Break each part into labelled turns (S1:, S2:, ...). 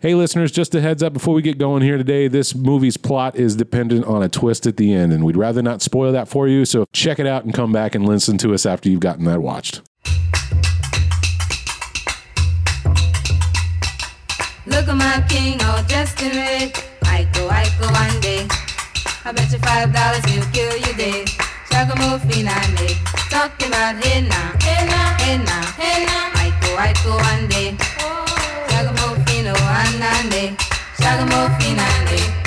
S1: Hey, listeners, just a heads up before we get going here today, this movie's plot is dependent on a twist at the end, and we'd rather not spoil that for you, so check it out and come back and listen to us after you've gotten that watched.
S2: Look at my king, oh, all dressed in red. Ico, Ico, one day. I bet you five dollars he'll kill you dead. Chagamofina, nay. Talking about henna, henna, henna, henna. Ico, Ico, one day. Chagamofino, anande. Chagamofina, nay.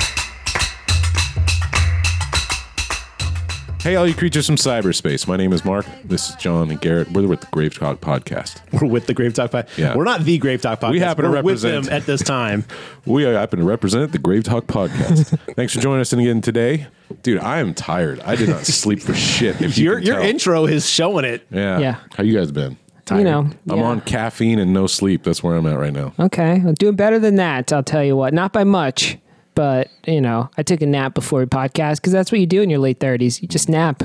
S1: Hey, all you creatures from cyberspace. My name is Mark. This is John and Garrett. We're with the Grave Talk Podcast.
S3: We're with the Grave Talk Pod.
S1: Yeah.
S3: We're not the Grave Talk Podcast.
S1: We happen to
S3: We're
S1: represent-
S3: with them at this time.
S1: We happen to represent the Grave Talk Podcast. Thanks for joining us again today. Dude, I am tired. I did not sleep for shit. If you
S3: your
S1: can
S3: your
S1: tell.
S3: intro is showing it.
S1: Yeah.
S4: Yeah.
S1: How you guys been?
S4: You know,
S1: I'm
S4: yeah. Uh,
S1: on caffeine and no sleep. That's where I'm at right now.
S4: Okay, well, doing better than that. I'll tell you what, not by much, but you know, I took a nap before a podcast because that's what you do in your late thirties. You just nap.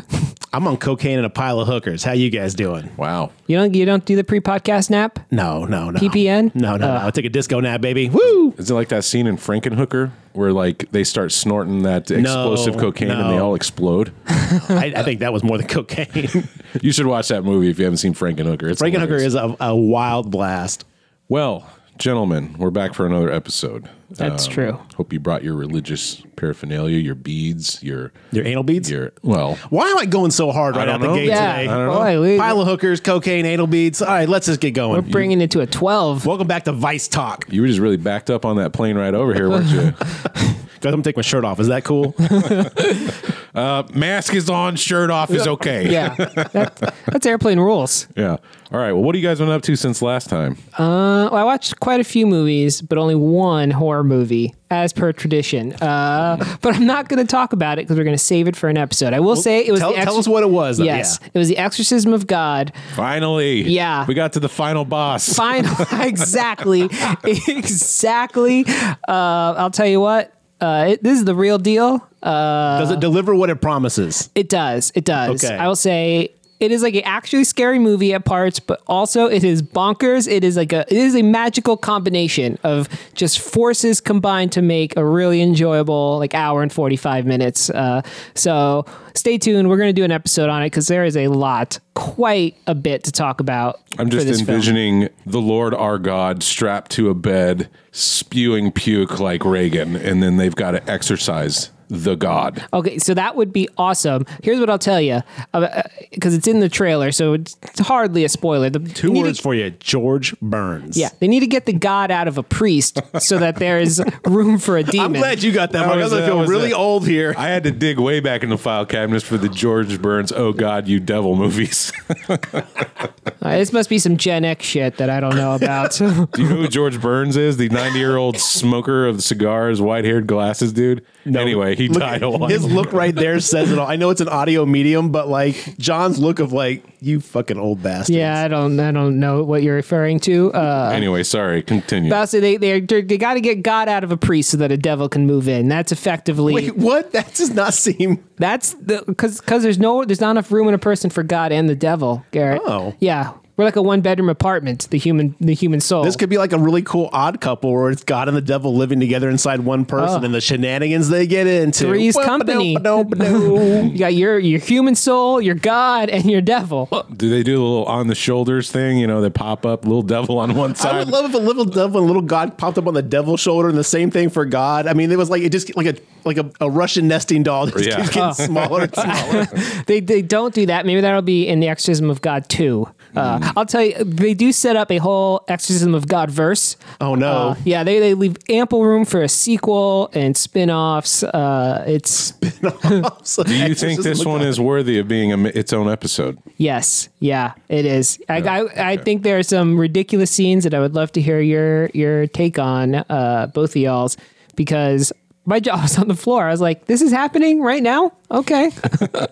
S3: I'm on cocaine and a pile of hookers. How you guys doing?
S1: Wow.
S4: You don't. You don't do the pre-podcast nap.
S3: No, no, no.
S4: PPN?
S3: No, no, no.
S4: Uh.
S3: I took a disco nap, baby. Woo!
S1: Is it like that scene in Frankenhooker where like they start snorting that explosive cocaine and they
S3: no.
S1: all explode?
S3: I, I think that was more than cocaine.
S1: you should watch that movie if you haven't seen Frankenhooker. It's
S3: Frankenhooker
S1: hilarious.
S3: is a, a wild blast.
S1: Well, gentlemen, we're back for another episode. Um,
S4: That's true.
S1: Hope you brought your religious paraphernalia, your beads, your
S3: Your anal beads?
S1: your well.
S3: Why am I going so hard
S1: I
S3: right
S1: don't
S3: out the
S1: know.
S3: gate
S1: Yeah.
S3: today?
S1: I don't know.
S4: Boy, we,
S3: Pile of hookers, cocaine, anal beads. All right, let's just get going.
S4: we're bringing it to a twelve.
S3: Welcome back to Vice Talk.
S1: You were just really backed up on that plane ride over here, weren't you?
S3: Guys, I'm gonna take my shirt off. Is that cool?
S1: Uh, Mask is on, shirt off is okay.
S4: Yeah, that, that's airplane rules.
S1: Yeah. All right. Well, what have you guys been up to since last time?
S4: Uh, well, I watched quite a few movies, but only one horror movie, as per tradition. Uh, but I'm not going to talk about it because we're going to save it for an episode. I will say it was.
S3: tell-
S4: the
S3: tell us what it was, though.
S4: Yes,
S3: Yeah.
S4: it was the Exorcism of God.
S1: Finally.
S4: Yeah.
S1: We got to the final boss.
S4: final exactly exactly uh i'll tell you what uh it, this is the real deal
S3: Does it deliver what it promises?
S4: it does it does
S3: Okay.
S4: i will say it is like an actually scary movie at parts but also it is bonkers it is like a it is a magical combination of just forces combined to make a really enjoyable like hour and 45 minutes uh so stay tuned we're gonna do an episode on it because there is a lot quite a bit to talk about
S1: I'm
S4: for
S1: just
S4: this film.
S1: envisioning the Lord our God strapped to a bed, spewing puke like Reagan, and then they've got to exercise the God.
S4: Okay, so that would be awesome. Here's what I'll tell you, because it's in the trailer, so it's it's hardly a spoiler. The,
S3: Two words for you: George Burns.
S4: yeah, they need to get the god out of a priest so that there is room for a demon.
S3: I'm glad you got that,
S1: That
S3: Mark.
S1: was
S3: I
S1: it, that
S3: feel
S1: was
S3: really
S1: it.
S3: old here.
S1: I had to dig way back in the file cabinets for the George Burns, oh God, you devil movies.
S4: Uh, this must be some Gen X shit that I don't know about.
S1: Do you know who George Burns is? The 90 year old smoker of cigars, white haired glasses dude? Anyway, he
S3: Look-
S1: died a while.
S3: His look right there says it all. I know it's an audio medium, but like John's look of like you fucking old bastard.
S4: yeah, I don't, I don't know what you're referring to. Uh,
S1: anyway, sorry, continue.
S4: but I'll say they they they're- they got to get God out of a priest so that a devil can move in. That's effectively
S3: Wait, what? That does not seem.
S4: That's the because because there's no there's not enough room in a person for God and the devil, Garrett.
S3: Oh.
S4: yeah, we're like a one bedroom apartment. The human the human soul.
S3: This could be like a really cool odd couple where it's God and the devil living together inside one person,
S4: Oh.
S3: and the shenanigans they get into.
S4: Three's Company.
S3: Ba-dum-ba-dum-ba-dum.
S4: you got your your human soul, your God, and your devil.
S1: Do they do a little on the shoulders thing? You know, they pop up, little devil on one side.
S3: I would love if a little devil and little God popped up on the devil's shoulder, and the same thing for God. I mean, it was like it just like a like a, a Russian nesting doll that just
S1: Yeah.
S3: keeps getting
S4: Oh.
S3: smaller and smaller.
S4: they they don't do that. Maybe that'll be in the Exorcism of God two. Uh, I'll tell you, they do set up a whole Exorcism of God verse.
S3: Oh, no.
S4: Uh, yeah, they they leave ample room for a sequel and spin offs. Uh, it's
S1: Do you think this one is worthy of being a, mi- its own episode?
S4: Yes, yeah, it is. I, I, I think there are some ridiculous scenes that I would love to hear your your take on, uh, both of y'all's, because my jaw was on the floor. I was like, "This is happening right now." Okay,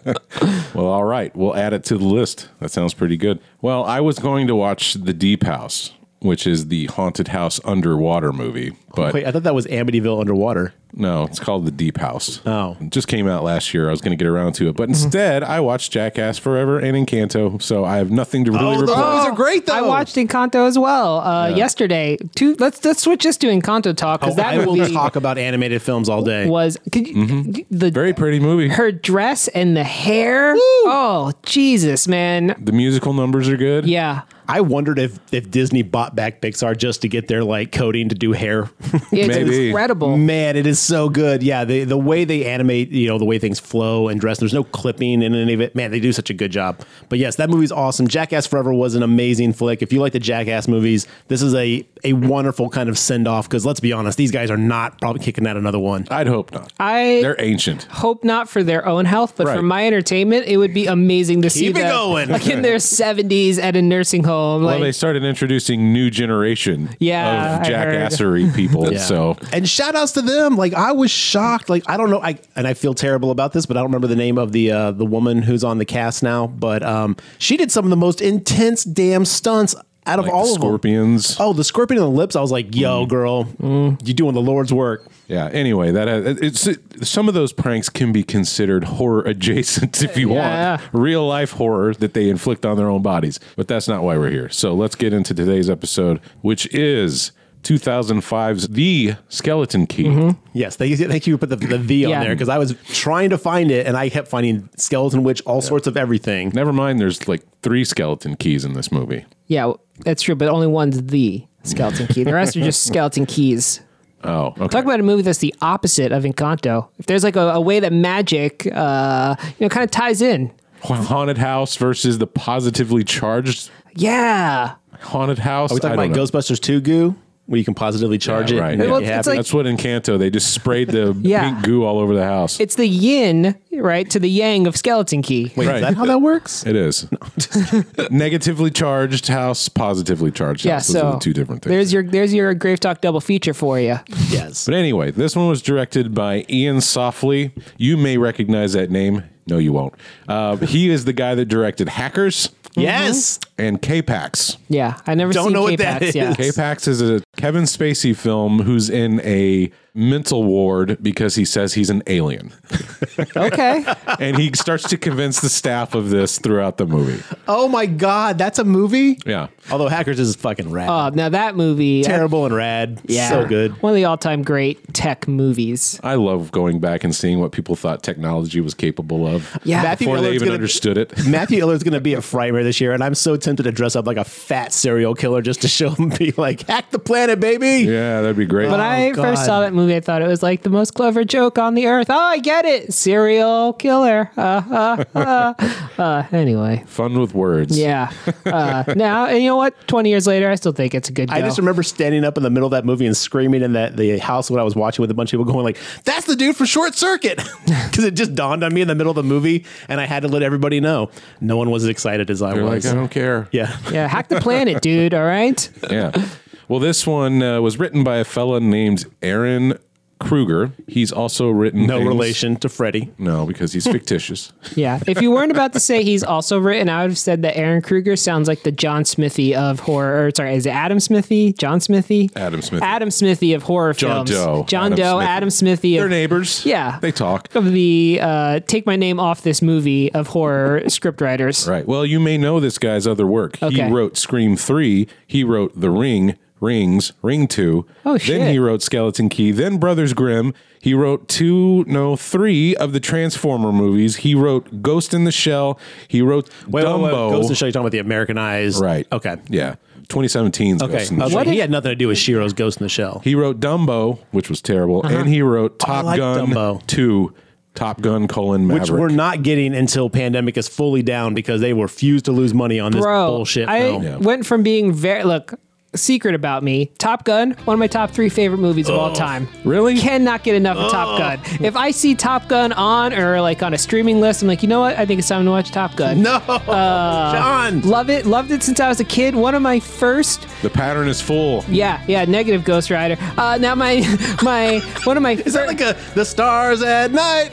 S1: Well, all right. We'll add it to the list. That sounds pretty good. Well, I was going to watch The Deep House, which is the haunted house underwater movie, but
S3: Wait, I thought that was Amityville underwater.
S1: No, it's called The Deep House.
S3: Oh.
S1: It just came out last year. I was going to get around to it, but instead I watched Jackass Forever and Encanto, so I have nothing to really
S3: Oh, those
S1: report.
S3: movies are great though.
S4: I watched Encanto as well uh, yesterday. Two, let's let's switch this to Encanto talk because
S3: Oh,
S4: that
S3: I will
S4: movie
S3: talk Mm-hmm. about animated films all day.
S4: was could you, the
S1: Very pretty movie.
S4: her dress and the hair. Oh Jesus, man!
S1: The musical numbers are good.
S4: Yeah,
S3: I wondered if if Disney bought back Pixar just to get their like coding to do hair.
S4: it's
S1: Maybe.
S4: incredible.
S3: Man, it is so good. Yeah, the the way they animate, you know, the way things flow and dress. There's no clipping in any of it. Man, they do such a good job. But yes, that movie's awesome. Jackass Forever was an amazing flick. If you like the Jackass movies, this is a a wonderful kind of send off. Because let's be honest, these guys are not probably kicking out another one.
S1: I'd hope not.
S4: I
S1: They're ancient.
S4: hope not for their own health, but for
S1: Right.
S4: my entertainment, it would be amazing to see
S3: Keep it
S4: them
S3: going.
S4: like in their seventies at a nursing home.
S1: Well,
S4: Like,
S1: they started introducing new generation
S4: Yeah,
S1: of
S4: I heard.
S1: jackassery people. So
S3: and shout outs to them. Like I was shocked. Like I don't know. I and I feel terrible about this, but I don't remember the name of the uh, the woman who's on the cast now. But um, she did some of the most intense damn stunts out of
S1: like
S3: all
S1: the Mm.
S3: of them.
S1: scorpions.
S3: Oh, the scorpion on the lips. I was like, yo, girl, you doing the Lord's work.
S1: Yeah. Anyway, that it's it, some of those pranks can be considered horror adjacent if you
S4: Yeah.
S1: want real life horror that they inflict on their own bodies. But that's not why we're here. So let's get into today's episode, which is 2005's The Skeleton Key.
S4: Mm-hmm.
S3: Yes, thank you. Thank you. Put the, the V
S4: Yeah.
S3: on there because I was trying to find it and I kept finding skeleton witch, all sorts of everything.
S1: Never mind. There's like three skeleton keys in this movie.
S4: yeah, that's true, but only one's the skeleton key. The rest are just skeleton keys.
S1: Oh, okay.
S4: Talk about a movie that's the opposite of Encanto. If there's like a, a way that magic, uh, you know, kind of ties in.
S1: haunted house versus the positively charged
S4: Yeah.
S1: haunted house.
S3: Are we talking about Ghostbusters 2 goo where you can positively charge
S1: Yeah,
S3: it?
S1: right.
S3: and make
S1: Well,
S3: it
S4: it's
S3: happy?
S4: like-
S1: That's what Encanto. They just sprayed the
S4: Yeah.
S1: pink goo all over the house.
S4: It's the yin, right, to the yang of skeleton key.
S3: Wait,
S1: Right.
S3: is that how that works?
S1: It is. Negatively charged house, positively charged
S4: yeah,
S1: house. Those are
S4: so
S1: the two different things.
S4: There's your there's your grave talk double feature for you.
S3: yes.
S1: but anyway, this one was directed by Ian Softly. You may recognize that name. No, you won't. Uh, he is the guy that directed Hackers Mm-hmm.
S3: Yes.
S1: and K-Pax.
S4: Yeah, I never
S3: Don't
S4: seen
S3: know what
S4: K-Pax,
S3: that
S4: yeah.
S3: is.
S1: K-Pax is a Kevin Spacey film who's in a mental ward because he says he's an alien.
S4: Okay,
S1: and he starts to convince the staff of this throughout the movie.
S3: Oh my God, that's a movie. Oh,
S1: Yeah.
S3: Although Hackers is fucking rad,
S4: uh, now that movie,
S3: terrible and rad.
S4: yeah,
S3: so good.
S4: One of the all time great tech movies.
S1: I love going back and seeing what people thought technology was capable of.
S4: Yeah,
S3: Matthew
S1: before they
S3: Miller's
S1: even
S3: gonna-
S1: understood it.
S3: Matthew Iller's gonna be at Frightmare this year, and I'm so tempted to dress up like a fat serial killer just to show him be like, hack the planet, baby.
S1: Yeah, that'd be great.
S4: When I
S3: Oh, God.
S4: first saw that movie, I thought it was like the most clever joke on the earth. Oh, I get it, serial killer. Uh, uh, uh. Uh, anyway,
S1: Fun with words.
S4: yeah. Uh, now, and you know what? Twenty years later, I still think it's a good. Go.
S3: I just remember standing up in the middle of that movie and screaming in that the house when I was watching with a bunch of people going like, "That's the dude for Short Circuit," because it just dawned on me in the middle of the movie, and I had to let everybody know. No one was as excited as I
S1: They're like,
S3: was.
S1: I don't care.
S3: yeah,
S4: Yeah, hack the planet, dude. All right.
S1: Yeah. Well, this one uh, was written by a fella named Aaron Kruger. He's also written
S3: no
S1: things-
S3: relation to Freddy.
S1: No, because he's fictitious.
S4: Yeah. If you weren't about to say he's also written, I would have said that Aaron Kruger sounds like the John Smithy of horror. Or sorry, is it Adam Smithy? John Smithy?
S1: Adam Smithy.
S4: Adam Smithy of horror
S1: John
S4: films.
S1: Doe.
S4: John
S1: Adam
S4: Doe.
S1: Smithy.
S4: Adam Smithy
S1: They're
S4: of,
S1: neighbors.
S4: Yeah.
S1: They talk.
S4: of the uh, Take My Name Off This Movie of horror scriptwriters.
S1: Right. Well, you may know this guy's other work.
S4: Okay.
S1: He wrote Scream 3, he wrote The Ring, Rings, Ring 2.
S4: Oh, shit.
S1: Then he wrote Skeleton Key, then Brothers Grimm. He wrote two, no, three of the Transformer movies. He wrote Ghost in the Shell. He wrote
S3: Wait, wait,
S1: Dumbo.
S3: wait, goes to show you talking about the Americanized.
S1: right.
S3: Okay.
S1: Yeah. 2017's
S3: Okay.
S1: Ghost in the
S3: okay.
S1: Shell.
S3: he had nothing to do with Shiro's Ghost in the Shell.
S1: He wrote Dumbo, which was terrible,
S4: Uh-huh.
S1: and he wrote Top
S3: Oh, like
S1: Gun
S3: Dumbo.
S1: 2, Top Gun colon Maverick.
S3: which we're not getting until pandemic is fully down because they refuse to lose money on this
S4: Bro,
S3: bullshit
S4: I
S3: film.
S1: Yeah.
S4: went from being very, look, secret about me, Top Gun, one of my top three favorite movies of all time.
S1: Really?
S4: Cannot get enough of Top Gun. If I see Top Gun on or like on a streaming list, I'm like, you know what? I think it's time to watch Top Gun.
S3: No,
S4: Uh,
S3: John.
S4: Love it. Loved it since I was a kid. One of my first,
S1: the pattern is full.
S4: yeah, yeah, negative Ghost Rider. Uh, now my, my, one of my,
S3: Is that like a the stars at night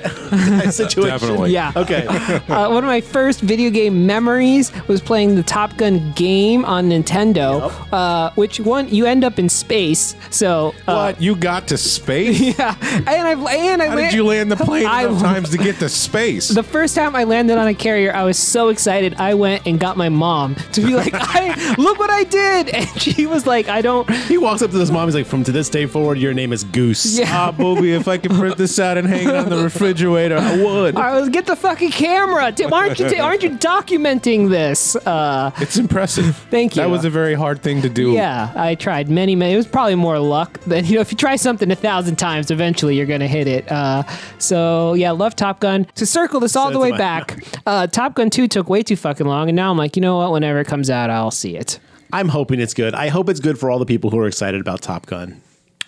S3: situation?
S1: Definitely.
S4: yeah,
S3: Okay.
S4: uh, one of my first video game memories was playing the Top Gun game on Nintendo. Uh, uh, which one you end up in space. So uh,
S1: What? You got to space?
S4: yeah, and I and I
S1: How did
S4: land-
S1: you land the plane
S4: I-
S1: enough times to get to space?
S4: The first time I landed on a carrier, I was so excited. I went and got my mom to be like, I, "Look what I did!" And she was like, "I don't."
S3: He walks up to this mom. He's like, "From to this day forward, your name is Goose." Uh,
S4: Yeah.
S1: Ah, Booby, if I could print this out and hang it on the refrigerator, I would.
S4: I was get the fucking camera. Di- Why aren't you? T- aren't you documenting this? Uh,
S1: It's impressive.
S4: Thank you.
S1: That was a very hard thing to do.
S4: yeah, I tried many, many. It was probably more luck than you know. If you try something a thousand times, eventually you're gonna hit it. Uh, so yeah, love Top Gun. To circle this all the
S3: that's
S4: way
S3: my-
S4: back, uh, Top Gun Two took way too fucking long, and now I'm like, you know what? Whenever it comes out, I'll see it.
S3: I'm hoping it's good. I hope it's good for all the people who are excited about Top Gun.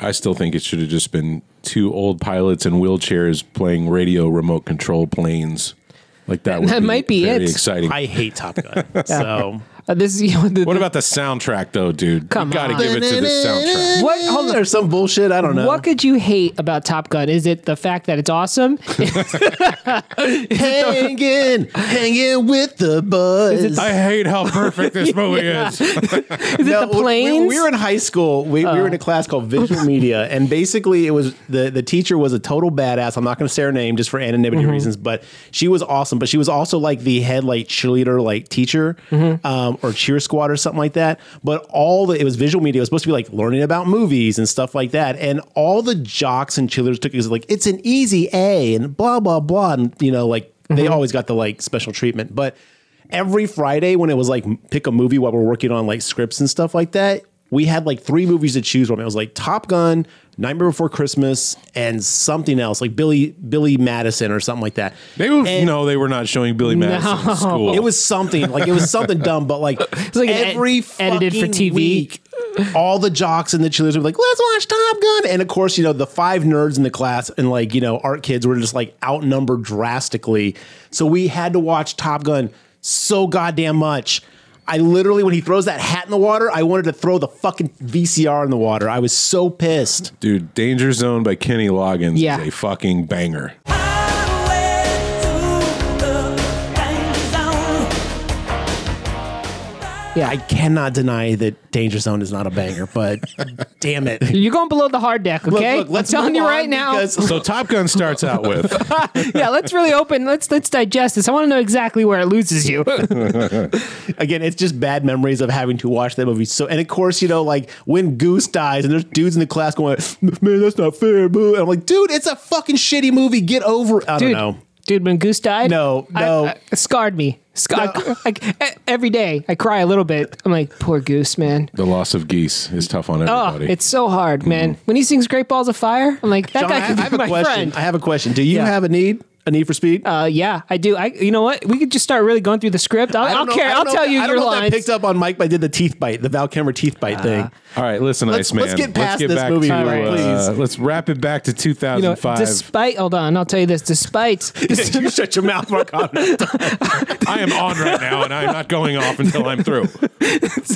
S1: I still think it should have just been two old pilots in wheelchairs playing radio remote control planes. Like that would
S4: That
S1: be
S4: might be
S1: very
S4: it.
S1: exciting.
S3: I hate Top Gun. so
S4: Uh, this is you know, the,
S1: what about the soundtrack though, dude?
S4: Come
S1: you gotta
S4: on.
S1: give it to the soundtrack.
S4: what? Hold on.
S3: or some bullshit. I don't know.
S4: What could you hate about Top Gun? Is it the fact that it's awesome?
S3: hanging, hanging with the boys.
S1: I hate how perfect this movie is.
S4: Is it the
S3: No, we- we-
S4: planes? Oh.
S3: We, were in high school. We, we were in a class called visual media, and basically, it was the the teacher was a total badass. I'm not going to say her name just for anonymity
S4: Mm-hmm.
S3: reasons, but she was awesome. But she was also like the head like cheerleader, like teacher
S4: Mm-hmm.
S3: um, or cheer squad or something like that. But all the it was visual media. It was supposed to be like learning about movies and stuff like that. And all the jocks and cheerleaders took it as like it's an easy A and blah blah blah, and you know like they
S4: Mm-hmm.
S3: always got the like special treatment, but every Friday when it was like m- pick a movie while we're working on like scripts and stuff like that, we had like three movies to choose from. It was like Top Gun, Nightmare Before Christmas, and something else like Billy Billy Madison or something like that.
S1: They were,
S3: And
S1: no, they were not showing Billy Madison in school.
S3: It was something like it was something dumb, but like,
S4: like an ed-
S3: every
S4: edited for
S3: fucking
S4: TV.
S3: week, all the jocks and the cheerleaders were like, "Let's watch Top Gun," and of course, you know, the five nerds in the class and like you know, art kids were just like outnumbered drastically, so we had to watch Top Gun so goddamn much. I literally, when he throws that hat in the water, I wanted to throw the fucking VCR in the water. I was so pissed.
S1: Dude, Danger Zone by Kenny Loggins
S4: Yeah.
S1: is a fucking banger.
S4: yeah.
S3: I cannot deny that Danger Zone is not a banger, but damn it.
S4: You're going below the hard deck, okay? I'm telling
S3: move
S4: you
S3: on
S4: right now.
S3: because-
S1: So Top Gun starts out with
S4: yeah, let's really open. Let's let's digest this. I want to know exactly where it loses you.
S3: again, it's just bad memories of having to watch that movie. So, and of course, you know, like when Goose dies, and there's dudes in the class going, "Man, that's not fair, boo!" And I'm like, "Dude, it's a fucking shitty movie. Get over." it." I
S4: Dude,
S3: don't know.
S4: dude, when Goose died,
S3: No,
S4: I-
S3: no.
S4: I- it scarred me. Scar- like e- every day, I cry a little bit. I'm like, poor Goose, man.
S1: the loss of geese is tough on
S4: Oh,
S1: everybody.
S4: it's so hard, man. When he sings "Great Balls of Fire," I'm like, that
S3: John,
S4: guy could
S3: Mm. I, I
S4: be
S3: have a
S4: my
S3: question.
S4: friend.
S3: I have a question. Do you
S4: Yeah.
S3: have a need? A need for speed?
S4: Uh, yeah, I do. I, you know what? We could just start really going through the script. I'll,
S3: I
S4: I'll
S3: don't know-
S4: care.
S3: I
S4: I'll
S3: don't know
S4: tell
S3: if-
S4: you
S3: I don't
S4: your
S3: know if
S4: lines. Uh,
S3: That picked up on Mike, but I did the teeth bite, the Val Kilmer teeth bite thing.
S1: All right, listen,
S3: Let's-
S1: Ice Man.
S3: let's get past this movie,
S1: to,
S4: Alright.
S1: uh, let's wrap it back to
S4: you know,
S1: 2005.
S4: despite hold on, I'll tell you this. Despite
S3: you shut your mouth, Mark.
S1: I am on right now, and I'm not going off until I'm through.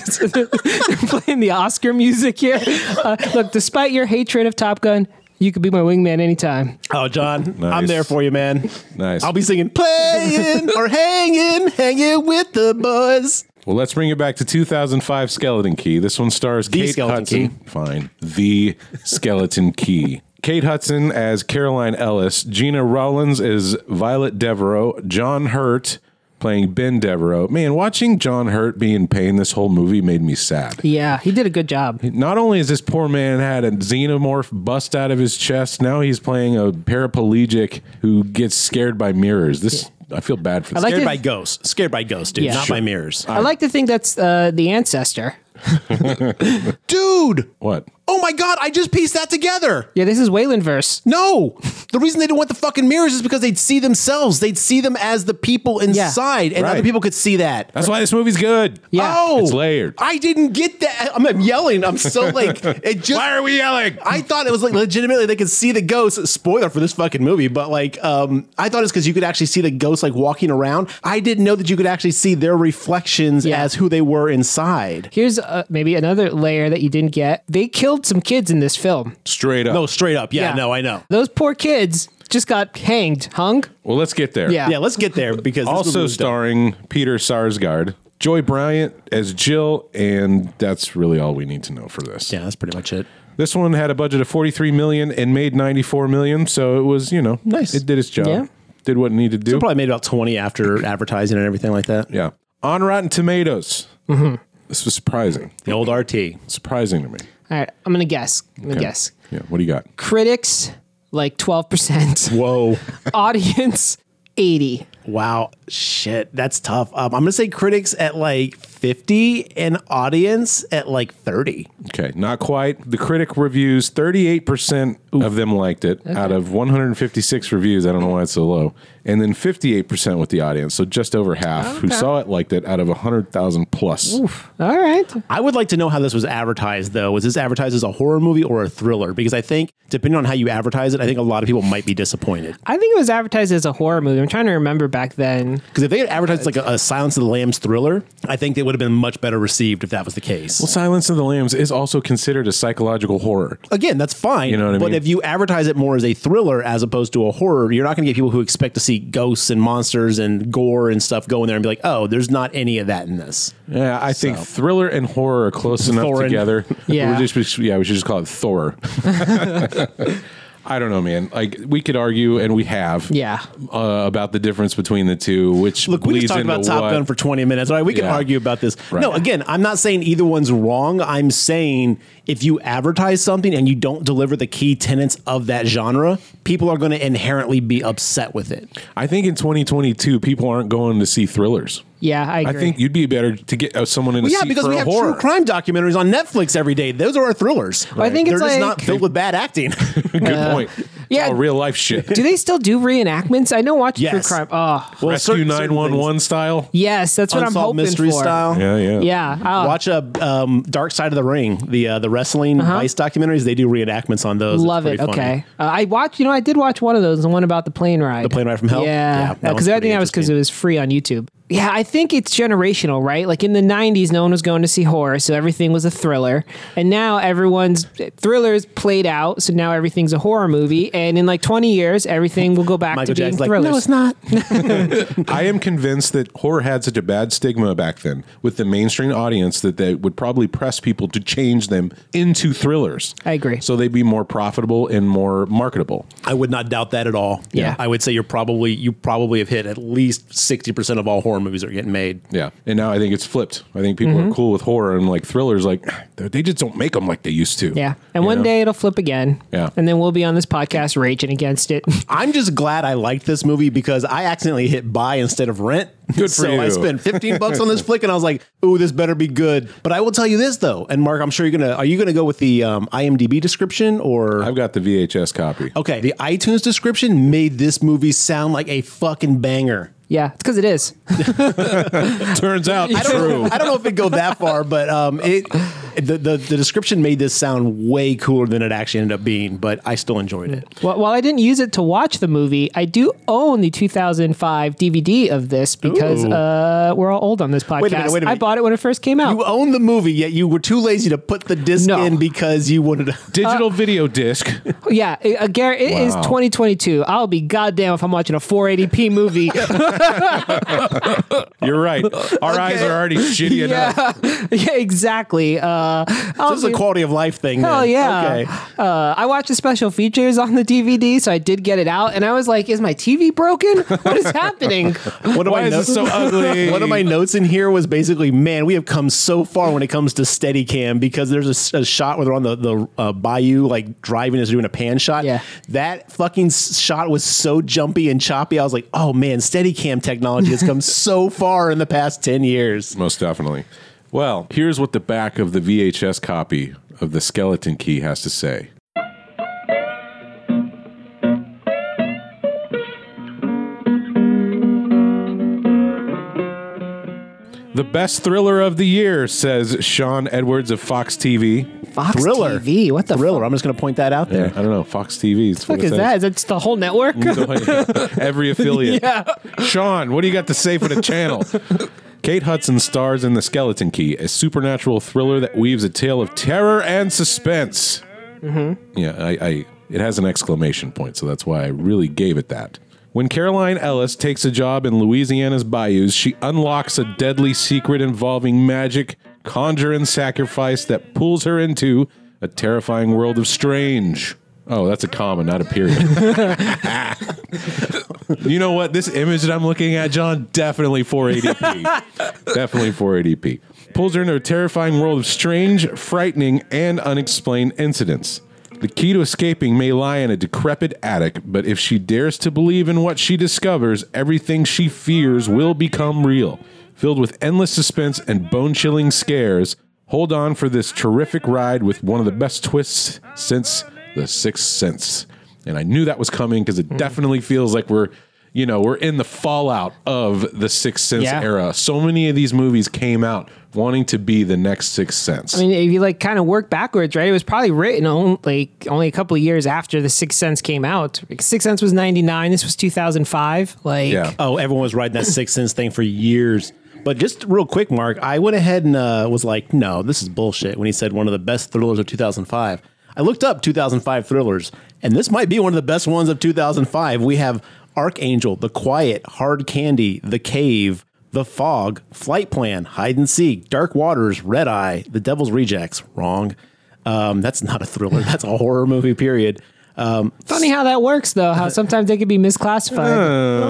S4: playing the Oscar music here, uh, look, despite your hatred of Top Gun, you could be my wingman anytime.
S3: Oh, John, I'm
S1: Nice.
S3: there for you, man.
S1: Nice.
S3: I'll be singing, playing or hanging, hanging with the buzz.
S1: well, let's bring it back to 2005 Skeleton Key. This one stars Kate
S3: Skeleton
S1: Hudson. Fine. The Skeleton Key. Kate Hudson as Caroline Ellis, Gina Rollins as Violet Devereaux, John Hurt playing Ben Devereaux. Man, watching John Hurt be in pain this whole movie made me sad.
S4: Yeah, he did a good job.
S1: Not only has this poor man had a xenomorph bust out of his chest, now he's playing a paraplegic who gets scared by mirrors. This I feel bad for this.
S4: like
S1: guy.
S3: Scared
S4: it.
S3: by ghosts. Scared by ghosts, dude.
S4: Yeah.
S3: Not
S4: Sure.
S3: by mirrors.
S4: I like to think that's uh, the ancestor.
S3: dude.
S1: what?
S3: Oh my god, I just pieced that together.
S4: Yeah, this is Wayland verse.
S3: No, the reason they didn't want the fucking mirrors is because they'd see themselves. They'd see them as the people inside, and
S1: Right.
S3: other people could see that.
S1: That's why this movie's good.
S4: Yeah.
S3: Oh,
S1: It's layered.
S3: I didn't get that. I'm, I'm yelling. I'm so like it just.
S1: Why are we yelling?
S3: I thought it was like legitimately they could see the ghosts. Spoiler for this fucking movie, but like um, I thought it's because you could actually see the ghosts like walking around. I didn't know that you could actually see their reflections
S4: Yeah.
S3: as who they were inside.
S4: Here's uh, maybe another layer that you didn't get. They killed some kids in this film.
S1: Straight up.
S3: No, straight up. Yeah,
S4: Yeah.
S3: no, I know.
S4: Those poor kids just got hanged, hung.
S1: Well, let's get there.
S4: Yeah.
S3: Yeah, let's get there because this
S1: Also
S3: movie was dumb.
S1: starring Peter Sarsgaard, Joy Bryant as Jill, and that's really all we need to know for this.
S3: Yeah, that's pretty much it.
S1: This one had a budget of 43 million and made 94 million, so it was, you know,
S3: Nice.
S1: It did its job.
S4: Yeah.
S1: Did what it needed to do.
S3: Probably made about 20 after advertising and everything like that.
S1: yeah. On Rotten Tomatoes.
S3: Mm-hmm.
S1: This was surprising.
S3: The old RT.
S1: Surprising to me.
S4: All right, I'm gonna guess. I'm gonna
S1: Okay.
S4: guess.
S1: Yeah. What do you got?
S4: Critics like 12 percent.
S3: Whoa.
S4: Audience 80.
S3: Wow. Shit. That's tough. Um, I'm going to say critics at like 50 and audience at like 30.
S1: Okay, not quite. The critic reviews, 38% of them liked it out of 156 reviews. I don't know why it's so low. And then 58% with the audience. So just over half who
S4: Okay.
S1: saw it liked it out of 100,000 plus.
S4: All right.
S3: I would like to know how this was advertised, though. Was this advertised as a horror movie or a thriller? Because I think, depending on how you advertise it, I think a lot of people might be disappointed.
S4: I think it was advertised as a horror movie. I'm trying to remember back then.
S3: Because if they had advertised like a, a Silence of the Lambs thriller, I think they would have been much better received if that was the case.
S1: Silence of the Lambs is also considered a psychological horror.
S3: Again, that's fine.
S1: You know what I
S3: but
S1: mean?
S3: if you advertise it more as a thriller as opposed to a horror, you're not going to get people who expect to see ghosts and monsters and gore and stuff go in there and be like, oh, there's not any of that in this.
S1: Yeah, I think thriller and horror are close enough
S3: Thorin.
S1: together.
S4: Yeah.
S1: We just, yeah, we should just call it Thor. I don't know, man. Like we could argue, and we have,
S4: Yeah.
S1: uh, about the difference between the two, which
S3: Look, we just
S1: bleeds
S3: talked
S1: into
S3: about Top
S1: what-
S3: Gun for 20 minutes. All right, we can
S1: Yeah.
S3: argue about this.
S1: Right.
S3: No, again, I'm not saying either one's wrong. I'm saying if you advertise something and you don't deliver the key tenets of that genre, people are going to inherently be upset with it.
S1: I think in 2022, people aren't going to see thrillers.
S4: Yeah, I
S1: I
S4: agree.
S1: think you'd be better to get uh, someone in a
S3: yeah,
S1: seat
S3: because
S1: for
S3: we
S1: a
S3: have
S1: horror.
S3: true crime documentaries on Netflix every day. Those are our thrillers.
S4: I think
S3: They're
S4: it's
S3: just
S4: like-
S3: not filled with bad acting.
S1: Good point.
S4: Yeah.
S1: Yeah, real life shit.
S4: do they still do reenactments? I know watch true
S3: Yes.
S4: crime. Oh,
S3: well,
S1: Rescue 911 style.
S4: yes, that's what I'm
S3: Unsolved
S4: hoping
S3: mystery
S4: for.
S3: style.
S1: Yeah, yeah.
S4: Yeah. I'll-
S3: Watch a um, Dark Side of the Ring, the uh, the wrestling Vice documentaries. They do reenactments on those. It's
S4: Uh-huh. Oh, Love it.
S3: pretty funny.
S4: Okay. Uh, I watched, you know, I did watch one of those, the one about the plane ride. The
S3: plane ride from hell? Yeah,
S4: Yeah.
S3: that
S4: Uh,
S3: one's
S4: Because I
S3: pretty
S4: think that was because
S3: interesting.
S4: it was free on YouTube. Yeah, I think it's generational, right? Like in the 90s, no one was going to see horror, so everything was a thriller. And now everyone's thrillers played out, so now everything's a horror movie. And in like 20 years, everything will go back
S3: Michael
S4: to being
S3: Jackson's like,
S4: thrillers.
S3: no, it's not.
S1: I am convinced that horror had such a bad stigma back then with the mainstream audience that they would probably press people to change them into thrillers.
S4: I agree.
S1: So they'd be more profitable and more marketable.
S3: I would not doubt that at all.
S4: Yeah.
S3: I would say you're probably you probably have hit at least sixty percent of all horror movies that are getting made.
S1: Yeah. And now I think it's flipped. I think people
S4: Mm-hmm.
S1: are cool with horror and like thrillers, like they just don't make them like they used to.
S4: Yeah. And
S1: You
S4: one
S1: know?
S4: day it'll flip again.
S1: Yeah.
S4: And then we'll be on this podcast raging against it.
S3: I'm just glad I liked this movie because I accidentally hit buy instead of rent.
S1: Good for
S3: so I
S1: you.
S3: spent 15 bucks on this flick and I was like, "Ooh, this better be good." But I will tell you this though, and Mark, I'm sure you're gonna are you gonna go with the um, IMDb description or
S1: I've got the VHS copy.
S3: Okay, the iTunes description made this movie sound like a fucking banger.
S4: yeah. It's because it is.
S1: Turns out
S3: I don't, know, I don't know if it'd go that far, but um, it the, the the description made this sound way cooler than it actually ended up being. But I still enjoyed it.
S4: Well, while I didn't use it to watch the movie, I do own the 2005 DVD of this because
S3: Ooh.
S4: uh, we're all old on this podcast.
S3: a minute, wait a
S4: I
S3: minute.
S4: bought it when it first came out.
S3: You own the movie, yet you were too lazy to put the disc
S4: No.
S3: in because you wanted to.
S1: Digital video disc.
S4: yeah, it, uh, Garrett, it is
S1: Wow.
S4: 2022. I'll be goddamn if I'm watching a 480p movie.
S1: You're right. Our eyes are already shitty enough.
S4: yeah, yeah, exactly. Uh, I'll
S3: This is a
S4: be-
S3: quality of life thing.
S4: Hell
S3: then.
S4: yeah.
S3: Okay.
S4: Uh, I watched the special features on the DVD, so I did get it out, and I was like, is my TV broken? What is happening?
S3: One of
S1: Why
S3: my
S1: is
S3: notes,
S1: this so ugly?
S3: One of my notes in here was basically, man, we have come so far when it comes to Steadicam because there's a s- a, shot where they're on the the uh, bayou, like driving is doing a pan shot.
S4: Yeah.
S3: that fucking s- shot was so jumpy and choppy. I was like, oh man, Steadicam technology has come so far in the past ten years.
S1: Most definitely. Well, here's what the back of the VHS copy of The Skeleton Key has to say. The best thriller of the year, says Sean Edwards of Fox TV.
S4: Fox
S3: Thriller.
S4: TV. What the
S3: Thriller. I'm just gonna point that out
S1: Yeah, I
S3: there.
S1: don't know. Fox TV. Is
S4: fuck is that? Is that just the whole network?
S1: Every affiliate. Sean, what do you got to say for the channel? Kate Hudson stars in The Skeleton Key, a supernatural thriller that weaves a tale of terror and suspense. Yeah, I, I it has an exclamation point, so that's why I really gave it that. When Caroline Ellis takes a job in Louisiana's bayous, she unlocks a deadly secret involving magic, conjure, and sacrifice that pulls her into a terrifying world of strange. Oh, that's a comma, not a period. you know what? This image that I'm looking at, John, definitely 480p. definitely 480p. Pulls her into a terrifying world of strange, frightening, and unexplained incidents. The key to escaping may lie in a decrepit attic, but if she dares to believe in what she discovers, everything she fears will become real. Filled with endless suspense and bone chilling scares, hold on for this terrific ride with one of the best twists since The Sixth Sense. And I knew that was coming because it
S4: Mm-hmm.
S1: definitely feels like we're, you know, we're in the fallout of the Sixth Sense
S4: Yeah.
S1: era. So many of these movies came out wanting to be the next Sixth Sense.
S4: I mean, if you like kind of work backwards, right? It was probably written only, like only a couple of years after The Sixth Sense came out. Like, Sixth Sense was 99. This was 2005. Like,
S1: yeah.
S3: Oh, everyone was riding that six cents thing for years. But just real quick, Mark, I went ahead and uh, was like, no, this is bullshit. When he said one of the best thrillers of 2005, I looked up 2005 thrillers, and this might be one of the best ones of 2005. We have Archangel, The Quiet, Hard Candy, The Cave, The Fog, Flight Plan, Hide and Seek, Dark Waters, Red Eye, The Devil's Rejects. Wrong. Um, that's not a thriller. That's a horror movie, period. Um,
S4: funny how that works, though. How sometimes they can be misclassified.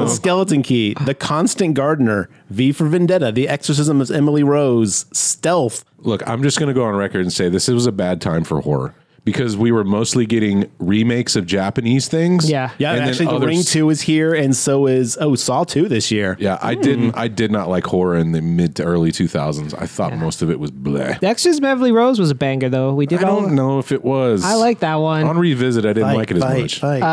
S1: Oh.
S3: Skeleton Key, The Constant Gardener, V for Vendetta, The Exorcism of Emily Rose, Stealth.
S1: look, I'm just going to go on record and say this was a bad time for horror because we were mostly getting remakes of Japanese things.
S4: Yeah.
S3: Yeah,
S1: And then
S3: actually, The
S1: others-
S3: Ring 2 is here, and so is, oh, Saw 2 this year.
S1: Yeah, I
S4: Hmm.
S1: didn't. I did not like horror in the mid to early 2000s. I thought most of it was bleh.
S4: The Exorcism of Beverly Rose was a banger, though. We
S1: I
S4: did all.
S1: don't know if it was.
S4: I like that one.
S1: On revisit, I didn't
S3: Fight,
S1: like it as
S3: fight,
S1: much.
S3: fight,
S4: Uh,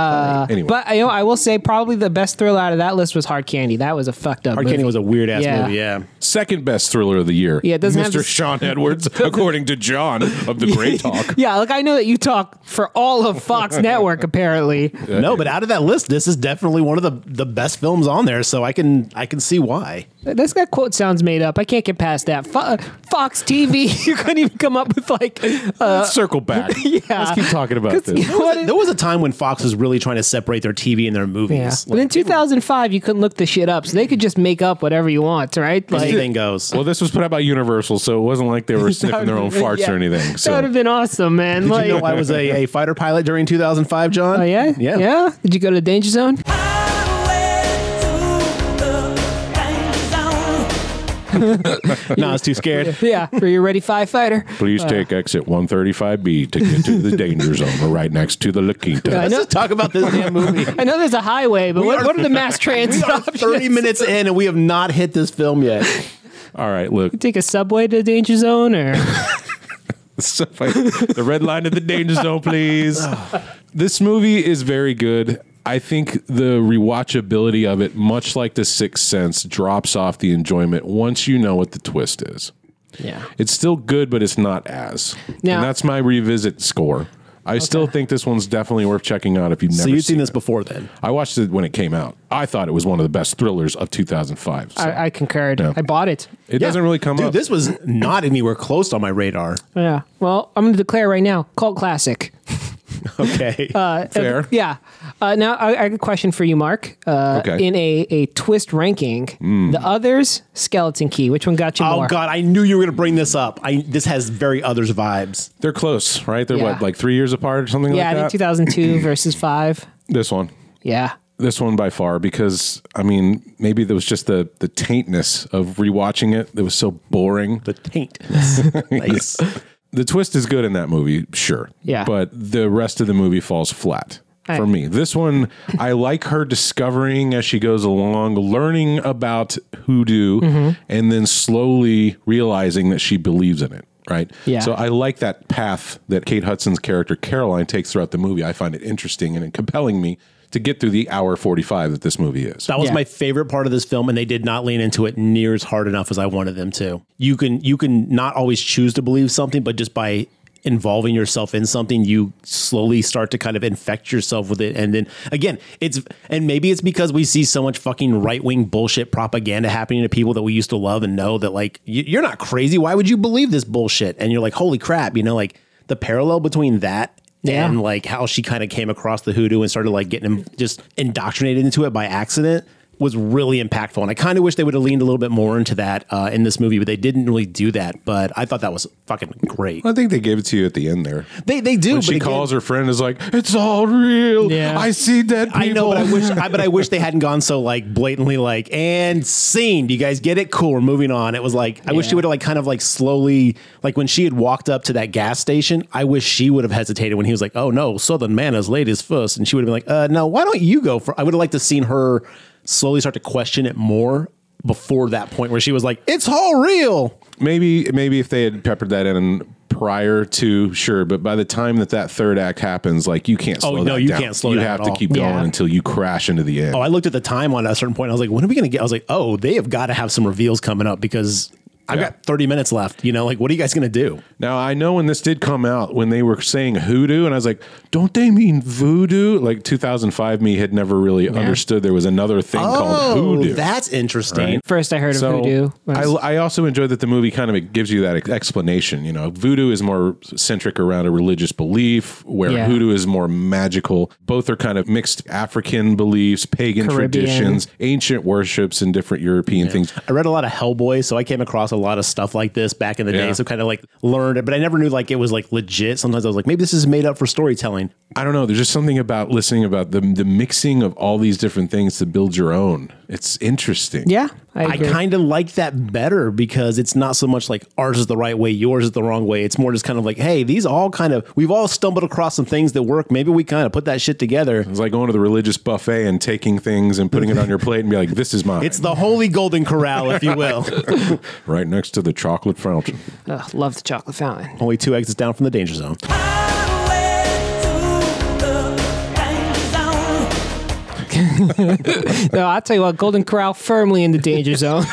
S3: fight.
S1: Anyway,
S4: But you know, I will say probably the best thriller out of that list was Hard Candy. That was a fucked up.
S3: Hard
S4: movie.
S3: Candy was a weird ass
S4: Yeah.
S3: movie, yeah.
S1: second best thriller of the year.
S4: Yeah, it doesn't
S1: Mr.
S4: have the-
S1: Sean Edwards, according to John of the Great Talk.
S4: Yeah, like I know that you talk for all of Fox Network apparently.
S3: No, but out of that list, this is definitely one of the, the best films on there, so I can I can see why.
S4: That's that quote sounds made up. I can't get past that. Fo- Fox TV, you couldn't even come up with like uh,
S1: Let's circle back.
S4: Yeah.
S1: Let's keep talking about this.
S4: what is-
S3: There was a time when Fox was really trying to separate their TV and their
S4: yeah.
S3: movies.
S4: But in 2005, you couldn't look the shit up, so they could just make up whatever you want, right?
S3: Anything goes.
S1: Well, this was put out by Universal, so it wasn't like they were sniffing their own farts
S4: Yeah.
S1: or anything.
S4: that would
S1: So
S4: have been awesome, man.
S3: Did
S4: like,
S3: you know I was a, a fighter pilot during 2005, John?
S4: oh yeah,
S3: Yeah.
S4: yeah. Did you go to the danger zone?
S3: No, I was too scared.
S4: Yeah, were you ready, firefighter?
S1: Please take exit 135B to get to the danger zone. We're right next to the La Quinta.
S3: Let's just talk about this damn movie.
S4: I know there's a highway, but what,
S3: are-
S4: what are the mass
S3: We
S4: transit
S3: are
S4: options?
S3: 30 minutes in and we have not hit this film yet.
S1: All right, look.
S4: Take a subway to the danger zone, or
S1: So if I- the red line to the danger zone, please. this movie is very good. I think the rewatchability of it, much like The Sixth Sense, drops off the enjoyment once you know what the twist is.
S4: yeah.
S1: It's still good, but it's not as.
S4: Now-
S1: and that's my revisit score. I still think this one's definitely worth checking out if you've never
S3: So you've seen
S1: it.
S3: this before then.
S1: I watched it when it came out. I thought it was one of the best thrillers of 2005. So
S4: I, I concurred.
S1: Yeah.
S4: I bought it.
S1: it doesn't really come
S3: Dude,
S1: up.
S3: this was not anywhere close on my radar.
S4: Yeah. Well, I'm going to declare right now, cult classic.
S3: Okay.
S1: Fair.
S4: Yeah. Uh, now I, I have a question for you, Mark. Uh,
S1: Okay. Hmm.
S4: In a, a twist ranking, the others skeleton key. Which one got you
S3: oh
S4: more?
S3: god, I knew you were going to bring this up. I this has very others vibes.
S1: They're close, right? They're
S4: Yeah.
S1: what, like three years apart or something
S4: Yeah, I
S1: like
S4: think
S1: that?
S4: 2002 versus five.
S1: this one.
S4: Yeah.
S1: This one by far, because I mean, maybe there was just the the taintness of rewatching it that was so boring.
S3: The taint. nice.
S1: The twist is good in that movie, sure.
S4: Yeah.
S1: But the rest of the movie falls flat.
S4: All
S1: For
S4: right.
S1: me, this one, I like her discovering as she goes along, learning about hoodoo,
S4: Mm-hmm.
S1: and then slowly realizing that she believes in it. Right.
S4: Yeah.
S1: So I like that path that Kate Hudson's character Caroline takes throughout the movie. I find it interesting and compelling me to get through the hour 45 that this movie is.
S3: That was
S4: Yeah.
S3: my favorite part of this film, and they did not lean into it near as hard enough as I wanted them to. You can you can not always choose to believe something, but just by involving yourself in something, you slowly start to kind of infect yourself with it. And then again, it's and maybe it's because we see so much fucking right wing bullshit propaganda happening to people that we used to love and know that like you- you're not crazy. Why would you believe this bullshit? And you're like, holy crap, you know, like the parallel between that
S4: Yeah.
S3: and like how she kind of came across the hoodoo and started like getting him just indoctrinated into it by accident was really impactful. And I kind of wish they would have leaned a little bit more into that uh, in this movie, but they didn't really do that. But I thought that was fucking great.
S1: I think they gave it to you at the end there.
S3: They they do.
S1: When
S3: but
S1: she
S3: again-
S1: calls her friend, is like, "It's all real.
S4: Yeah.
S1: I see dead people."
S3: I know, but I wish, I, but I wish they hadn't gone so like blatantly like and scene. Do you guys get it? Cool, we're moving on. It was like I wish she
S4: Yeah.
S3: would have like kind of like slowly, like when she had walked up to that gas station. I wish she would have hesitated when he was like, "Oh no, Southern man is ladies first. and she would have been like, "Uh, no, why don't you go?" For I would have liked to seen her slowly start to question it more before that point where she was like, "It's all real."
S1: maybe maybe if they had peppered that in prior to sure, but by the time that that third act happens, like you can't
S3: Oh,
S1: slow.
S3: no,
S1: that
S3: you
S1: down.
S3: can't slow
S1: You
S3: down
S1: have
S3: at
S1: to
S3: all.
S1: keep going
S4: Yeah.
S1: until you crash into the end.
S3: Oh, I looked at the time on a certain point. I was like, when are we going to get? I was like, oh, they have got to have some reveals coming up because I've
S1: Yeah.
S3: got 30 minutes left. You know, like, what are you guys going to do?
S1: Now I know when this did come out, when they were saying hoodoo, and I was like, "Don't they mean voodoo?" Like 2005, me had never really understood there was another thing called hoodoo.
S3: Oh, that's interesting.
S4: First, I heard of
S1: so
S4: hoodoo.
S1: I, I also enjoyed that the movie kind of gives you that ex- explanation. You know, voodoo is more centric around a religious belief, where
S4: Yeah.
S1: hoodoo is more magical. Both are kind of mixed African beliefs, pagan
S4: Caribbean.
S1: traditions, ancient worships, and different European things.
S3: I read a lot of Hellboy, so I came across a lot of stuff like this back in the
S1: Yeah.
S3: day. So kind of like learned it, but I never knew like it was like legit. Sometimes I was like, maybe this is made up for storytelling.
S1: I don't know. There's just something about listening about the the mixing of all these different things to build your own. It's interesting.
S4: yeah, I,
S3: I
S4: agree.
S3: kind of like that better because it's not so much like ours is the right way, yours is the wrong way. It's more just kind of like, hey, these all kind of we've all stumbled across some things that work. Maybe we kind of put that shit together.
S1: It's like going to the religious buffet and taking things and putting it on your plate and be like, "This is mine."
S3: It's the holy golden corral, if you will.
S1: right next to the chocolate fountain.
S4: Ugh, love the chocolate fountain.
S3: Only two exits down from the danger zone.
S4: No, I'll tell you what, Golden Corral firmly in the danger zone.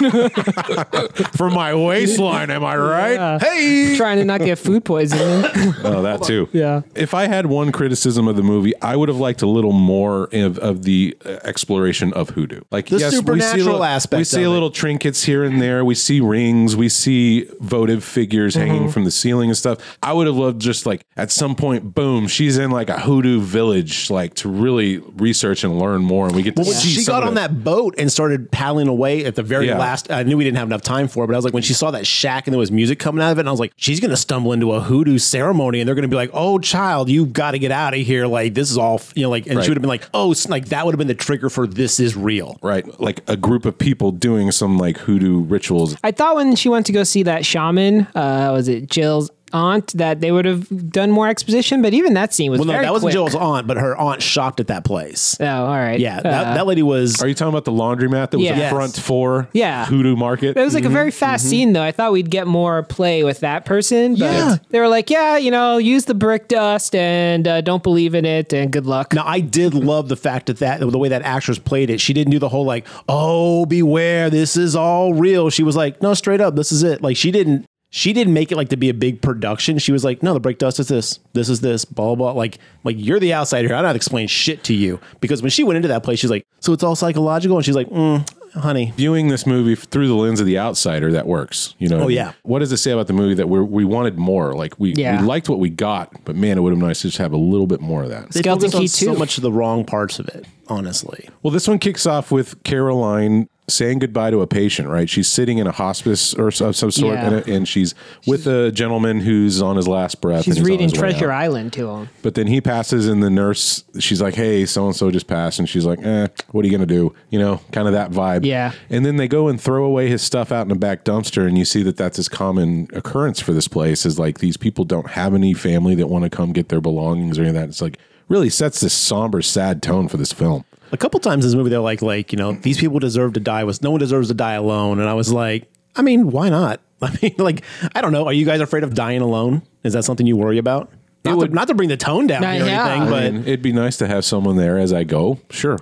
S1: For my waistline, am I right?
S4: Yeah.
S1: Hey,
S4: Uh, Trying to not get food poisoning.
S1: Oh, that too.
S4: Yeah.
S1: If I had one criticism of the movie, I would have liked a little more of, of the uh, exploration of hoodoo. Like
S3: The
S1: we see a
S3: supernatural
S1: little,
S3: aspect
S1: We see
S3: of it.
S1: little trinkets here and there. We see rings. We see votive figures
S3: Mm-hmm.
S1: hanging from the ceiling and stuff. I would have loved just like at some point, boom, she's in like a hoodoo village, like to really research and learn more, and we get to
S3: Well, when
S1: see.
S3: she
S1: some
S3: got
S1: of
S3: on
S1: it.
S3: that boat and started paddling away at the very
S1: Yeah.
S3: last, I knew we didn't have enough time for it, but I was like, when she saw that shack and there was music coming out of it, and I was like, she's going to stumble into a hoodoo ceremony and they're going to be like, oh, child, you've got to get out of here. Like, this is all, f-" you know, like, and
S1: Right.
S3: she would have been like, oh, s- like that would have been the trigger for this is real.
S1: Right, like a group of people doing some like hoodoo rituals.
S4: I thought when she went to go see that shaman, uh, was it Jill's aunt, that they would have done more exposition, but even that scene was
S3: Well, no,
S4: very
S3: that wasn't
S4: quick.
S3: Jill's aunt, but her aunt shopped at that place.
S4: Oh, all right.
S3: Yeah,
S4: Uh,
S3: that, that lady was.
S1: Are you talking about the laundromat that was a
S4: Yes.
S1: front for
S4: Yeah.
S1: hoodoo market?
S4: It was like a very fast
S1: Mm-hmm.
S4: scene, though. I thought we'd get more play with that person, but
S3: Yeah.
S4: they were like, "Yeah, you know, use the brick dust and uh, don't believe in it, and good luck."
S3: Now I did love the fact that that the way that actress played it, she didn't do the whole like, "Oh, beware, this is all real." She was like, "No, straight up, this is it." Like she didn't she didn't make it like to be a big production. She was like, "No, the break dust is this. This is this. Blah blah." blah. Like like you're the outsider. I'm not explaining shit to you because when she went into that place, she's like, "So it's all psychological," and she's like, mm, "Honey,
S1: viewing this movie through the lens of the outsider that works you know
S3: Oh, yeah.
S1: what does it say about the movie that we're, we wanted more like we,
S4: Yeah.
S1: we liked what we got but man it would have been nice to just have a little bit more of that
S3: they
S4: Skeleton
S3: focused on
S4: Key
S3: so
S4: 2.
S3: much of the wrong parts of it." Honestly,
S1: well this one kicks off with caroline saying goodbye to a patient right she's sitting in a hospice or so- of some sort
S4: Yeah.
S1: and, and she's with a gentleman who's on his last breath and
S4: She's
S1: he's on
S4: reading
S1: his way
S4: Treasure
S1: out.
S4: Island to him.
S1: but then he passes and the nurse she's like hey so and so just passed and she's like eh what are you gonna do you know kind of that vibe
S4: Yeah.
S1: and then they go and throw away his stuff out in the back dumpster and you see that that's his common occurrence for this place is like these people don't have any family that want to come get their belongings or any of that it's like really sets this somber sad tone for this film
S3: a couple times in this movie, they're like, like you know, these people deserve to die. Was no one deserves to die alone? And I was like, I mean, why not? I mean, like, I don't know. Are you guys afraid of dying alone? Is that something you worry about? Not, to, not to bring the tone down
S4: Not-
S3: here or
S4: yeah.
S3: anything, but
S1: I
S3: I,
S1: mean, it'd be nice to have someone there as i go sure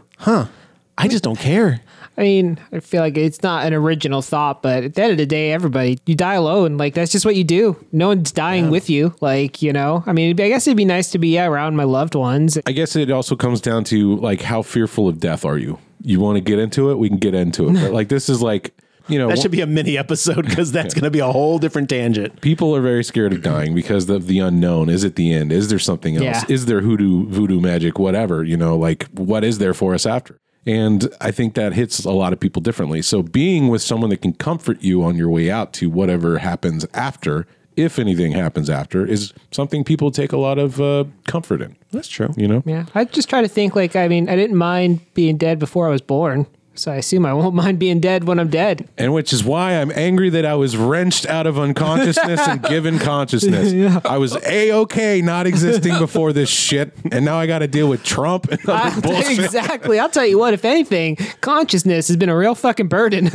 S3: just don't care.
S4: I mean, I feel like it's not an original thought, but at the end of the day, everybody you die alone. Like that's just what you do. No one's dying with you. Like you know, I mean, it'd be- I guess it'd be nice to be yeah, around my loved ones.
S1: I guess it also comes down to like how fearful of death are you? You want to get into it? We can get into it. But like this is like you know,
S3: that should be a mini episode because that's going to be a whole different tangent.
S1: people are very scared of dying because of the unknown. Is it the end? Is there something else?
S4: Yeah.
S1: Is there hoodoo, voodoo magic, whatever? You know, like what is there for us after? And I think that hits a lot of people differently. So being with someone that can comfort you on your way out to whatever happens after, if anything happens after, is something people take a lot of uh, comfort in.
S3: That's true.
S1: You know,
S4: Yeah, I just try to think like I mean I didn't mind being dead before I was born, so I assume I won't mind being dead when I'm dead.
S1: and which is why I'm angry that I was wrenched out of unconsciousness and given consciousness. I was a okay not existing before this shit, and now I got to deal with Trump and other
S4: I'll tell you
S1: bullshit.
S4: Ah, exactly. I'll tell you what. If anything, consciousness has been a real fucking burden.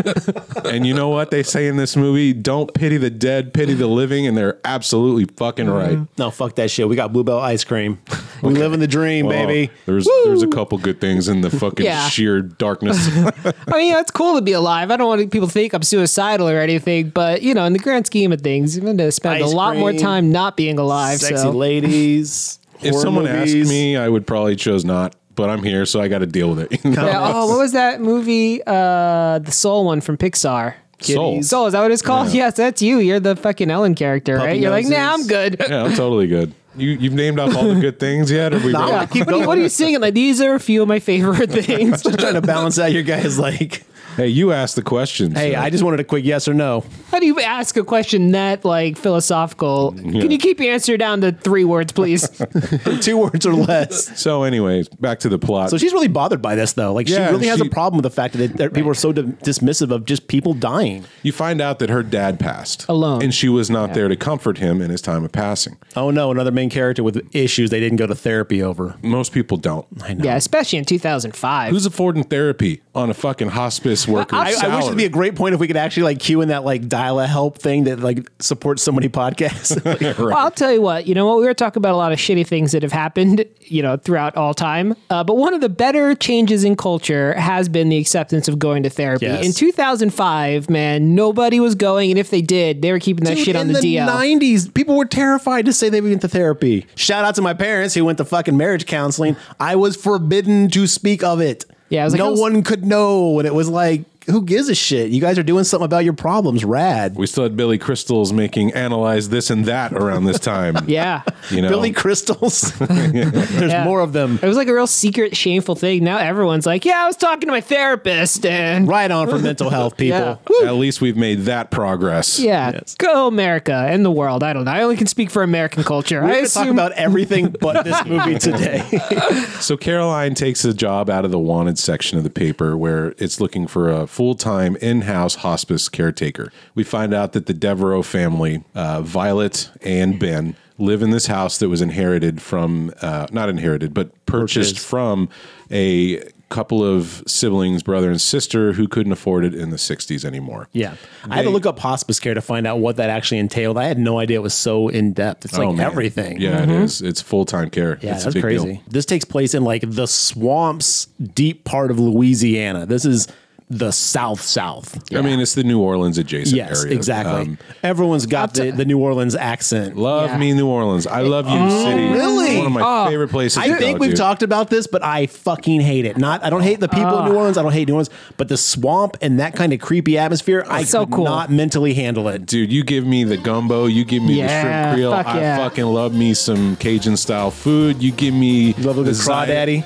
S1: And you know what they say in this movie? Don't pity the dead, pity the living, and they're absolutely fucking right.
S3: No, fuck that shit. We got Bluebell ice cream. We live in the dream,
S1: Well,
S3: baby.
S1: There's there's a couple good things in the fucking
S4: Yeah.
S1: sheer darkness.
S4: I mean, it's cool to be alive. I don't want people to think I'm suicidal or anything, but you know, in the grand scheme of things, I'm going to spend
S3: Ice
S4: a lot more
S3: cream,
S4: time not being alive.
S3: Sexy
S4: so
S3: ladies.
S1: if
S3: horror
S1: someone
S3: movies.
S1: asked me, I would probably chose not, but I'm here, so I got to deal with it.
S4: Yeah, oh, what was that movie? Uh, the Soul one from Pixar.
S1: Soul.
S4: Kitties. Soul is that what it's called?
S1: Yeah.
S4: Yes, that's you. You're the fucking Ellen character,
S3: Puppy
S4: right? You're like, nah, I'm
S3: noses.
S4: good.
S1: yeah, I'm totally good. You you've named off all the good things yet? Or we
S3: Nah,
S1: really-
S3: I keep
S4: What are, you,
S3: going.
S4: what are you singing? Like these are a few of my favorite things.
S3: trying to balance out your guys? Like,
S1: hey, you asked the questions.
S3: hey,
S1: so-
S3: I just wanted a quick yes or no.
S4: How do you ask a question that like philosophical? Can you keep your answer down to three words, please?
S3: Two words or less.
S1: so anyways, back to the plot.
S3: So she's really bothered by this, though. Like,
S1: Yeah,
S3: she really has
S1: she-
S3: a problem with the fact that, that people are so di- dismissive of just people dying.
S1: you find out that her dad passed
S4: Alone.
S1: and she was not there to comfort him in his time of passing.
S3: Oh no, another main character with issues they didn't go to therapy over.
S1: Most people don't.
S4: yeah, especially in 2005.
S1: Who's affording therapy on a fucking hospice worker?
S4: I- I
S3: I,
S1: salary?
S3: I wish it'd be a great point if we could actually like cue in that like dial a help thing that like supports so many podcasts. Like,
S4: Well, I'll tell you what. You know what? We were talking about a lot of shitty things that have happened, you know, throughout all time. Uh, but one of the better changes in culture has been the acceptance of going to therapy.
S3: Yes.
S4: In 2005, man, nobody was going, and if they did, they were keeping that
S3: dude,
S4: shit on
S3: in
S4: the, DL.
S3: nineties, people were terrified to say they went to therapy. Shout out to my parents who went to fucking marriage counseling. I was forbidden to speak of it.
S4: Yeah, I was like,
S3: no
S4: I was-
S3: one could know, and it was like, who gives a shit? You guys are doing something about your problems. Rad.
S1: We still had Billy Crystal's making analyze this and that around this time.
S4: yeah.
S1: You know,
S3: Billy Crystals. There's
S4: Yeah.
S3: more of them.
S4: It was like a real secret, shameful thing. Now everyone's like, yeah, I was talking to my therapist, and
S3: Right on for mental health, people.
S4: Yeah.
S1: at least we've made that progress.
S4: yeah,
S3: Yes.
S4: go America and the world. I don't know. I only can speak for American culture.
S3: We're
S4: I
S3: going to talk
S4: assume
S3: about everything but this movie today.
S1: So Caroline takes a job out of the wanted section of the paper where it's looking for a full-time in-house hospice caretaker. We find out that the Devereaux family, uh, Violet and Ben, live in this house that was inherited from, uh, not inherited, but purchased
S3: Purchased.
S1: from a couple of siblings, brother and sister, who couldn't afford it in the 60s anymore.
S3: Yeah. I had to
S1: They-
S3: look up hospice care to find out what that actually entailed. I had no idea it was so in depth. It's
S1: Oh,
S3: like
S1: man.
S3: everything. Mm-hmm.
S1: Yeah, it is. It's full time care.
S3: Yeah,
S1: it's a
S3: that's
S1: big
S3: crazy.
S1: Deal.
S3: This takes place in like the swamps, deep part of Louisiana. This is the South South.
S1: I mean, it's the New Orleans adjacent
S3: Yes,
S1: area.
S3: exactly.
S1: Um,
S3: Everyone's got
S4: I'll
S3: the, the New Orleans accent.
S1: love
S4: Yeah.
S1: me, New Orleans. I love you, city.
S3: Oh, really? Oh,
S1: One of my favorite places.
S3: I
S1: to
S3: think
S1: go
S3: we've
S1: to.
S3: talked about this, but I fucking hate it. Not I don't hate the people
S4: Ah.
S3: in New Orleans. I don't hate New Orleans, but the swamp and that kind of creepy atmosphere, I
S4: So
S3: could
S4: cool.
S3: not mentally handle it.
S1: Dude, you give me the gumbo, you give me the
S4: Yeah,
S1: shrimp creole.
S4: fuck
S1: I
S4: yeah.
S1: fucking love me some Cajun style food. You give me
S3: love a
S1: the
S3: good crawdaddy?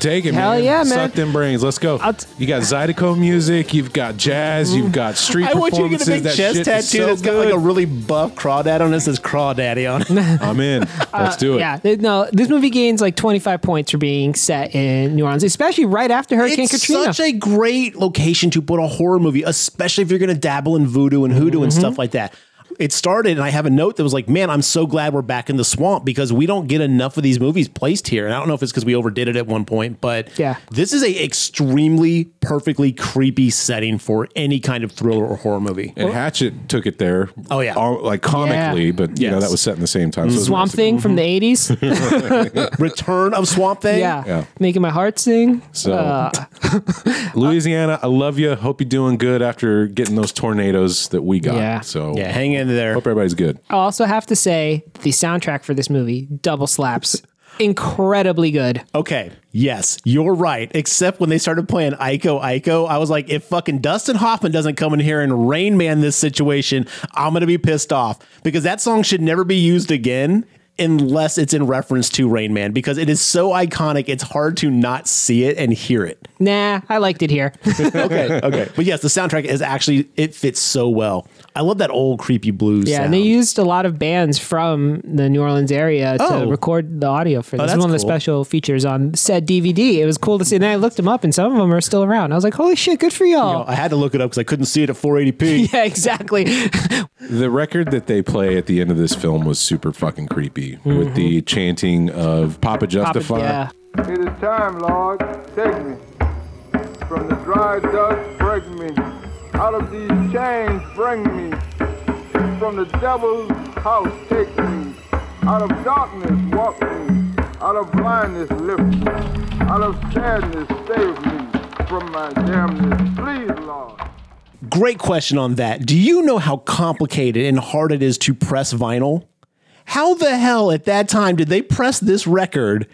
S1: Take it,
S4: Hell
S1: man.
S4: yeah, man.
S1: Suck them brains. Let's go.
S4: I'll t-
S1: you got Zydeco music. You've got jazz. You've got street
S3: I want you to get a
S1: performances.
S3: big
S1: that shit
S3: chest
S1: is
S3: tattoo
S1: so
S3: that's got
S1: good.
S3: like a really buff crawdad on it. Says crawdaddy on it.
S1: I'm in.
S3: Uh,
S1: Let's do it.
S4: Yeah, th- no, this movie gains like 25 points for being set in New Orleans, especially right after Hurricane
S3: it's
S4: Katrina.
S3: such a great location to put a horror movie, especially if you're going to dabble in voodoo and hoodoo and
S4: Mm-hmm.
S3: stuff like that. It started, and I have a note that was like, "Man, I'm so glad we're back in the swamp because we don't get enough of these movies placed here." And I don't know if it's because we overdid it at one point, but
S4: Yeah.
S3: this is a extremely perfectly creepy setting for any kind of thriller or horror movie.
S1: And Hatchet took it there.
S3: Oh, yeah.
S1: all- like comically,
S4: Yeah.
S1: but you know
S3: Yes.
S1: that was set in the same time. So it was
S4: Swamp
S1: nice.
S4: Thing from the 80s.
S3: Return of Swamp Thing.
S4: yeah.
S1: Yeah.
S4: Making my heart sing.
S1: So,
S3: Uh,
S1: Louisiana, I love you. Hope you're doing good after getting those tornadoes that we got.
S4: Yeah.
S1: So
S3: yeah, hang in there.
S1: hope everybody's good.
S4: I also have to say the soundtrack for this movie double slaps. incredibly good.
S3: Okay. Yes, you're right. Except when they started playing Ico Ico, I was like, if fucking Dustin Hoffman doesn't come in here and Rain Man this situation, I'm gonna be pissed off because that song should never be used again unless it's in reference to Rain Man because it is so iconic. It's hard to not see it and hear it.
S4: Nah, I liked it here.
S3: Okay, okay. But yes, the soundtrack is actually it fits so well. I love that old creepy blues.
S4: yeah,
S3: sound.
S4: and they used a lot of bands from the New Orleans area
S3: Oh.
S4: to record the audio
S1: Oh,
S4: for this.
S3: that's
S4: one of the
S3: cool.
S4: special features on said DVD. It was cool to see. And then I looked them up, and some of them are still around. I was like, holy shit, good for y'all.
S3: I had to look it up because I couldn't see it at 480p.
S4: yeah, exactly.
S1: The record that they play at the end of this film was super fucking creepy with the
S3: Mm-hmm.
S1: chanting of Papa Justify.
S4: yeah.
S5: It is time, Lord, take me from the dry dust, break me out of these chains, bring me from the devil's house, take me out of darkness, walk me out of blindness, lift me out of sadness, save me from my damnness, please, Lord.
S3: Great question on that. Do you know how complicated and hard it is to press vinyl? How the hell at that time did they press this record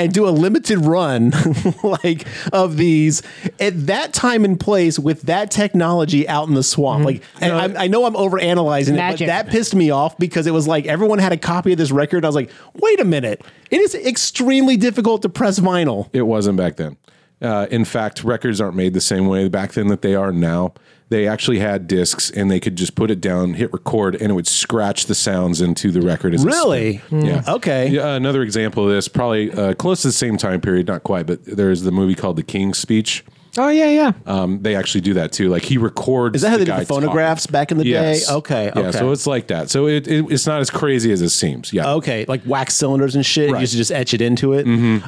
S3: and do a limited run like of these at that time and place with that technology out in the
S1: Mm-hmm.
S3: swamp? Like, and I'm- I, know I'm overanalyzing it, but
S4: Magic.
S3: that pissed me off because it was like everyone had a copy of this record. I was like, wait a minute, it is extremely difficult to press vinyl.
S1: It wasn't back then. Uh, in fact, records aren't made the same way back then that they are now. They actually had discs and they could just put it down, hit record, and it would scratch the sounds into the record. As it
S3: Really? Hmm.
S1: spun. Yeah.
S3: Okay.
S1: Yeah, another example of this, probably uh, close to the same time period, not quite, but there's the movie called The King's Speech.
S4: Oh, yeah, yeah.
S1: Um, they actually do that too. Like he records.
S3: Is that how they did
S1: guy
S3: the phonographs
S1: talking.
S3: back in the
S1: Yes.
S3: day? Okay.
S1: Yeah.
S3: okay.
S1: So it's like that. So it, it it's not as crazy as it seems. Yeah.
S3: Okay, like wax cylinders and shit. You
S1: Right. Mm-hmm.
S3: used to just etch it into it.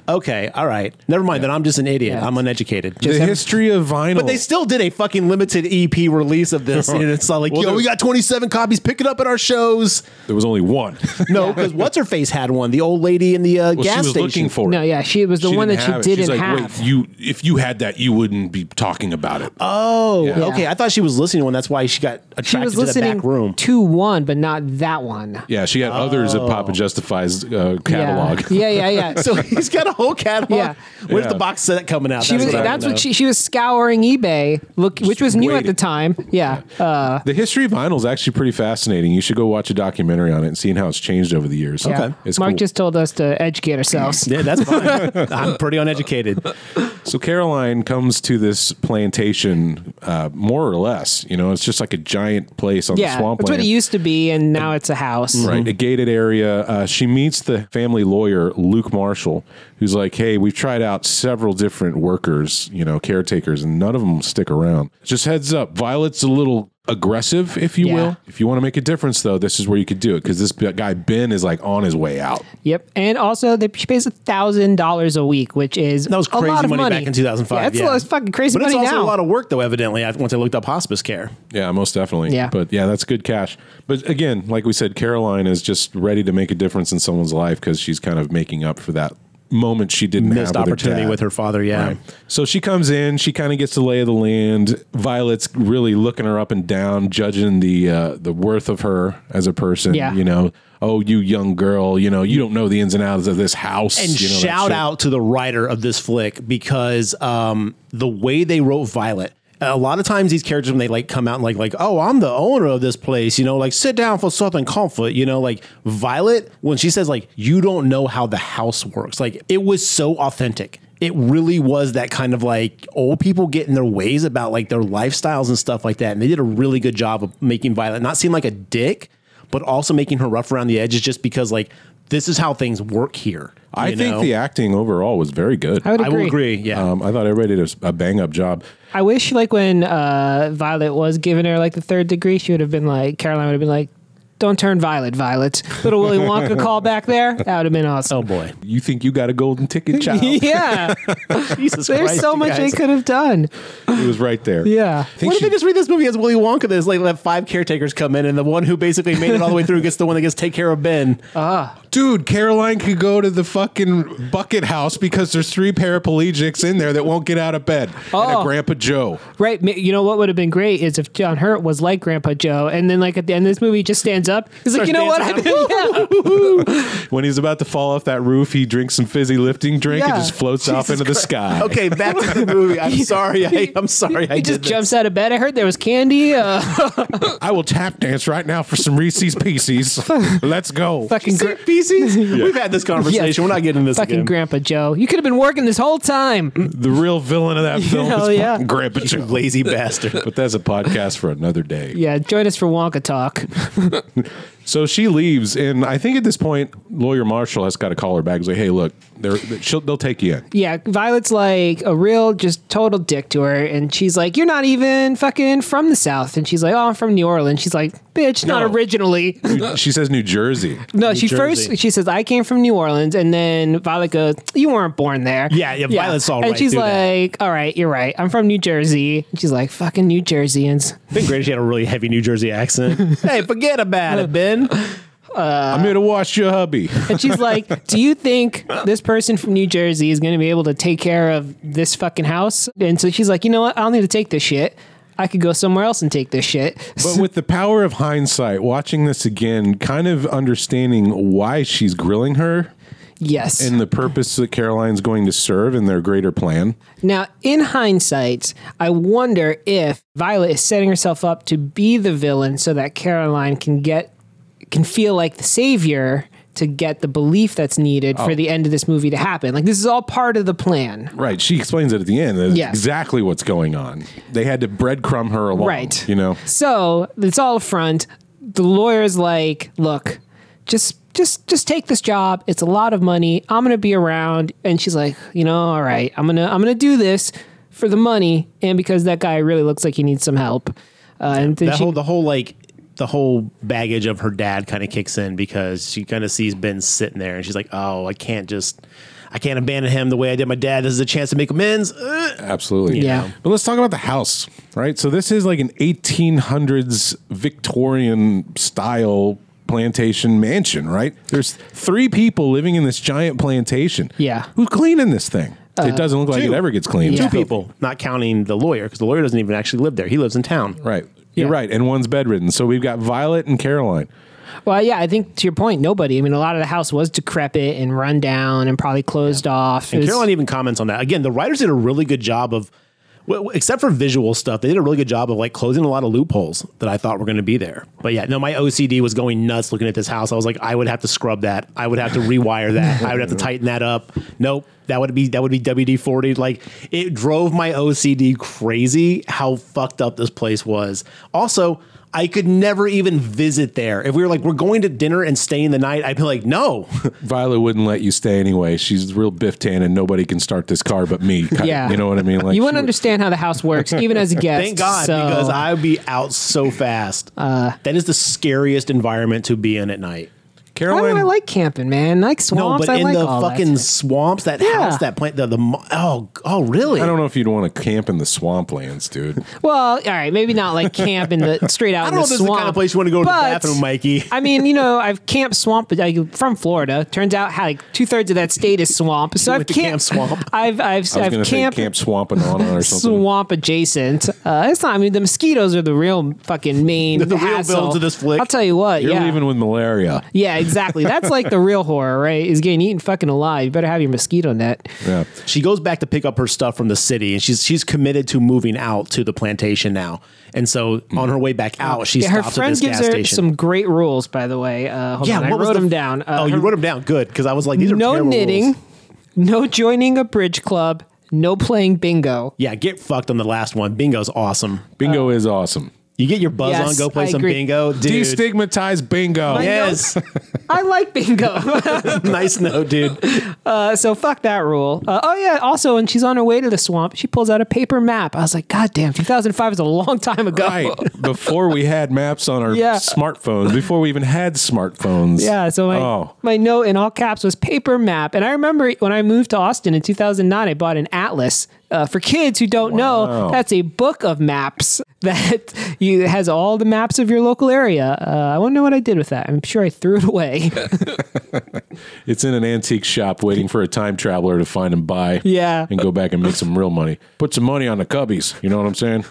S3: Okay, all right. Never mind. Then I'm just an idiot. I'm uneducated.
S1: The
S3: Just
S1: history of vinyl.
S3: but they still did a fucking limited EP release of this, and it's like,
S1: Well,
S3: yo, we
S1: there's-
S3: got 27 copies. Pick it up at our shows.
S1: there was only one.
S3: No, because what's her face had one. The old lady in the uh,
S1: Well,
S3: gas
S1: she was
S3: station.
S1: looking for it.
S4: No, yeah, she was the
S1: She
S4: one that
S1: didn't
S4: she
S1: have it.
S4: didn't
S1: She's like,
S4: have.
S1: Wait, you if you had that, you wouldn't be talking about it.
S3: oh,
S1: Yeah.
S3: okay. I thought she was listening to one. That's why she got
S4: she
S3: attracted
S4: was
S3: to the
S4: listening
S3: back room.
S4: to one, but not that one.
S1: yeah, she had others of Papa Justify's uh, catalog.
S4: Oh. Yeah, yeah, yeah. yeah.
S3: so he's got a whole catalog.
S4: Yeah.
S3: Where's
S1: Yeah.
S3: the box set coming out?
S4: She was,
S3: I wanna
S4: that's
S3: know.
S4: what she, she was scouring eBay, look, which was new at the
S1: waiting.
S4: time. Yeah. Uh,
S1: The history of vinyl is actually pretty fascinating. You should go watch a documentary on it and see how it's changed over the years.
S3: Okay.
S1: It's
S4: Uh, Mark
S1: cool.
S4: just told us to educate ourselves.
S3: Yeah, that's fine. I'm pretty uneducated.
S1: So Caroline comes to this plantation, uh, more or less. You know, it's just like a giant place on
S4: Yeah,
S1: the swampland.
S4: that's what it used to be, and now it's a house.
S1: Right, a gated area. Uh, she meets the family lawyer, Luke Marshall, who's like, "Hey, we've tried out several different workers, you know, caretakers, and none of them stick around. Just heads up, Violet's a little aggressive, if you
S4: Yeah.
S1: will. If you want to make a difference, though, this is where you could do it because this guy Ben is like on his way out.
S4: Yep, and also they, she pays a thousand dollars a week, which is
S3: That was
S4: a
S3: crazy
S4: lot
S3: money,
S4: of money
S3: back in 2005.
S4: Yeah, that's a lot of fucking crazy
S3: but
S4: money
S3: it's also
S4: now.
S3: a lot of work, though. Evidently, I- once I looked up hospice care,
S1: Yeah, most definitely.
S4: Yeah.
S1: But yeah, that's good cash. But again, like we said, Caroline is just ready to make a difference in someone's life because she's kind of making up for that moment she didn't
S3: missed
S1: have with
S3: opportunity
S1: her dad.
S3: with her father. Yeah,
S1: Right. So she comes in, she kind of gets the lay of the land. Violet's really looking her up and down, judging the uh, the worth of her as a person.
S4: Yeah.
S1: You know, oh, you young girl, you know, you don't know the ins and outs of this house.
S3: and
S1: you know, that
S3: shout
S1: shit.
S3: out to the writer of this flick because um, the way they wrote Violet. A lot of times these characters when they like come out and like like oh I'm the owner of this place you know like sit down for something comfort you know like Violet when she says like you don't know how the house works like it was so authentic it really was that kind of like old people get in their ways about like their lifestyles and stuff like that and they did a really good job of making Violet not seem like a dick but also making her rough around the edges just because like this is how things work here
S1: I
S3: you
S1: think
S3: know?
S1: the acting overall was very good.
S4: I would
S3: I
S4: agree.
S3: will agree. Yeah.
S1: um, I thought everybody did a, bang up job.
S4: I wish, like when uh, Violet was given her like the third degree, she would have been like Caroline would have been like, "Don't turn Violet, Violet." Little Willy Wonka call back there. That would have been
S3: oh
S4: awesome.
S3: boy.
S1: You think you got a golden ticket, child?
S4: yeah,
S3: Jesus
S4: there's so much they could have done.
S1: It was right there.
S4: Yeah.
S1: I
S3: What
S1: think
S3: if
S1: she,
S3: they just read this movie as Willy Wonka? There's like let five caretakers come in, and the one who basically made it all the way through gets the one that gets to take care of Ben.
S1: dude, Caroline could go to the fucking bucket house because there's three paraplegics in there that won't get out of bed. And a
S4: Oh.
S1: Grandpa Joe.
S4: Right. ma- You know what would have been great is if John Hurt was like Grandpa Joe, and then like at the end of this movie, he just stands up. He's
S3: Starts
S4: like, you know what? I
S3: dancing.
S4: did, yeah.
S1: When he's about to fall off that roof, he drinks some fizzy lifting drink
S4: Yeah.
S1: and just floats off into the sky.
S3: Okay, back to the movie. I'm sorry. I, I'm sorry. I
S4: He
S3: did
S4: just
S3: this.
S4: jumps out of bed. I heard there was candy. Uh,
S1: I will tap dance right now for some Reese's Pieces. Let's go.
S4: fucking gr-
S3: Species? We've had this conversation.
S4: Yes.
S3: We're not getting this
S4: fucking
S3: again.
S4: Grandpa Joe. You could have been working this whole time.
S1: The real villain of that film
S4: Hell
S1: is
S4: yeah.
S1: fucking Grandpa Joe.
S3: Lazy bastard.
S1: But that's a podcast for another day.
S4: Yeah, join us for Wonka Talk.
S1: So she leaves, and I think at this point, lawyer Marshall has got to call her back and say, "Hey, look, they're, she'll, they'll take you in."
S4: Yeah, Violet's like a real, just total dick to her. And she's like, You're not even fucking from the South. And she's like, Oh, I'm from New Orleans. She's like, Bitch,
S1: No.
S4: not originally.
S1: New- she says New Jersey.
S4: No,
S3: New
S4: she
S3: Jersey.
S4: first she says I came from New Orleans, and then Violet goes, "You weren't born there."
S3: Yeah, yeah, Violet's all
S4: and
S3: right,
S4: she's
S3: do that.
S4: like, "All right, you're right. I'm from New Jersey." And she's like, "Fucking New Jerseyans."
S3: I think Grady had a really heavy New Jersey accent. hey, forget about it, Ben.
S1: I'm here to watch your hubby.
S4: And she's like, "Do you think this person from New Jersey is going to be able to take care of this fucking house?" And so she's like, "You know what? I don't need to take this shit. I could go somewhere else and take this shit."
S1: But with the power of hindsight, watching this again, kind of understanding why she's grilling her
S4: yes.
S1: and the purpose that Caroline's going to serve in their greater plan.
S4: Now, in hindsight, I wonder if Violet is setting herself up to be the villain so that Caroline can get can feel like the savior to get the belief that's needed for the end of this movie to happen. Like this is all part of the plan.
S1: Right. She explains it at the end. That's
S4: Yes.
S1: exactly what's going on. They had to breadcrumb her along.
S4: Right.
S1: You know.
S4: So, it's all a front. The lawyer's like, "Look, just just just take this job. It's a lot of money. I'm going to be around." And she's like, "You know, all right. I'm going to I'm going to do this for the money and because that guy really looks like he needs some help." Uh, and then
S3: That
S4: she
S3: whole, the whole like, the whole baggage of her dad kind of kicks in because she kind of sees Ben sitting there and she's like, oh, I can't just, I can't abandon him the way I did my dad. This is a chance to make amends. Uh,
S1: Absolutely.
S4: Yeah.
S1: But let's talk about the house, right? So this is like an 1800s Victorian style plantation mansion, right? There's three people living in this giant plantation.
S4: Yeah. Uh,
S1: Who's cleaning this thing? it doesn't look like it ever gets cleaned.
S4: Yeah.
S3: Two people, not counting the lawyer, because the lawyer doesn't even actually live there. He lives in town.
S1: Right. You're
S4: Yeah.
S1: right. And one's bedridden. So we've got Violet and Caroline.
S4: Well, yeah, I think to your point, nobody. I mean, a lot of the house was decrepit and run down and probably closed off. It
S3: And
S4: was-
S3: Caroline even comments on that. Again, the writers did a really good job of, w- w- except for visual stuff, they did a really good job of like closing a lot of loopholes that I thought were going to be there. But yeah, no, my OCD was going nuts looking at this house. I was like, I would have to scrub that. I would have to rewire that. I would have to tighten that up. Nope, that would be that would be WD forty. Like it drove my OCD crazy how fucked up this place was. Also. I could never even visit there. If we were like, we're going to dinner and staying the night, I'd be like, no,
S1: Violet wouldn't let you stay anyway. She's real Biff Tan and nobody can start this car but me.
S4: Yeah.
S1: You know what I mean? Like
S4: you wouldn't
S1: she would-
S4: understand how the house works, even as a guest.
S3: Thank God,
S4: So, Uh,
S3: because I would be out so fast. that is the scariest environment to be in at night.
S4: why
S1: Caroline
S4: do I like camping, man? I like
S3: No,
S4: swamps.
S3: but
S4: I
S3: in
S4: like
S3: the
S4: all
S3: fucking
S4: that.
S3: swamps, that
S4: Yeah.
S3: house, that plant, the, the mo- oh oh really?
S1: I don't know if you'd want to camp in the swamplands, dude.
S4: Well, all right, maybe not like camp in the straight out.
S3: I
S4: in
S3: don't know if this
S4: the
S3: is the
S4: swamp,
S3: kind of place you want to go to
S4: but-
S3: the bathroom, Mikey.
S4: I mean, you know, I've camped swamp, but I'm from Florida. Turns out, how, like two thirds of that state is swamp. So I've
S3: went to
S4: camped
S3: Camp Swamp.
S4: I've I've
S1: I was going
S4: I've
S1: to say
S4: camped
S1: Camp Swampanoana or something.
S4: swamp adjacent. Uh, it's not. I mean, the mosquitoes are the real fucking main.
S3: They're the real
S4: hassle.
S3: villains of this flick.
S4: I'll tell you what.
S1: You're
S4: yeah.
S1: leaving with malaria.
S4: yeah, exactly. That's like the real horror, right? Is getting eaten fucking alive. You better have your mosquito net.
S1: Yeah.
S3: She goes back to pick up her stuff from the city, and she's she's committed to moving out to the plantation now. And so
S1: Hmm.
S3: on her way back out, she
S4: Yeah, her
S3: stops at
S4: friend
S3: this
S4: gives
S3: gas
S4: her
S3: station.
S4: some great rules, by the way. Uh, hold on, I
S3: was
S4: wrote
S3: the-
S4: them down. Uh,
S3: oh, you
S4: her-
S3: wrote them down. Good, because I was like, these are
S4: No
S3: terrible
S4: knitting,
S3: rules.
S4: no joining a bridge club, no playing bingo.
S3: Yeah, get fucked on the last one. Bingo's awesome.
S1: Bingo
S4: Uh,
S1: is awesome.
S3: You get your buzz
S4: Yes,
S3: on, go play
S4: I
S3: some
S4: agree.
S3: bingo, dude.
S1: Destigmatize bingo.
S4: Bingo.
S3: Yes.
S4: I like bingo. Uh,
S3: nice note, dude.
S4: so fuck that rule. Uh, oh yeah. Also, when she's on her way to the swamp, she pulls out a paper map. I was like, God damn, 2005 is a long time ago.
S1: Right. Before we had maps on our
S4: Yeah.
S1: smartphones, before we even had smartphones.
S4: Yeah. So my
S1: Oh.
S4: my note in all caps was paper map, and I remember when I moved to Austin in 2009, I bought an atlas uh, for kids who don't know,
S1: Wow.
S4: that's a book of maps that you has all the maps of your local area. Uh, I want to know what I did with that. I'm sure I threw it away.
S1: It's in an antique shop waiting for a time traveler to find and buy.
S4: Yeah.
S1: And go back and make some real money. Put some money on the cubbies. You know what I'm saying?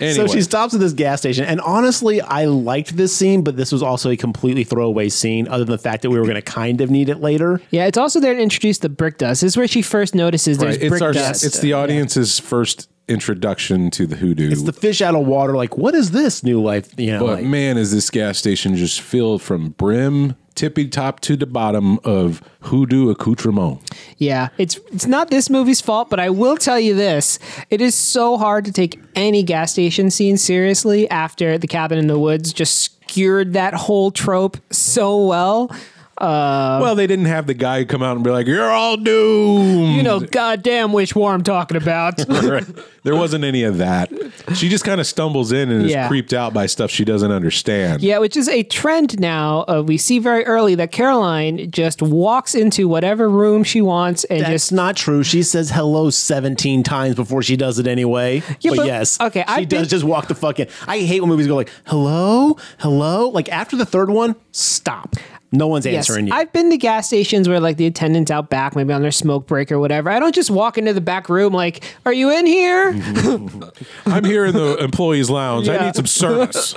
S1: Anyway.
S3: So she stops at this gas station, and honestly, I liked this scene, but this was also a completely throwaway scene, other than the fact that we were going to kind of need it later.
S4: yeah, it's also there to introduce the brick dust. This is where she first notices there's
S1: Right. It's
S4: brick
S1: our
S4: dust.
S1: it's the audience's first introduction to the hoodoo.
S3: It's the fish out of water. Like, what is this new life? You know,
S1: but
S3: like,
S1: man, is this gas station just filled from brim tippy top to the bottom of hoodoo accoutrement.
S4: Yeah, it's it's not this movie's fault, but I will tell you this: it is so hard to take any gas station scene seriously after the cabin in the woods just skewered that whole trope so well. Uh,
S1: well, they didn't have the guy come out and be like, "You're all doomed."
S4: You know, goddamn which war I'm talking about.
S1: Right. there wasn't any of that. She just kind of stumbles in and
S4: Yeah.
S1: is creeped out by stuff she doesn't understand.
S4: yeah, which is a trend now. Uh, we see very early that Caroline just walks into whatever room she wants and
S3: that's
S4: just
S3: not true. She says hello seventeen times before she does it anyway.
S4: Yeah,
S3: but,
S4: but-
S3: yes,
S4: okay,
S3: she
S4: I've
S3: does
S4: been-
S3: just walk the fuck in. I hate when movies go like hello, hello. Like after the third one, stop. No one's answering you.
S4: I've been to gas stations where like the attendants out back, maybe on their smoke break or whatever. I don't just walk into the back room like, "Are you in here?"
S3: Mm-hmm.
S1: I'm here in the employees' lounge.
S4: Yeah.
S1: I need some service.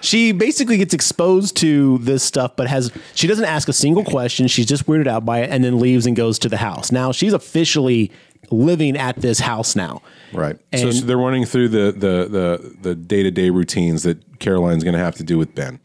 S3: she basically gets exposed to this stuff, but has she doesn't ask a single question. She's just weirded out by it and then leaves and goes to the house. Now she's officially living at this house now.
S1: Right. So,
S3: And-
S1: so they're running through the the the the day to day routines that Caroline's going to have to do with Ben.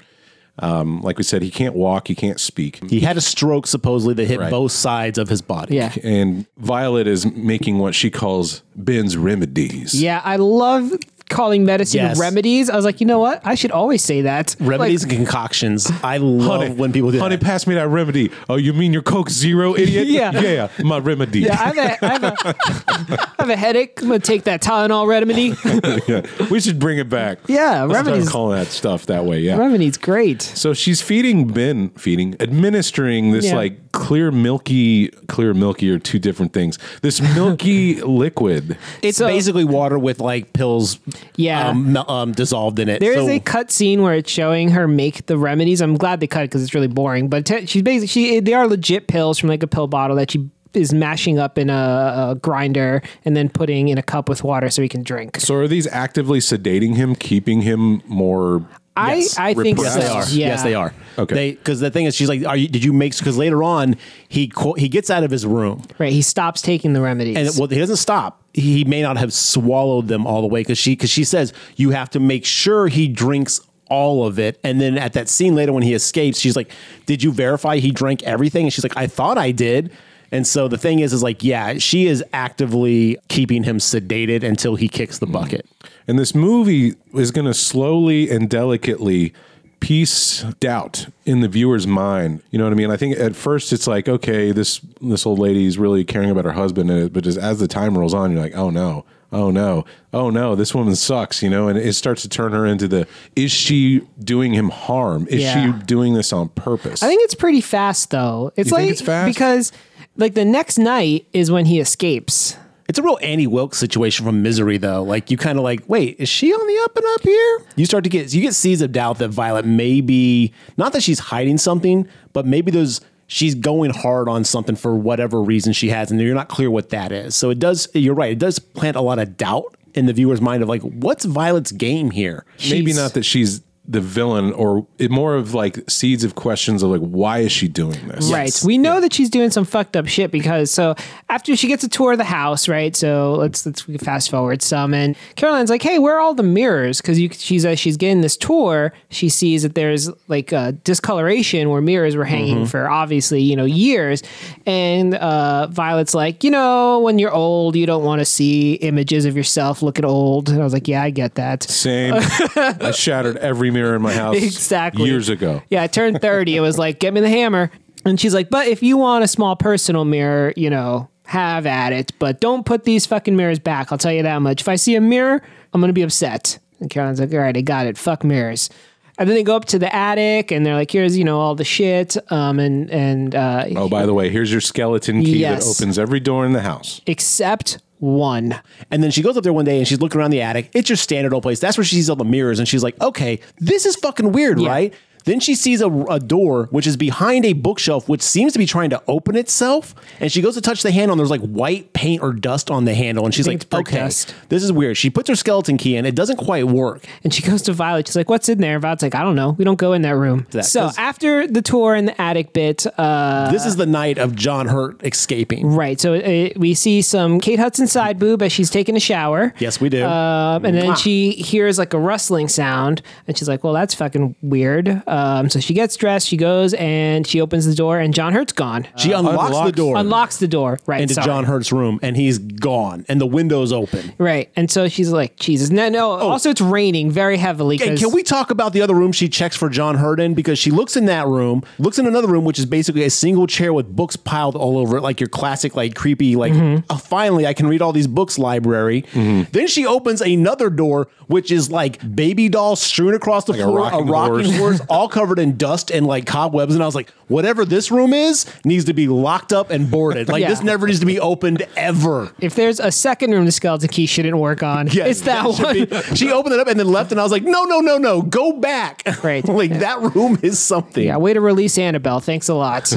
S1: Um, like we said, he can't walk, he can't speak,
S3: He had a stroke supposedly that hit
S1: Right.
S3: both sides of his body.
S4: yeah.
S1: and Violet is making what she calls Ben's remedies.
S4: Yeah, I love calling medicine
S3: Yes.
S4: remedies. I was like, you know what? I should always say that.
S3: Remedies
S4: Like,
S3: and concoctions. I love when people do
S1: honey,
S3: that.
S1: pass me that remedy. Oh, you mean your Coke Zero, idiot?
S4: Yeah.
S1: yeah, my remedy.
S4: yeah, I have, a, I, have a, I have a headache. I'm gonna take that Tylenol remedy.
S1: Yeah. we should bring it back.
S4: Yeah,
S1: Let's start
S4: remedies-
S1: calling that stuff that way. Yeah.
S4: Remedy's great.
S1: So she's feeding Ben, feeding, administering this
S4: Yeah.
S1: like clear milky, clear milky are two different things. This milky liquid.
S3: It's
S4: So-
S3: basically water with like pills
S4: Yeah.
S3: um, mel- um, dissolved in it.
S4: There is
S3: So-
S4: a cut scene where it's showing her make the remedies. I'm glad they cut it because it's really boring. But te- she's basically she they are legit pills from like a pill bottle that she is mashing up in a, a grinder and then putting in a cup with water so he can drink.
S1: So are these actively sedating him, keeping him more?
S4: I
S3: Yes.
S4: I think
S1: Repressed.
S3: Yes, they are.
S4: Yeah.
S3: Yes, they are.
S1: Okay.
S3: Because the thing is, she's like, "Are you? Did you make?" Because later on, he qu- he gets out of his room,
S4: Right. He stops taking the remedies.
S3: and well, he doesn't stop. He may not have swallowed them all the way because she because she says you have to make sure he drinks all of it. And then at that scene later when he escapes, she's like, "Did you verify he drank everything?" And she's like, "I thought I did." And so the thing is, is like, yeah, she is actively keeping him sedated until he kicks the bucket.
S1: And this movie is going to slowly and delicately piece doubt in the viewer's mind. You know what I mean? I think at first it's like, okay, this this old lady's really caring about her husband, and it- but just as the time rolls on, you're like, oh no, oh no, oh no, this woman sucks. You know, and it starts to turn her into the is she doing him harm? Is
S4: Yeah.
S1: she doing this on purpose?
S4: I think it's pretty fast though. It's
S1: You
S4: like
S1: think it's fast?
S4: because like the next night is when he escapes.
S3: It's a real Annie Wilkes situation from Misery, though. Like you kind of like, wait, is she on the up and up here? You start to get you get seeds of doubt that Violet may be not that she's hiding something, but maybe there's she's going hard on something for whatever reason she has, and you're not clear what that is. So it does. You're right. It does plant a lot of doubt in the viewer's mind of like, what's Violet's game here?
S1: Maybe
S4: She's-
S1: not that she's the villain, or it more of like seeds of questions of like, why is she doing this?
S4: Right. We know that she's doing some fucked up shit because so after she gets a tour of the house, right? So let's let's fast forward some and Caroline's like, "Hey, where are all the mirrors?" Cuz you she's as she's getting this tour, she sees that there's like a discoloration where mirrors were hanging for obviously, you know, years. And uh Violet's like, "You know, when you're old, you don't want to see images of yourself looking old." And I was like, "Yeah, I get that."
S1: Same. I shattered every mirror in my house
S4: Exactly.
S1: years ago.
S4: Yeah, I turned 30. it was like, get me the hammer. And she's like, but if you want a small personal mirror, you know, have at it, but don't put these fucking mirrors back. I'll tell you that much. If I see a mirror, I'm going to be upset. And Caroline's like, all right, I got it. Fuck mirrors. And then they go up to the attic and they're like, here's, you know, all the shit. Um, and, and, uh,
S1: Oh, by the way, here's your skeleton key
S4: Yes.
S1: that opens every door in the house.
S4: except one.
S3: And then she goes up there one day and she's looking around the attic. It's your standard old place. That's where she sees all the mirrors and she's like, okay, this is fucking weird,
S4: Yeah.
S3: right? Then she sees a, a door which is behind a bookshelf, which seems to be trying to open itself. And she goes to touch the handle, and there's like white paint or dust on the handle. And she's
S4: think
S3: like,
S4: it's brick
S3: okay,
S4: dust.
S3: this is weird. She puts her skeleton key in. It doesn't quite work.
S4: And she goes to Violet. She's like, "What's in there?" Violet's like, "I don't know. We don't go in that room."
S3: That-
S4: so
S3: 'cause-
S4: after the tour in the attic bit, uh,
S3: this is the night of John Hurt escaping.
S4: right? So uh we see some Kate Hudson side boob as she's taking a shower.
S3: Yes, we do.
S4: Um, and then
S3: Mwah.
S4: she hears like a rustling sound, and she's like, "Well, that's fucking weird." Um, so she gets dressed. She goes and she opens the door, and John Hurt's gone.
S3: she unlocks, the
S1: unlocks-
S3: door
S4: unlocks the door. Right.
S3: into
S4: sorry.
S3: John Hurt's room, and he's gone, and the window's open.
S4: Right. And so she's like, Jesus. No, no. Also, it's raining very heavily.
S3: And
S4: 'cause-
S3: Oh. can we talk about the other room she checks for John Hurt in? Because she looks in that room, looks in another room, which is basically a single chair with books piled all over it, like your classic, like creepy, like "Oh, finally I can read all these books library.
S1: Mm-hmm.
S3: Then she opens another door, which is like baby dolls strewn across the
S1: a
S3: floor, a
S1: rocking
S3: rocking
S1: horse.
S3: horse, all covered in dust and like cobwebs. And I was like, whatever this room is, needs to be locked up and boarded. Like
S4: Yeah.
S3: this never needs to be opened ever.
S4: If there's a second room the skeleton key shouldn't work on,
S3: Yeah,
S4: it's that, one.
S3: should be- she opened it up and then left, and I was like, no, no, no, no, go back.
S4: Right.
S3: like that room is something.
S4: Yeah, way to release Annabelle. Thanks a lot.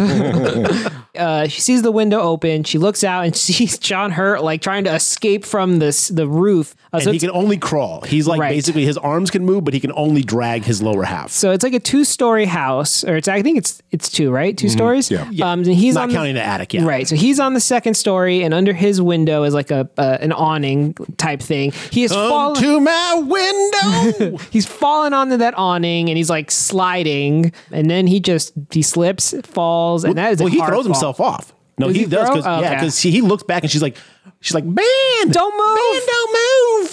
S4: uh, she sees the window open. She looks out and sees John Hurt like trying to escape from this the roof. Uh,
S3: and
S4: so,
S3: he
S4: it's,
S3: can only crawl. He's like
S4: Right.
S3: basically his arms can move, but he can only drag his lower half.
S4: so it's like a two story house, or it's I think it's it's two right, 2 stories.
S1: Yeah.
S4: Um, and he's
S3: Not
S4: on
S3: counting the, attic, yeah.
S4: Right. So he's on the second story, and under his window is like a uh, an awning type thing. He is
S3: Come
S4: falling.
S3: to my window.
S4: he's fallen onto that awning and he's like sliding and then he just he slips falls and that is
S3: well,
S4: a
S3: he
S4: hard
S3: throws
S4: fall.
S3: himself off. No,
S4: Does
S3: he,
S4: he
S3: does.
S4: throw?
S3: 'cause-
S4: Oh,
S3: yeah,
S4: okay.
S3: because he looks back and she's like, she's like, man,
S4: Don't move."
S3: man, don't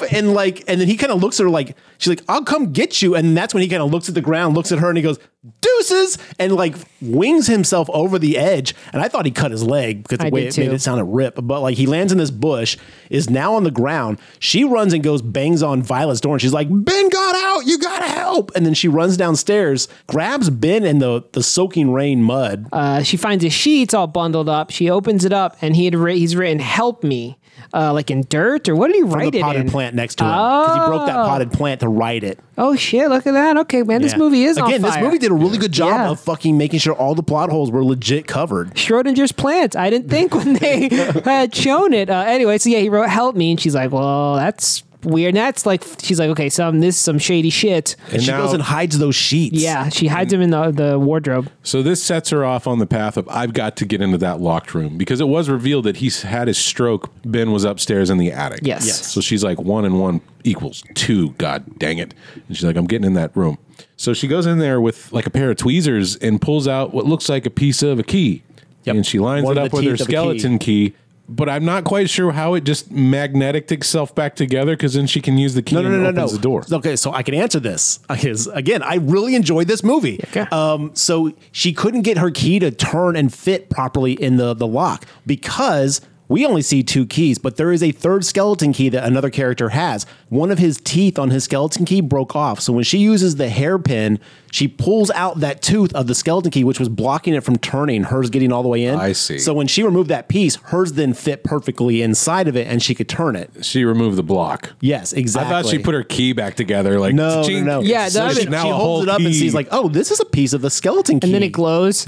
S3: move. And like, and then he kind of looks at her like, she's like, I'll come get you. And that's when he kind of looks at the ground, looks at her, and he goes, deuces, and like wings himself over the edge. And I thought he cut his leg because the
S4: I
S3: way
S4: did
S3: it made
S4: too.
S3: it sound a rip. But like, he lands in this bush, is now on the ground. She runs and goes, bangs on Violet's door, and she's like, Ben got out. You gotta help. And then she runs downstairs, grabs Ben in the the soaking rain mud.
S4: Uh, she finds his sheets all bundled up. She opens it up and he had writ- he's written "Help me," uh, like in dirt or what did he
S3: from
S4: write
S3: the
S4: it
S3: potted
S4: in?
S3: plant next to him because he broke that potted plant to ride it.
S4: Oh shit! Look at that. Okay, man, this
S3: Yeah.
S4: movie is
S3: again.
S4: on
S3: This
S4: fire.
S3: movie did a really good job
S4: Yeah.
S3: of fucking making sure all the plot holes were legit covered.
S4: Schrodinger's plants. I didn't think when they had shown it. Uh, anyway, so yeah, he wrote "Help me," and she's like, "Well, that's weird." And that's like, she's like, "Okay, some this is some shady shit."
S3: And, she
S1: now-
S3: goes and hides those sheets.
S4: Yeah, she hides him in the the wardrobe.
S1: So this sets her off on the path of I've got to get into that locked room because it was revealed that he's had his stroke. Ben was upstairs in the attic.
S4: Yes. Yes.
S1: So she's like one and one equals two. God dang it! And she's like, I'm getting in that room. So she goes in there with like a pair of tweezers and pulls out what looks like a piece of a key.
S3: Yep.
S1: And she lines
S3: One
S1: it
S3: of
S1: up
S3: the
S1: with her
S3: teeth of a key.
S1: skeleton key. But I'm not quite sure how it just magnetic itself back together because then she can use the key
S3: No, no,
S1: and
S3: no, no,
S1: opens
S3: no.
S1: the door.
S3: Okay, so I can answer this because again, I really enjoyed this movie.
S4: Okay.
S3: Um, so she couldn't get her key to turn and fit properly in the the lock because we only see two keys, but there is a third skeleton key that another character has. One of his teeth on his skeleton key broke off, so when she uses the hairpin, she pulls out that tooth of the skeleton key, which was blocking it from turning. Hers getting all the way in.
S1: I see.
S3: So when she removed that piece, hers then fit perfectly inside of it, and she could turn it.
S1: She removed the block.
S3: Yes,
S1: I
S3: exactly.
S1: thought she put her key back together. Like
S3: No,
S1: ching.
S3: no, no.
S4: Yeah, that
S1: it's
S4: would've been-
S1: now
S3: she
S1: a
S3: holds
S1: whole
S3: it up and
S1: key.
S3: sees like, oh, this is a piece of the skeleton key.
S4: and then it glows.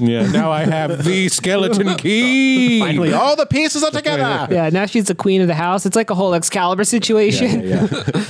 S1: Yeah, now I have the skeleton key.
S3: Finally, oh, all the pieces are together.
S4: Yeah, now she's the queen of the house. It's like a whole Excalibur situation.
S1: yeah,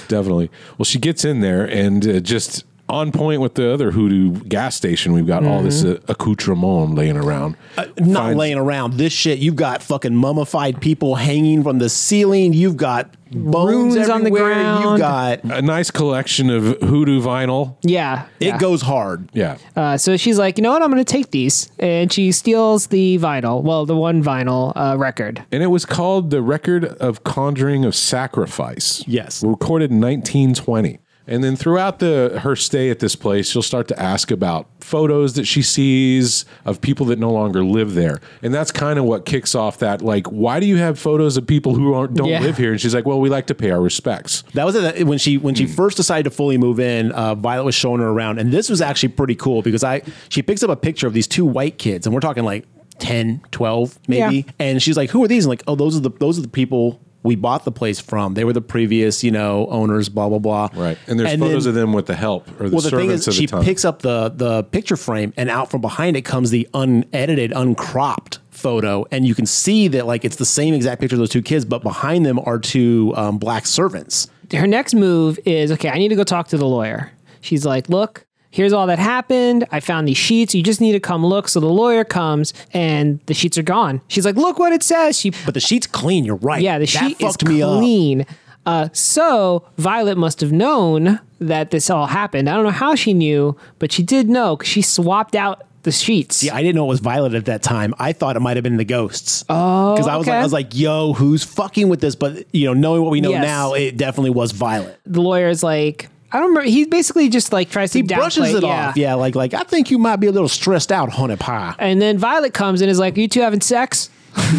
S1: definitely. Well, she gets in there and uh, just on point with the other hoodoo gas station. We've got all this uh, accoutrement laying around.
S3: Mm-hmm. Uh, Not
S1: Finds-
S3: laying around. This shit, you've got fucking mummified people hanging from the ceiling. You've got bones
S4: Runes on the
S3: everywhere. You've
S4: ground.
S3: got
S1: a nice collection of hoodoo vinyl.
S4: Yeah.
S3: it goes hard.
S1: Yeah.
S4: Uh, so she's like, you know what? I'm going to take these. And she steals the vinyl. Well, the one vinyl uh, record.
S1: And it was called The Record of Conjuring of Sacrifice.
S3: Yes.
S1: Recorded in 1920. And then throughout the her stay at this place, she'll start to ask about photos that she sees of people that no longer live there. And that's kind of what kicks off that like, why do you have photos of people who aren't, don't
S4: Yeah.
S1: live here? And she's like, well, we like to pay our respects.
S3: That was it. when she
S1: Hmm.
S3: when she first decided to fully move in. Uh, Violet was showing her around, and this was actually pretty cool because I she picks up a picture of these two white kids, and we're talking like 10, 12 maybe,
S4: Yeah.
S3: and she's like, "Who are these?" And like, "Oh, those are the those are the people." we bought the place from. They were the previous, you know, owners, blah blah blah.
S1: Right. And there's photos
S3: then-
S1: of them with the help or the
S3: well, the thing
S1: servants
S3: is,
S1: of
S3: she
S1: the time.
S3: picks up the the picture frame, and out from behind it comes the unedited, uncropped photo, and you can see that like it's the same exact picture of those two kids, but behind them are two um, black servants.
S4: her next move is okay, I need to go talk to the lawyer. She's like, look, here's all that happened. I found these sheets. You just need to come look. So the lawyer comes and the sheets are gone. She's like, look what it says. She,
S3: But the sheet's clean. You're right.
S4: yeah, the
S3: That
S4: sheet is
S3: fucked me up.
S4: clean. Uh, so Violet must have known that this all happened. I don't know how she knew, but she did know because she swapped out the sheets.
S3: Yeah, I didn't know it was Violet at that time. I thought it might have been the ghosts. Oh, because I was
S4: okay.
S3: like, I was like, yo, who's fucking with this? But you know, knowing what we know
S4: Yes.
S3: now, it definitely was Violet.
S4: The lawyer's like, I don't remember. He basically just like tries to
S3: He brushes
S4: downplay-
S3: it off. Yeah, like like I think you might be a little stressed out, honey pie.
S4: And then Violet comes and is like, "You two having sex?"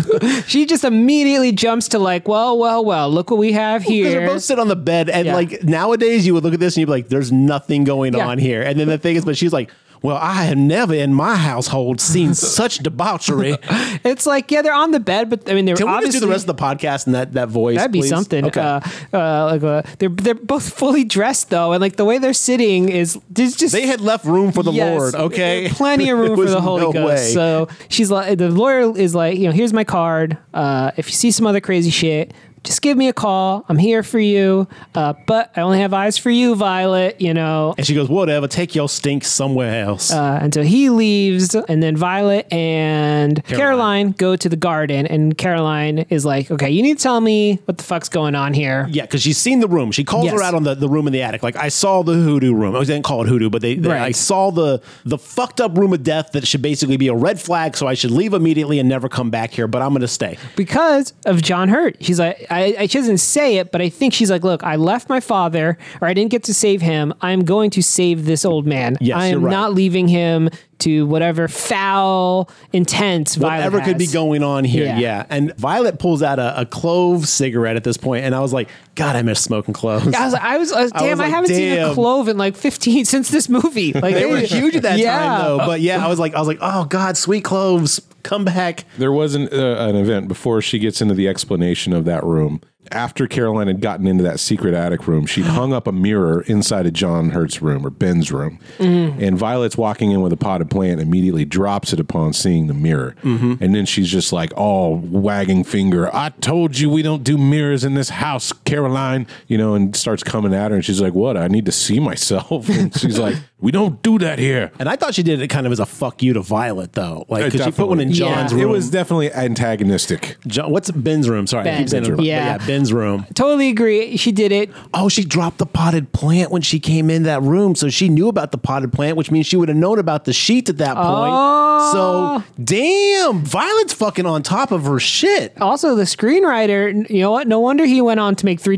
S4: she just immediately jumps to like, "Well, well, well, look what we have
S3: Because
S4: here."
S3: they're both sit on the bed, and
S4: Yeah.
S3: like nowadays, you would look at this and you'd be like, "There's nothing going
S4: Yeah.
S3: on here." And then the thing is, but she's like, "Well, I have never in my household seen such debauchery."
S4: it's like, yeah, they're on the bed, but I mean, they're
S3: Can we just
S4: obviously
S3: do the rest of the podcast in that that voice?
S4: that'd be
S3: please?
S4: something.
S3: Okay.
S4: Uh, uh, like, uh, they're they're both fully dressed though, and like the way they're sitting is there's just
S3: they had left room for the
S4: Yes,
S3: Lord. Okay,
S4: plenty of room
S3: There
S4: for
S3: was
S4: the Holy
S3: no
S4: Ghost.
S3: way.
S4: So she's like, the lawyer is like, you know, here's my card. Uh, if you see some other crazy shit, just give me a call. I'm here for you. Uh, but I only have eyes for you, Violet. You know,
S3: And she goes, whatever, take your stink somewhere else.
S4: Uh, and so he leaves, and then Violet and Caroline.
S3: Caroline.
S4: go to the garden, and Caroline is like, "Okay, you need to tell me what the fuck's going on here."
S3: yeah, because she's seen the room. She calls
S4: Yes.
S3: her out on the, the room in the attic. Like, I saw the hoodoo room. I didn't call it hoodoo, but they, they-
S4: Right.
S3: I saw the the fucked up room of death that should basically be a red flag, so I should leave immediately and never come back here, but I'm gonna stay.
S4: Because of John Hurt, she's like, I, I, she doesn't say it, but I think she's like, "Look, I left my father, or I didn't get to save him. I'm going to save this old man.
S3: Yes,
S4: I am
S3: you're right.
S4: not leaving him to whatever foul intent Violet
S3: Whatever could be
S4: has."
S3: going on here.
S4: Yeah.
S3: Yeah. And Violet pulls out a, a clove cigarette at this point, and I was like, God, I miss smoking cloves.
S4: I was, I was, I was-
S3: I
S4: damn, I,
S3: was like,
S4: haven't seen a
S3: damn.
S4: clove in like 15 since this movie. Like
S3: they were huge at that
S4: Yeah.
S3: time though. But yeah, I was like, I was like, oh God, sweet cloves, come back.
S1: There was an, uh, an event before she gets into the explanation of that room. After Caroline had gotten into that secret attic room, she'd hung up a mirror inside of John Hurt's room or Ben's room. And Violet's walking in with a potted plant, immediately drops it upon seeing the mirror. And then she's just like, all wagging finger, I told you we don't do mirrors in this house, Caroline, you know, and starts coming at her. And she's like, What? I need to see myself. And she's like, We don't do that here.
S3: And I thought she did it kind of as a fuck you to Violet, though.
S1: Uh,
S3: Like, because she put
S1: definitely.
S3: one in John's
S4: Yeah.
S1: It
S3: room.
S1: was definitely antagonistic.
S3: John, what's Ben's room? Sorry, I
S4: Ben.
S3: keep saying
S4: Ben's room.
S3: room.
S4: Yeah.
S3: Yeah. Ben's room.
S4: Totally agree. She did it.
S3: Oh, she dropped the potted plant when she came in that room. So she knew about the potted plant, which means she would have known about the sheet at that point.
S4: Oh.
S3: So, damn, Violet's fucking on top of her shit.
S4: Also, the screenwriter, n- you know what? No wonder he went on to make three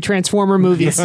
S4: Transformer movies.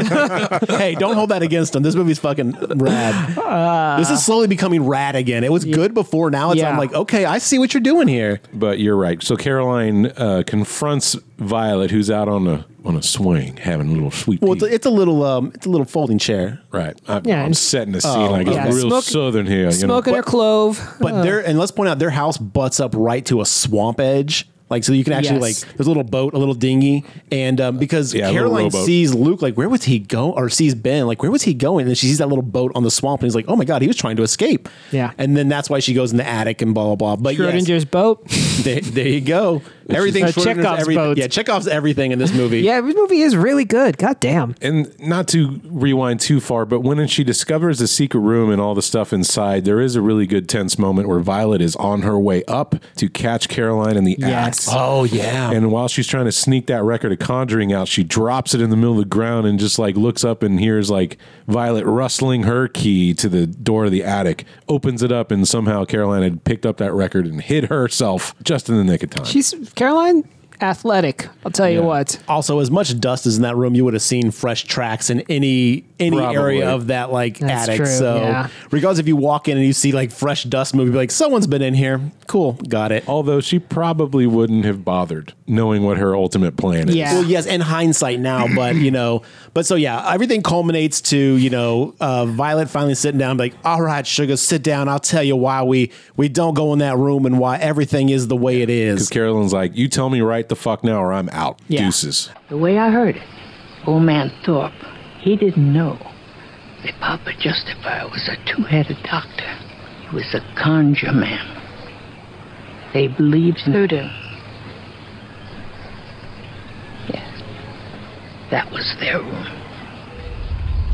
S3: hey, don't hold that against him. This movie's fucking rad. this is slowly becoming rad again. It was good before. Now it's,
S4: Uh, Yeah.
S3: I'm like, okay, I see what you're doing here.
S1: But you're right. So Caroline uh, confronts Violet, who's out on a on a swing having a little sweet
S3: Well,
S1: tea.
S3: it's a, it's a little, um, it's a little folding chair.
S1: right. I'm,
S4: Yeah,
S1: I'm
S4: and-
S1: setting the scene like
S4: yeah.
S1: I'm real
S4: Smoke-
S1: southern here. You know?
S4: Smoking her
S1: But-
S4: clove.
S3: But their and let's point out their house butts up right to a swamp edge. Like so you can actually
S4: Yes.
S3: like there's a little boat, a little dinghy. And um, because
S1: Yeah, a little
S3: Caroline
S1: rowboat.
S3: sees Luke, like where was he going? Or sees Ben, like where was he going? And then she sees that little boat on the swamp and he's like, Oh my god, he was trying to escape.
S4: Yeah.
S3: And then that's why she goes in the attic and blah blah blah. But yes,
S4: Schrodinger's boat.
S3: there, there you go. Everything
S4: Uh, Chekhov's
S3: everything.
S4: boat.
S3: Yeah, Chekhov's everything in this movie.
S4: Yeah, this movie is really good. God damn.
S1: and not to rewind too far, but when she discovers the secret room and all the stuff inside, there is a really good tense moment where Violet is on her way up to catch Caroline in the
S4: Yes.
S1: act.
S3: Oh yeah.
S1: And while she's trying to sneak that record of Conjuring out, she drops it in the middle of the ground and just like looks up and hears like Violet rustling her key to the door of the attic, opens it up, and somehow Caroline had picked up that record and hid herself just in the nick of time.
S4: She's Caroline athletic. I'll tell you
S1: Yeah.
S4: what.
S3: also, as much dust as in that room, you would have seen fresh tracks in any any
S1: Probably.
S3: area of that like
S4: That's
S3: attic.
S4: true,
S3: so,
S4: yeah.
S3: regardless if you walk in and you see like fresh dust, movie, be like someone's been in here. Cool, got it.
S1: Although she probably wouldn't have bothered knowing what her ultimate plan is.
S4: Yeah.
S3: Well, yes, in hindsight now, but you know, but so yeah, everything culminates to you know, uh, Violet finally sitting down, like, all right, sugar, sit down. I'll tell you why we we don't go in that room and why everything is the way it is.
S1: Carolyn's like, You tell me right the fuck now or I'm out.
S4: Yeah.
S1: Deuces.
S6: The way I heard it, old man Thorpe, he didn't know that Papa Justifier was a two-headed doctor. He was a conjure man. They believed in voodoo. Yes, that was their room.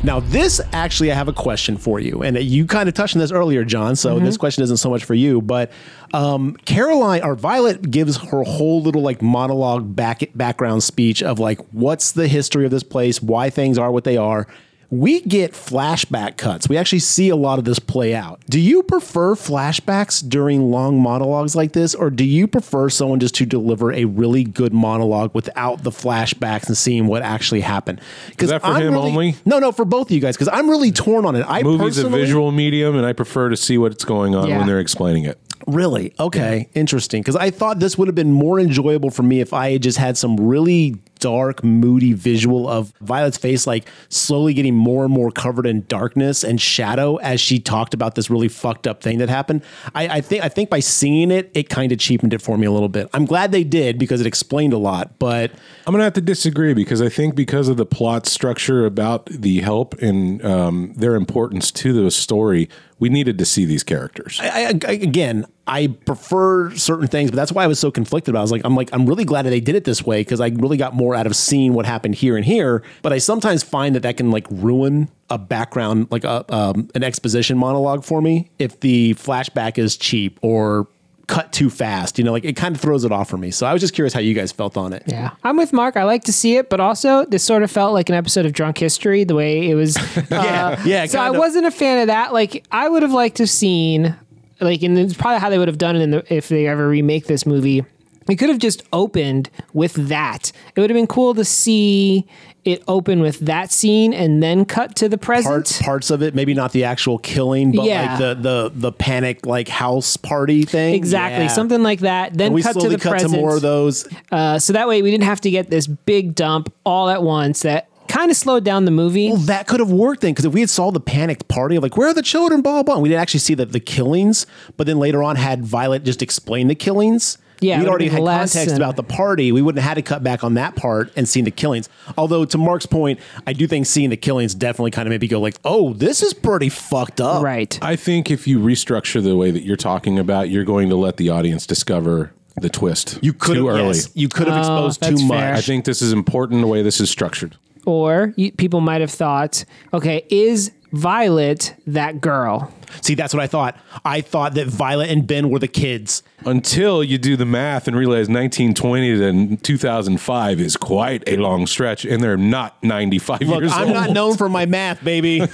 S3: Now, this actually, I have a question for you, and you kind of touched on this earlier, John. So this
S1: Mm-hmm.
S3: question isn't so much for you, but um, Caroline or Violet gives her whole little like monologue back background speech of like what's the history of this place, why things are what they are. We get flashback cuts. We actually see a lot of this play out. Do you prefer flashbacks during long monologues like this, or do you prefer someone just to deliver a really good monologue without the flashbacks and seeing what actually happened? Because
S1: that for him only?
S3: no, no, for both of you guys, because I'm really torn on it. I
S1: Movie's a
S3: personally-
S1: visual medium and I prefer to see what's going on
S4: Yeah.
S1: when they're explaining it.
S3: Really? Okay, interesting. Because I thought this would have been more enjoyable for me if I had just had some really dark, moody visual of Violet's face, like slowly getting more and more covered in darkness and shadow as she talked about this really fucked up thing that happened. I, I think I think by seeing it, it kind of cheapened it for me a little bit. I'm glad they did because it explained a lot, but
S1: I'm gonna have to disagree because I think because of the plot structure about the help and um, their importance to the story, we needed to see these characters.
S3: I, I, I- again, I prefer certain things, but that's why I was so conflicted. About. it. I was like, I'm like, I'm really glad that they did it this way because I really got more out of seeing what happened here and here. But I sometimes find that that can like ruin a background, like a um, an exposition monologue for me if the flashback is cheap or cut too fast. You know, like it kind of throws it off for me. So I was just curious how you guys felt on it.
S4: Yeah, I'm with Mark. I like to see it, but also this sort of felt like an episode of Drunk History the way it was. Uh, yeah,
S3: yeah,
S4: So I
S3: kinda.
S4: wasn't a fan of that. Like I would have liked to have seen, like, and it's probably how they would have done it in the, if they ever remake this movie. It could have just opened with that. It would have been cool to see it open with that scene and then cut to the present.
S3: Parts parts of it, maybe not the actual killing, but
S4: Yeah.
S3: like the the the panic like house party thing.
S4: Exactly,
S3: Yeah.
S4: something like that. Then
S3: And we
S4: cut to
S3: slowly
S4: the
S3: cut
S4: present.
S3: to more of those.
S4: Uh, so that way we didn't have to get this big dump all at once. That kind of slowed down the movie.
S3: Well, that could have worked then, because if we had saw the panicked party of like, where are the children, blah blah, blah, and we didn't actually see the, the killings, but then later on had Violet just explain the killings.
S4: Yeah, it
S3: we'd
S4: would've
S3: already
S4: been
S3: had
S4: less
S3: context
S4: and-
S3: about the party. We wouldn't have had to cut back on that part and seen the killings. Although, to Mark's point, I do think seeing the killings definitely kind of made me go like, "Oh, this is pretty fucked up."
S4: Right.
S1: I think if you restructure the way that you're talking about, you're going to let the audience discover the twist.
S3: You could
S1: too
S3: have
S1: early.
S3: yes, you could have exposed
S4: Oh, that's
S3: too much.
S4: fair.
S1: I think this is important the way this is structured.
S4: or you, people might have thought, okay, is Violet that girl?
S3: See, that's what I thought. I thought that Violet and Ben were the kids.
S1: Until you do the math and realize 1920 to 2005 is quite a long stretch, and they're not 95
S3: Look,
S1: years
S3: I'm
S1: old.
S3: not known for my math, baby.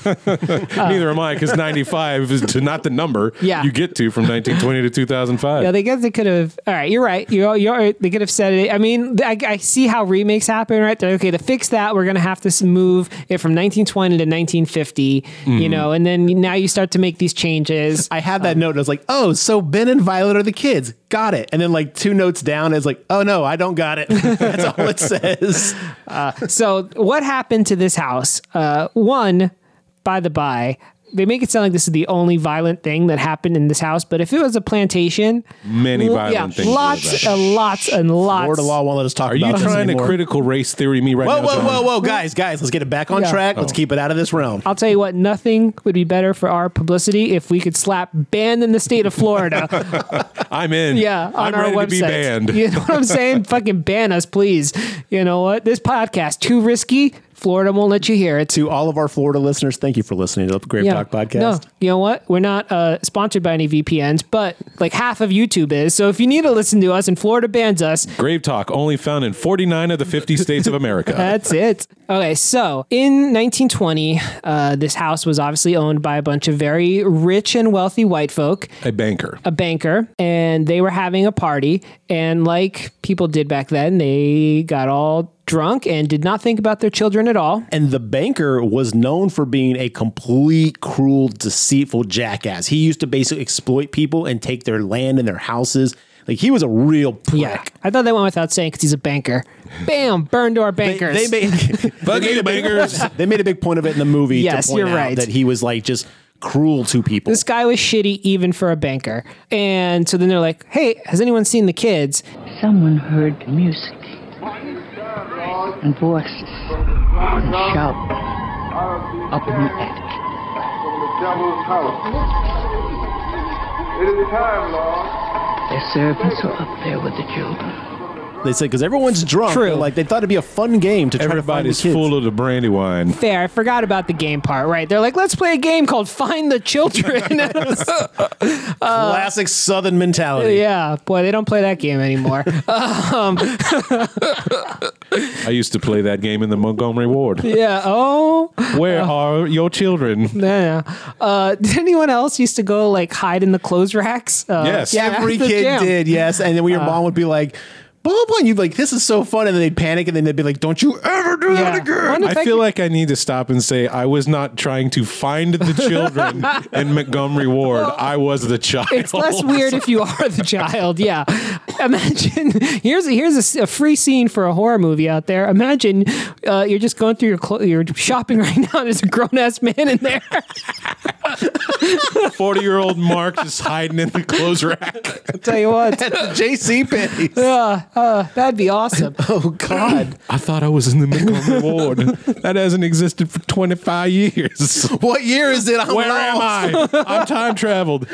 S1: Neither am I, because 95 is to not the number
S4: Oh. Yeah.
S1: you get to from 1920 to 2005.
S4: Yeah, they guess they could have. All right, you're right. You're, you're they could have said it. I mean, I, I see how remakes happen, right? They're okay to fix that. We're gonna have to s- move it from 1920 to 1950, you know, and then now you start to make these changes.
S3: I had that note. And I was like, oh, so Ben and Violet are the kids. Got it. And then like two notes down, it's like, oh no, I don't got it. That's all it says.
S4: so what happened to this house? Uh, one, by the by, they make it sound like this is the only violent thing that happened in this house. But if it was a plantation,
S1: Many
S4: Well,
S1: violent things. were
S4: Lots
S1: done.
S4: and lots and lots.
S3: Florida law won't let us talk
S1: Are
S3: about
S1: you
S3: this
S1: trying to
S3: anymore.
S1: critical race theory me right
S3: Whoa,
S1: now?
S3: whoa,
S1: John?
S3: whoa, whoa, guys, guys, let's get it back on
S4: Yeah.
S3: track. Let's
S1: Oh.
S3: keep it out of this realm.
S4: I'll tell you what, nothing would be better for our publicity if we could slap banned in the state of Florida.
S1: I'm in.
S4: yeah, on
S1: I'm
S4: our
S1: ready
S4: website.
S1: to be banned.
S4: You know what I'm saying? Fucking ban us, please. You know what? This podcast too risky. Florida won't let you hear it.
S3: To all of our Florida listeners, thank you for listening to the Grape Talk podcast.
S4: No, you know what? We're not uh, sponsored by any VPNs, but like half of YouTube is. So if you need to listen to us and Florida bans us,
S1: Grave Talk only found in 49 of the 50 states of America.
S4: That's it. Okay, so in 1920, uh, this house was obviously owned by a bunch of very rich and wealthy white folk,
S1: a banker.
S4: a banker, and they were having a party. And like people did back then, they got all drunk and did not think about their children at all.
S3: And the banker was known for being a complete, cruel, deceitful jackass. He used to basically exploit people and take their land and their houses. Like he was a real prick.
S4: Yeah, I thought that went without saying because he's a banker. Bam, burned to our
S3: They-
S4: bankers.
S3: They, made,
S1: Fuck you, bankers.
S3: they made a big point of it in the movie
S4: Yes,
S3: to point
S4: you're
S3: out
S4: right.
S3: that he was like just cruel to people.
S4: this guy was shitty even for a banker. And so then they're like, hey, has anyone seen the kids?
S6: someone heard music and voices and shouts up in the attic.
S5: from the devil's house. It is time, Lord.
S6: Their servants were up there with the children.
S3: They said because everyone's drunk.
S4: True.
S3: They're Like they thought it'd be a fun game to try
S1: Everybody's
S3: to find the kids.
S1: full of the brandywine.
S4: Fair. I forgot about the game part. Right? They're like, let's play a game called Find the Children.
S3: classic Southern mentality.
S4: yeah, boy, they don't play that game anymore.
S1: I used to play that game in the Montgomery Ward.
S4: yeah. Oh.
S1: Where are your children?
S4: Yeah. Uh, did anyone else used to go like hide in the clothes racks? Uh,
S1: Yes.
S4: yeah,
S3: Every
S4: at the Uh-huh.
S3: kid
S4: gym.
S3: did, yes. And then when your mom would be like, blah, blah, blah. And you'd be like, this is so fun. And then they'd panic and then they'd be like, don't you ever do
S4: Yeah.
S3: that again.
S4: Wonder if
S1: I feel
S4: could-
S1: like I need to stop and say I was not trying to find the children in Montgomery Ward. I was the child.
S4: It's less weird if you are the child. Yeah. Imagine here's a, here's a s- a, free scene for a horror movie out there. Imagine uh, you're just going through your clo- your shopping right now. and There's a grown ass man in there.
S1: Forty year old Mark just hiding in the clothes rack.
S4: I'll tell you what,
S3: JC Penney.
S4: uh, that'd be awesome.
S3: Oh, God.
S1: I thought I was in the Montgomery Ward. That hasn't existed for twenty five years.
S3: What year is it? I'm
S1: Where am I? I'm time traveled.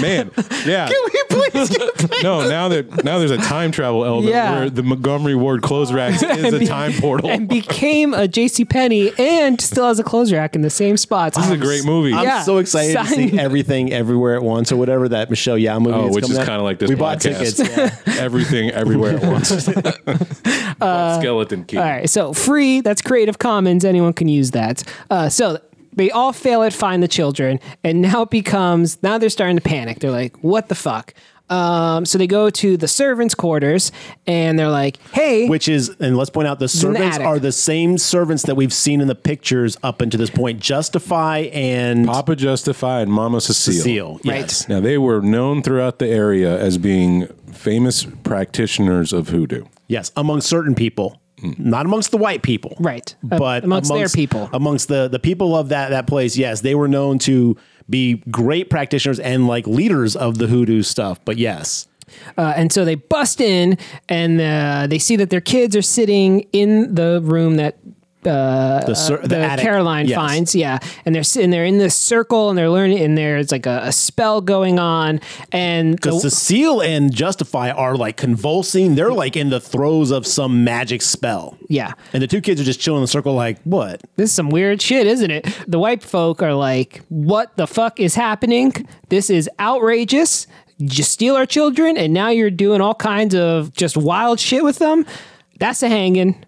S1: Man, yeah.
S3: Please get back.
S1: No, now that now there's a time travel element
S4: Yeah.
S1: where the Montgomery Ward clothes racks is a time portal.
S4: and became a J.C. Penney and still has a clothes rack in the same Um, spots.
S1: this is a great movie.
S3: I'm
S4: Yeah.
S3: so excited to see
S4: Sign-
S3: everything everywhere at once or whatever that Michelle Yao movie
S1: Oh,
S3: is
S1: which
S3: coming
S1: is
S3: out.
S1: kind of like this.
S3: We
S1: podcast.
S3: bought tickets. yeah.
S1: Everything, everywhere at once. But skeleton key.
S4: Uh, All right, so free, that's Creative Commons. Anyone can use that. Uh, so they all fail at Find the Children, and now it becomes, now they're starting to panic. They're like, what the fuck? Um, so they go to the servants' quarters, and they're like, hey,
S3: Which is, and let's point out the
S4: in the
S3: servants
S4: attic.
S3: are the same servants that we've seen in the pictures up until this point. Justify and
S1: Papa Justify and Mama Cecile.
S3: Seal.
S4: Right.
S3: Yes.
S1: Now they were known throughout the area as being famous practitioners of hoodoo.
S3: Yes, among certain people, not amongst the white people,
S4: Right. Uh,
S3: But
S4: amongst their people.
S3: amongst the the people of that that place, yes, they were known to be great practitioners and like leaders of the hoodoo stuff. But yes,
S4: Uh, and so they bust in, and uh, they see that their kids are sitting in the room that uh,
S3: the cer- the
S4: the
S3: attic.
S4: Caroline
S3: Yes.
S4: finds, yeah, and they're sitting there in this circle, and they're learning, and there's like a, a spell going on, and the-
S3: Because Cecile and Justify are like convulsing. They're like in the throes of some magic spell.
S4: yeah,
S3: And the two kids are just chilling in the circle, like, what?
S4: this is some weird shit, isn't it? The white folk are like, what the fuck is happening? This is outrageous. Just steal our children, and now you're doing all kinds of just wild shit with them. That's a hanging.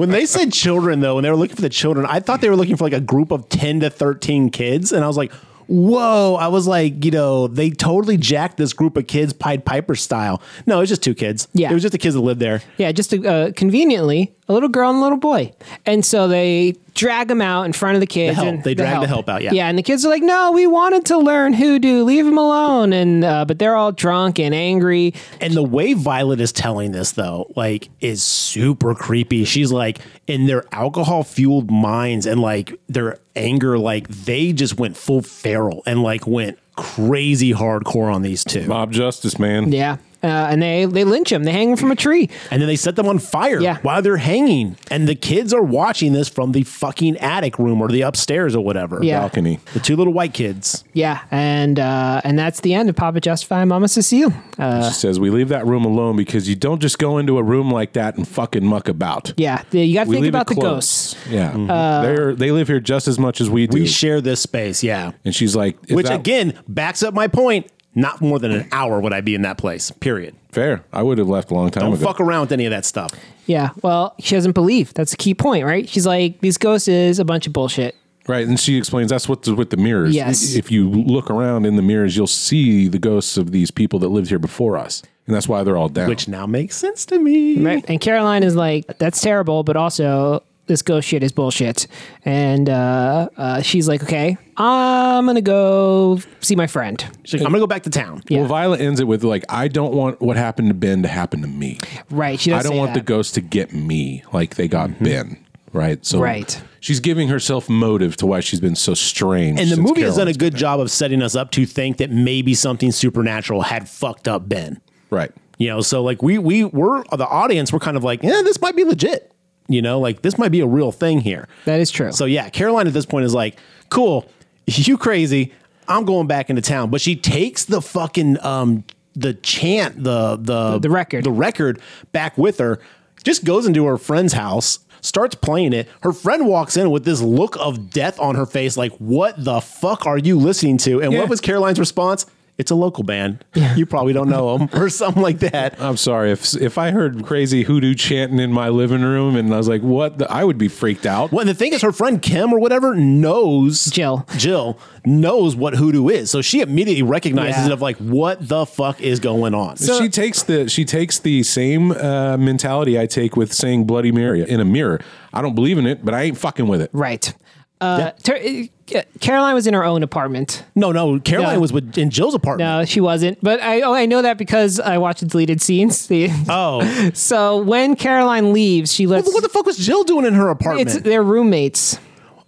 S3: when they said children, though, when they were looking for the children, I thought they were looking for like a group of 10 to 13 kids. And I was like, whoa. I was like, you know, they totally jacked this group of kids Pied Piper style. No, it was just two kids.
S4: Yeah.
S3: It was just the kids that lived there.
S4: Yeah, just uh, conveniently, a little girl and a little boy. And so they drag them out in front of the kids.
S3: help.
S4: and
S3: They drag the help out, yeah.
S4: Yeah, and the kids are like, no, we wanted to learn hoodoo. Leave them alone. And uh, But they're all drunk and angry.
S3: And the way Violet is telling this, though, like, is super creepy. She's like, in their alcohol fueled minds and like their anger, like, they just went full feral and like went crazy hardcore on these two.
S1: Mob justice, man.
S4: Yeah. Uh, and they, they lynch them. They hang them from a tree.
S3: And then they set them on fire
S4: Yeah.
S3: while they're hanging. And the kids are watching this from the fucking attic room or the upstairs or whatever.
S4: Yeah.
S1: Balcony.
S3: The two little white kids.
S4: Yeah, and uh, and that's the end of Papa Justify and Mama Cecile. Uh,
S1: She says we leave that room alone because you don't just go into a room like that and fucking muck about.
S4: yeah, the- you got to
S1: We
S4: think
S1: leave it
S4: about the
S1: closed.
S4: ghosts. Uh,
S1: Yeah, they're they live here just as much as we do.
S3: We share this space. Yeah.
S1: and she's like, is
S3: Which
S1: that
S3: again backs up my point. Not more than an hour would I be in that place, period.
S1: fair? I would have left a long time
S3: Don't
S1: ago.
S3: fuck around with any of that stuff.
S4: Yeah, well, she doesn't believe. That's the key point, right? She's like, these ghosts is a bunch of bullshit.
S1: Right, and she explains that's what's with the mirrors.
S4: Yes.
S1: If you look around in the mirrors, you'll see the ghosts of these people that lived here before us. And that's why they're all down.
S3: Which now makes sense to me.
S4: Right? And Caroline is like, that's terrible, but also this ghost shit is bullshit. And uh, uh, she's like, okay, I'm gonna go see my friend.
S3: She's like, I'm going to go back to town.
S1: Well, Violet ends it with like, I don't want what happened to Ben to happen to me.
S4: Right? She does
S1: I don't
S4: say
S1: want
S4: that.
S1: the ghosts to get me like they got
S3: Mm-hmm.
S1: Ben. Right. So
S4: Right.
S1: she's giving herself motive to why she's been so strange.
S3: And the
S1: since
S3: movie has done a
S1: Caroline's-
S3: good job of setting us up to think that maybe something supernatural had fucked up Ben.
S1: right.
S3: You know, so like we we were the audience. We're kind of like, yeah, this might be legit. You know, like this might be a real thing here.
S4: That is true.
S3: So yeah, Caroline at this point is like, cool, you crazy. I'm going back into town. But she takes the fucking um the chant, the the
S4: The record.
S3: The record back with her, just goes into her friend's house, starts playing it. Her friend walks in with this look of death on her face, like, what the fuck are you listening to? And
S1: Yeah.
S3: what was Caroline's response? It's a local band. You probably don't know them or something like that.
S1: I'm sorry if if I heard crazy hoodoo chanting in my living room and I was like, "What?" the- I would be freaked out.
S3: Well, and the thing is, her friend Kim or whatever knows
S4: Jill.
S3: Jill knows what hoodoo is, so she immediately recognizes
S4: Yeah.
S3: it of like, what the fuck is going on?
S1: she takes the she takes the same uh, mentality I take with saying "Bloody Mary" in a mirror. I don't believe in it, but I ain't fucking with it.
S4: right. Uh, Ter- uh, Caroline was in her own apartment.
S3: no, no, Caroline
S4: No.
S3: was with, in Jill's apartment.
S4: No, she wasn't. But I oh, I know that because I watched the deleted scenes. The-
S3: Oh,
S4: so when Caroline leaves, she lets.
S3: what the fuck was Jill doing in her apartment?
S4: it's uh, their roommates.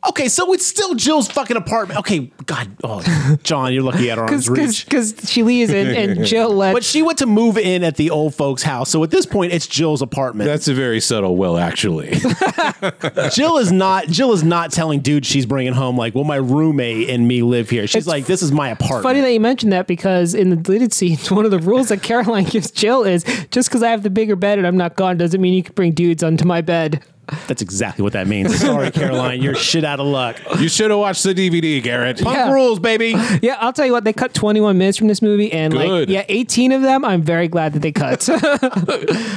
S3: okay, so it's still Jill's fucking apartment. Okay, God, oh, John, you're lucky at arm's reach.
S4: Because she leaves and, and Jill lets.
S3: But she went to move in at the old folks' house, so at this point, it's Jill's apartment.
S1: That's a very subtle. Well, actually,
S3: Jill is not Jill is not telling dude she's bringing home like, well, my roommate and me live here. She's
S4: It's
S3: like, this is my apartment.
S4: Funny that you mentioned that because in the deleted scenes, one of the rules that Caroline gives Jill is just because I have the bigger bed and I'm not gone doesn't mean you can bring dudes onto my bed.
S3: That's exactly what that means. Sorry, Caroline, you're shit out of luck.
S1: you should have watched the DVD, Garrett.
S3: Punk
S4: Yeah.
S3: rules, baby.
S4: Yeah, I'll tell you what, they cut 21 minutes from this movie, and like,
S1: Good.
S4: yeah, 18 of them, I'm very glad that they cut.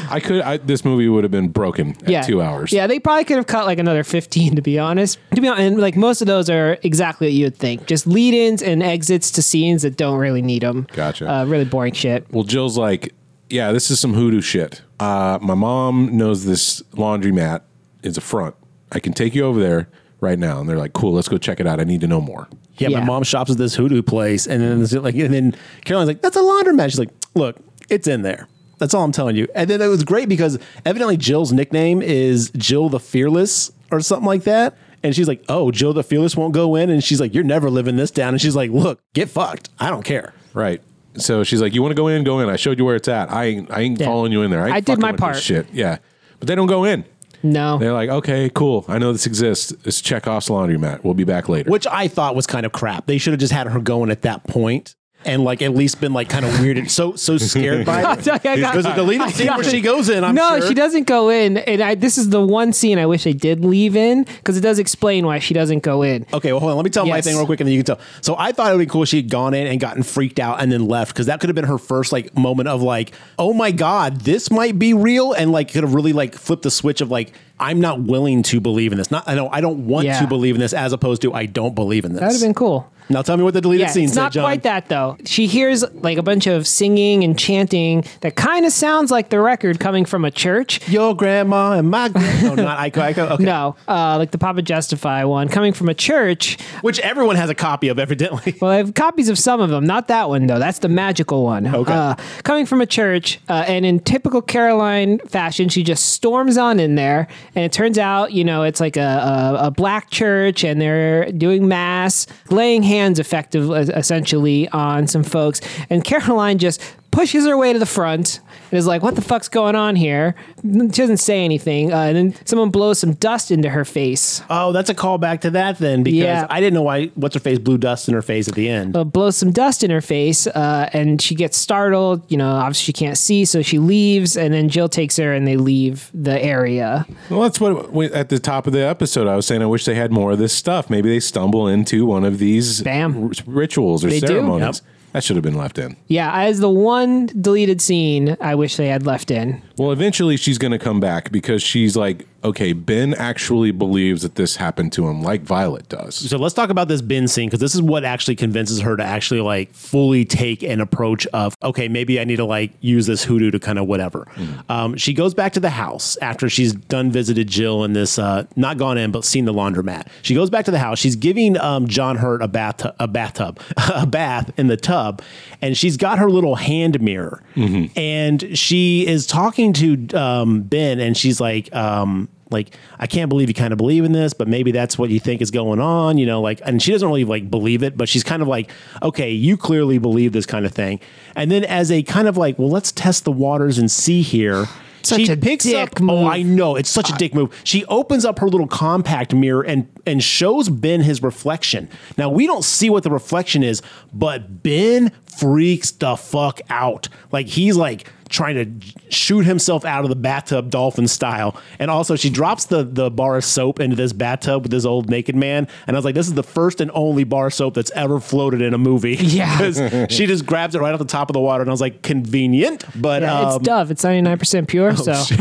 S1: I could. I, this movie would have been broken at
S4: yeah.
S1: two hours.
S4: Yeah, they probably could have cut like another 15, to be honest. To be honest, and like most of those are exactly what you would think just lead ins and exits to scenes that don't really need them.
S1: Gotcha.
S4: Uh, really boring shit.
S1: Well, Jill's like, yeah, this is some hoodoo shit. Uh, my mom knows this laundromat is a front. I can take you over there right now. And they're like, cool, let's go check it out. I need to know more.
S3: Yeah,
S4: Yeah.
S3: my mom shops at this hoodoo place, and then it's like, and then Caroline's like, "That's a laundromat." She's like, "Look, it's in there." That's all I'm telling you. And then it was great because evidently Jill's nickname is Jill the Fearless or something like that. And she's like, "Oh, Jill the Fearless won't go in." And she's like, "You're never living this down." And she's like, "Look, get fucked. I don't care."
S1: Right. So she's like, you want to go in? Go in. I showed you where it's at. I ain't, I ain't
S4: Yeah.
S1: following you in there. I, ain't
S4: I did
S1: fucking
S4: my
S1: with this
S4: part.
S1: Shit. Yeah. But they don't go in.
S4: No.
S1: They're like, okay, cool. I know this exists. It's Chekhov's laundromat. We'll be back later.
S3: Which I thought was kind of crap. They should have just had her going at that point and like at least been like kind of weirded, so so scared by it.
S4: I got-
S3: There's a deleted
S4: I
S3: scene
S4: got
S3: where
S4: it.
S3: she goes in. I'm
S4: no,
S3: sure.
S4: she doesn't go in, and I, this is the one scene I wish I did leave in because it does explain why she doesn't go in.
S3: Okay, well, hold on. Let me tell my
S4: Yes.
S3: thing real quick, and then you can tell. So I thought it would be cool if she had gone in and gotten freaked out and then left because that could have been her first like moment of like, oh my god, this might be real, and like could have really like flipped the switch of like, I'm not willing to believe in this. Not I don't I don't want
S4: Yeah.
S3: to believe in this as opposed to I don't believe in this.
S4: That would have been cool.
S3: Now tell me what the deleted
S4: Yeah,
S3: scene
S4: it's
S3: said,
S4: not
S3: John.
S4: quite that though. She hears like a bunch of singing and chanting that kind of sounds like the record coming from a church.
S3: Your grandma and my grandma. no, not Ico. Ico. Okay.
S4: No, uh, like the Papa Justify one coming from a church.
S3: Which everyone has a copy of, evidently.
S4: Well, I have copies of some of them. Not that one though. That's the magical one.
S3: Okay.
S4: Uh, coming from a church, uh, and in typical Caroline fashion, she just storms on in there. And it turns out, you know, it's like a, a, a black church, and they're doing mass, laying hands, effective essentially on some folks. And Caroline just pushes her way to the front and is like, "What the fuck's going on here?" She doesn't say anything, uh, and then someone blows some dust into her face.
S3: Oh, that's a callback to that then, because
S4: Yeah.
S3: I didn't know why. What's her face? Blew dust in her face at the end.
S4: uh, blows some dust in her face, uh, and she gets startled. You know, obviously she can't see, so she leaves, and then Jill takes her, and they leave the area.
S1: Well, that's what we, at the top of the episode I was saying. I wish they had more of this stuff. Maybe they stumble into one of these
S4: Bam.
S1: r- rituals or
S4: They do.
S1: ceremonies.
S3: Yep.
S1: That should have been left in.
S4: Yeah, as the one deleted scene I wish they had left in.
S1: Well, eventually she's going to come back because she's like, okay, Ben actually believes that this happened to him, like Violet does.
S3: So let's talk about this bin scene because this is what actually convinces her to actually like fully take an approach of okay, maybe I need to like use this hoodoo to kind of whatever. Um, she goes back to the house after she's done visited Jill and this uh, not gone in but seen the laundromat. She goes back to the house. She's giving um, John Hurt a bath a bathtub a bath in the tub, and she's got her little hand mirror, and she is talking to um, Ben and she's like. Um, like I can't believe you kind of believe in this, but maybe that's what you think is going on, you know, like and she doesn't really like believe it, but she's kind of like, okay, you clearly believe this kind of thing. And then as a kind of like, well, let's test the waters and see here.
S4: Such
S3: she
S4: a
S3: picks
S4: dick
S3: up
S4: move.
S3: oh I no, it's such a dick move. She opens up her little compact mirror and and shows Ben his reflection. Now we don't see what the reflection is, but Ben freaks the fuck out. Like he's like trying to j- shoot himself out of the bathtub dolphin style. And also she drops the the bar of soap into this bathtub with this old naked man. And I was like, this is the first and only bar of soap that's ever floated in a movie.
S4: Yeah.
S3: 'Cause she just grabs it right off the top of the water and I was like, convenient, but
S4: Yeah,
S3: um, oh,
S4: it's Dove. It's ninety nine percent pure. so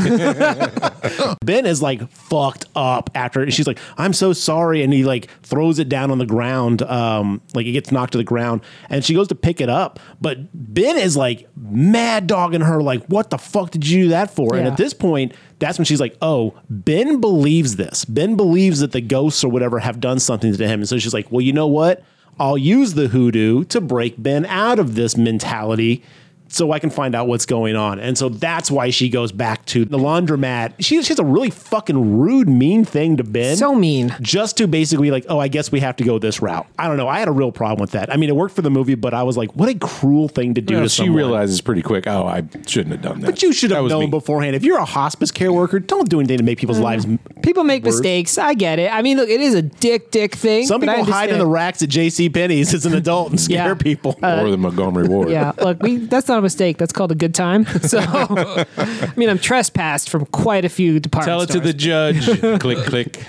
S3: Ben is like fucked up after she's like, I'm so sorry. And he like throws it down on the ground. Um, like it gets knocked to the ground and she goes to pick it up. But Ben is like mad dogging her, like, what the fuck did you do that for? And
S4: Yeah.
S3: at this point, that's when she's like, oh, Ben believes this. Ben believes that the ghosts or whatever have done something to him. And so she's like, well, you know what? I'll use the hoodoo to break Ben out of this mentality so I can find out what's going on. And so that's why she goes back to the laundromat. She, she has a really fucking rude, mean thing to Ben.
S4: So mean.
S3: Just to basically like, oh, I guess we have to go this route. I don't know. I had a real problem with that. I mean, it worked for the movie, but I was like, what a cruel thing to do
S1: Well,
S3: to
S1: she
S3: someone.
S1: realizes pretty quick. Oh, I shouldn't have done that.
S3: But you should
S1: That
S3: have
S1: was
S3: known
S1: me.
S3: beforehand. If you're a hospice care worker, don't do anything to make people's lives.
S4: Mm-hmm. people make
S3: Worse.
S4: mistakes. I get it. I mean, look, it is a dick dick thing.
S3: Some
S4: but I
S3: people hide in the
S4: understand.
S3: racks at J.C. Penney's as an adult and scare
S4: Yeah. Uh,
S3: people.
S1: or the Montgomery Ward.
S4: Yeah, look, we, that's not a mistake. That's called a good time. So, I mean, I'm trespassed from quite a few department
S1: Tell it to
S4: stores.
S1: the judge. click, click.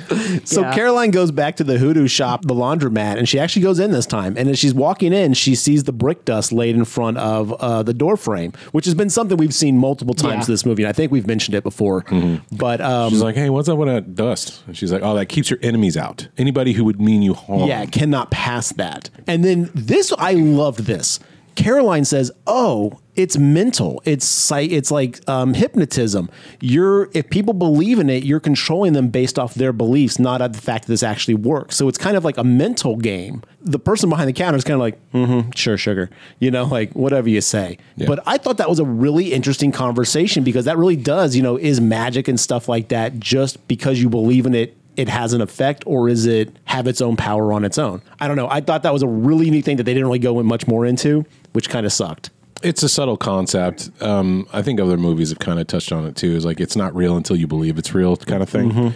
S3: So
S4: Yeah.
S3: Caroline goes back to the hoodoo shop, the laundromat, and she actually goes in this time. And as she's walking in, she sees the brick dust laid in front of uh, the door frame, which has been something we've seen multiple times
S4: Yeah.
S3: in this movie. And I think we've mentioned it before.
S1: Mm-hmm.
S3: But um,
S1: She's like, hey, what's up with that dust? And she's like, oh, that keeps your enemies out. Anybody who would mean you harm.
S3: Yeah, cannot pass that. And then this, I loved this. Caroline says, "Oh, it's mental. It's psych. It's like um, hypnotism. You're if people believe in it, you're controlling them based off their beliefs, not at the fact that this actually works. So it's kind of like a mental game. The person behind the counter is kind of like, mm-hmm, sure, sugar. You know, like whatever you say.
S1: Yeah.
S3: But I thought that was a really interesting conversation because that really does, you know, is magic and stuff like that just because you believe in it, it has an effect, or is it have its own power on its own? I don't know. I thought that was a really neat thing that they didn't really go in much more into, which kind of sucked.
S1: It's a subtle concept. Um, I think other movies have kind of touched on it too. Is like it's not real until you believe it's real, kind of thing.